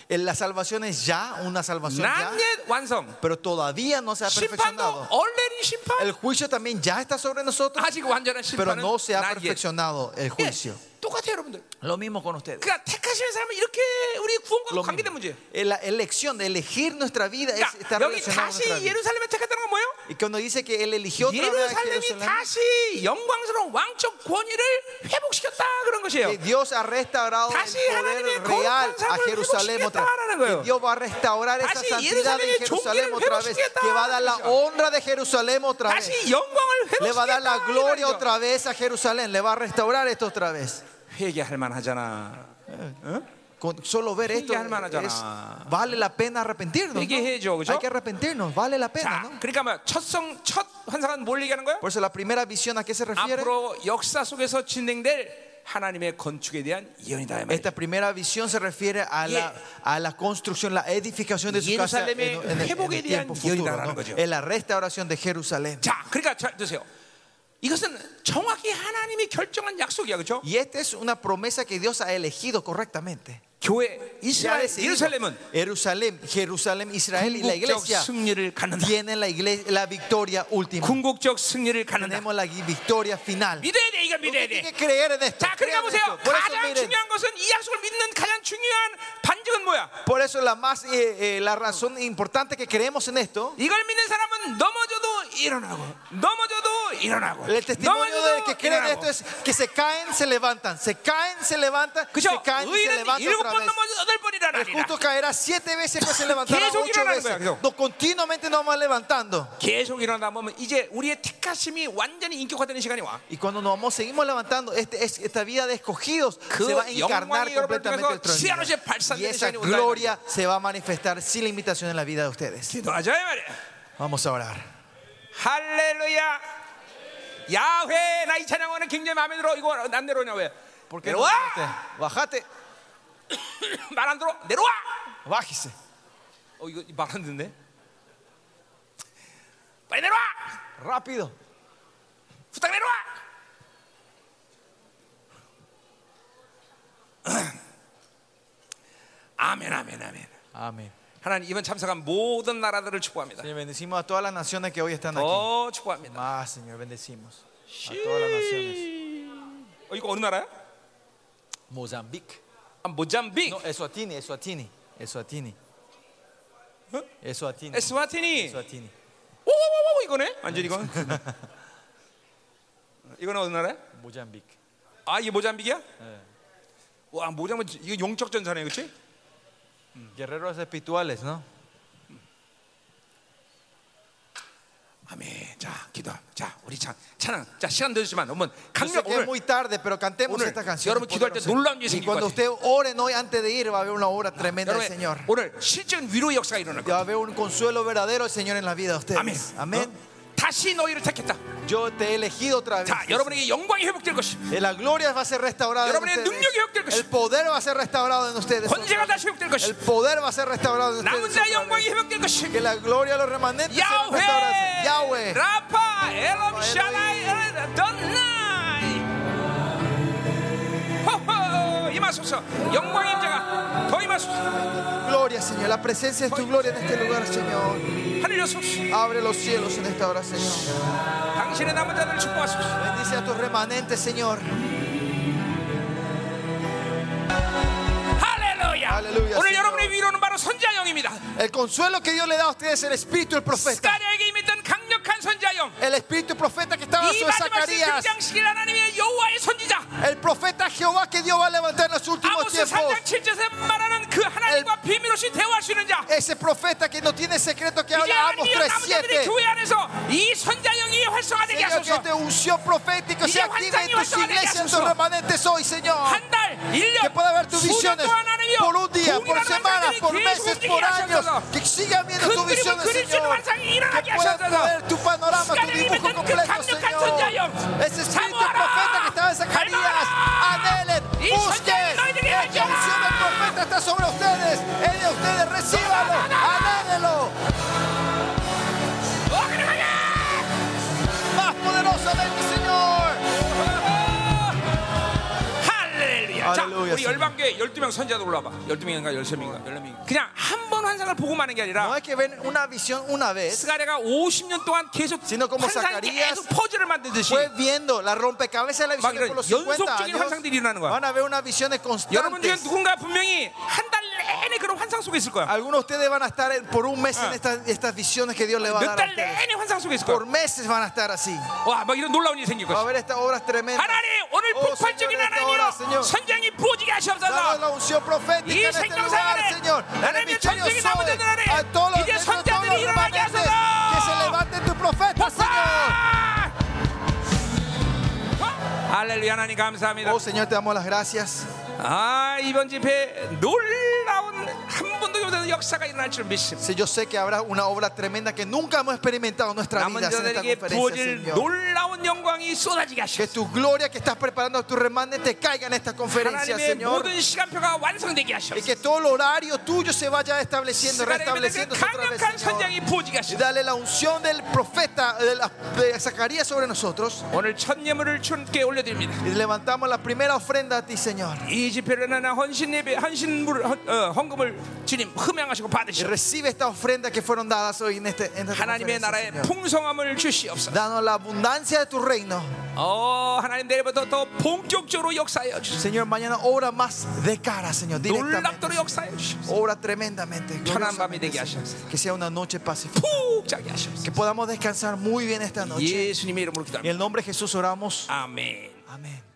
En La salvación es ya una salvación, ya, 난옛 완성 pero todavía no se ha 심판도 perfeccionado. already 심판 El juicio también ya está sobre nosotros, 아직 완전한 Ah, pero 심판은 no se ha not yet. perfeccionado el 예, juicio. 똑같아요 여러분들 Lo mismo con ustedes. 그러니까 택하시는 사람은 이렇게 우리 구원과 Lo 관계된 mismo. 문제예요 La elección de elegir nuestra vida es, está 그러니까 여기 relacionada con 다시 nuestra vida. 예루살렘에 택했다는 건 뭐예요? Y cuando dice que él eligió otra vez a 예루살렘이 Jerusalén, 다시 영광스러운 왕적 권위를 회복시켰다 그런 que 것이에요 Dios ha restaurado 다시 el 하나님의 poder real 거룩한 a 삶을 Jerusalén otra 회복시켰다라는 vez. 거예요. Que Dios va a restaurar esa 다시 santidad 예루살렘의 de Jerusalén 종기를 otra vez. 회복시켰다라는 Que va a dar la 것이죠. honra de Jerusalén otra vez. 다시 영광을 Le va a dar la 회복시켰다 gloria 이런 거죠. otra vez a Jerusalén. Le va a restaurar esto otra vez. 회개할 만하잖아 Con solo ver Sí, esto ya, hermano, ya es- no. vale la pena arrepentirnos. Sí, que es yo, ¿no? ¿yo? Hay que arrepentirnos, vale la pena. 자 ¿no? 그러니까 뭐첫성첫 환상은 뭘 얘기하는 거예요? Por eso la primera visión a qué se refiere. 앞으로 역사 속에서 진행될 하나님의 건축에 대한 예언이다 이 말이에요. Esta primera visión se refiere a la, a la construcción, la edificación de su casa en, Jerusalem의 en el, en 회복에 el 대한 tiempo futuro, 기원이다라는 ¿no? 거죠. en la restauración de Jerusalén. 자, 그러니까 잘 드세요. 이것은 정확히 하나님이 결정한 약속이야, 그렇죠? Y esta es una promesa que Dios ha elegido correctamente. 교회 Ya ha 이스라엘 decidido. 예루살렘은 Jerusalén, Jerusalén, Israel y la 궁극적 iglesia 승리를 갖는다. tienen la, iglesia, la victoria última. 궁극적 승리를 갖는다. Tenemos la victoria final. 믿어야 돼, 이걸 믿어야 Usted tiene que 돼. creer en esto. 자, 그러니까 crean en 보세요. esto. Por eso 가장 miren, 중요한 것은 이 약속을 믿는 가장 중요한 반증은 뭐야? por eso la más eh, eh, la razón importante que creemos en esto 이걸 믿는 사람은 넘어져도 일어나고, 넘어져도 일어나고, El testimonio del que 넘어져도 cree en 일어나고. esto es que se caen, se levantan, se caen, se levantan, 그죠? se caen y se 의인은 levantan 일곱 otra 번 vez. 넘어져 여덟 번 El 일어나리라. justo caerá siete veces, pero se levantará Keso ocho 일어나는 거야, veces. keso. No, continuamente nos vamos levantando. 계속 일어나다 보면 이제 우리의 택하심이 완전히 인격화되는 시간이 와. Y cuando nos vamos, seguimos levantando, este, es- esta vida de escogidos 그 se va a encarnar 영광이 여러분을 completamente 통해서 dentro de 시야로 nosotros. 이제 발산되는 Y esa 시간이 온다, gloria se va a manifestar sin limitación en la vida de ustedes. 기도하자 이 말이야. Vamos a orar. 할렐루야. 야훼 나이 찬양하는 굉장히 마음에 들어. 이거 안 내려오냐 왜? ¿Por qué no 내려와. levantaste? Bájate, 말 안 들어. 내려와. bájese. 어 이거 말 안 듣네. 빨리 내려와. Rápido. 후딱 내려와. 아멘 아멘 아멘. Amén. 하나님 이번 참석한 모든 나라들을 축복합니다. Señor, bendecimos a todas las naciones que hoy están aquí. 더 축복합니다. Más, Señor, bendecimos a todas las naciones. 어, 이거 어느 나라야? Mozambique. 아, 모잠비크, No, Eswatini, Eswatini, Eswatini. ¿Eh? Eswatini. 에스와티니. Eswatini. 오오오오 이거네. 완전 이건. 이건 어느 나라야? Mozambique. 아 이게 모잠비크야? 와 모잠비크 이거 용적 전사네, 그렇지? Guerreros espirituales, ¿no? 아멘. 자 기도. 자 우리 찬 찬양. 자 시간 늦었지만 한번 Yo sé 강력 que es 오늘 muy tarde, pero cantemos 오늘 esta canción. 여러분 기도할 때 놀라운 일이 Y 생길 것 cuando 같아요. usted oren hoy antes de ir, va a haber una obra tremenda del 여러분 Señor. 오늘 실전 위로의 역사가 일어날 Va 거예요. a haber un consuelo verdadero del Señor en la vida de 아멘. ustedes. Amén. 어? 다시 너희를 택했다. Yo te he elegido otra vez. 자 여러분에게 영광이 회복될 것이. La gloria va a ser restaurada en 여러분의 능력이 회복될 것이- ustedes. El poder va a ser restaurado en ustedes. 권세가 다시 회복될 El 것이. poder va a ser restaurado en 남은 ustedes. 자의 영광이 회복될 것이. Que la gloria de los remanentes sea restaurada. 야훼 Yahweh. 라파 엘람 샤라이 던나이 호호 임하소서 영광의 임재가 더 임하소서 Gloria, Señor. La presencia de tu gloria en este lugar, Señor. 하늘 여소서 Abre los cielos en esta hora, Señor. 당신의 남은 자들을 축복하소서 Bendice a tus remanentes, Señor. 할렐루야 할렐루야, 오늘 주여. 여러분의 위로는 바로 선자 영입니다 El consuelo que Dios le da a ustedes es el espíritu del profeta. 스가랴에게 임했던 강력한 선자 영. El espíritu del profeta que estaba 이 sobre 마지막 시대 Zacarías. 등장시킬 하나님의 여호와의 선지자 El profeta Jehová que Dios va a levantar en los últimos 아모스 tiempos. 3장 7절에서 말하는 그 하나님과 비밀없이 대화할 수 있는 자 Ese profeta que no tiene secreto que 이제 habla Amos 아니요 남은 자들이 3.7. 교회 안에서 이 선자 영이 활성화되게 Señor, que 하소서 esta unción profética se Mira, active en Juan tus Daniel, iglesias, en Jesús. tus remanentes hoy, Señor. 한 달, 1년, Que pueda ver tus 수년 visiones 동안 하나님이여 por un día, por 동일한 semanas, 환상들이 por 계속 meses, 움직이게 por años. 하셔서 Que sigan viendo 그 tus 그림을 visiones, 그릴 수 있는 Señor. 환상이 Que 일어나게 puedan 하셔서 ver tu panorama, tu 스가랴님의 dibujo 그 completo, 강력한 Señor. 존재여 Ese espíritu 사모하라, profeta que estaba en Zacarías, 밟아라. anhelen, 이 busquen. 선자를 너희들에게 Esta 해줘라. unción del profeta está sobre ustedes. Es de ustedes, recíbanlo, anhélenlo. 어, 그러냐 Más poderosamente, Señor. 할렐루야. 자, 할렐루야, 우리 열방교회 12명 선자도 올라봐. 12명인가 13명인가 14명. 그냥 한 번 환상을 보고 마는 게 No 아니라 hay que ver una visión una vez. 스가랴가 50년 동안 계속 Sino como 환상 Zacarías. 계속 퍼즐을 만들듯이 Fue viendo la rompecabezas de la visión 막 이런 por los 50 연속적인 años. 환상들이 일어나는 거야. Van a ver unas visiones 여러분 중에 constantes. 누군가 분명히 한 달 내내 그런 환상 속에 있을 거야. Algunos de ustedes van a estar en- por un mes en Ah. estas, estas visiones que Dios le va a 몇 dar a 달 ustedes. 내내 환상 속에 있을 거야. Por meses van a estar así. 와, 막 이런 놀라운 일이 생길 Va a 거야. haber estas obras tremendas. 하나님, 오늘 어, 폭발적인 Señor, esta hora, 하나님이여 Señor. 선장이 부어지게 Danos 하시옵소서. la unción profética 이 en este 생명 lugar, 사관에 Señor. En el 하나님의 misterio 전쟁이 sobre 남은 자들 안에 a todos los, 이제 dentro de todos 선자들이 los 일어나게 remanentes. 하소서. Que se levante tu profeta, Señor. 아! 어? 할렐루야 하나님 감사합니다. Oh, Señor, te damos las gracias. 아 이번 집회 놀라운 한 번도 못하는 역사가 일어날 줄 믿습니다. Sí, yo sé que habrá una obra tremenda que nunca hemos experimentado en nuestra 남은 vida en esta 자들에게 conferencia, 부어질 Señor. 놀라운 영광이 쏟아지게 Que 하시옵소서. tu gloria que estás preparando a tu remande te caiga en esta conferencia, 하나님의 Señor. 모든 시간표가 완성되게 Y 하시옵소서. que todo el horario tuyo se vaya estableciendo, 하나님의 그 restableciéndose otra vez, 강력한 Señor. 선장이 부어지게 Y 하시옵소서. dale la unción del profeta de, la- de Zacarías sobre nosotros. 오늘 첫 예물을 주님께 올려드립니다. Y levantamos la primera ofrenda a ti, Señor. 이 집회를 하나 헌신 예배 헌신물 헌, 어, 헌금을 주님 흠양하시고 Y 받으시옵소서. recibe esta ofrenda que fueron dadas hoy en, este, en esta 하나님의 conferencia, 나라의 Señor. 풍성함을 주시옵소서. Danos la abundancia de tu reino. 어, 하나님 내일부터 더 본격적으로 역사하여 주시옵소서. Señor, mañana obra más de cara, Señor. Directamente. 놀랍도록 역사하여 주시옵소서. Obra tremendamente. 편한 밤이 gloriosamente, 되게 Señor. 하시옵소서. Que sea una noche pacífica. 푹 자게 하시옵소서. Que podamos descansar muy bien esta noche. 예수님의 이름으로 En 기도합니다. el nombre de Jesús oramos. 아멘. Amén.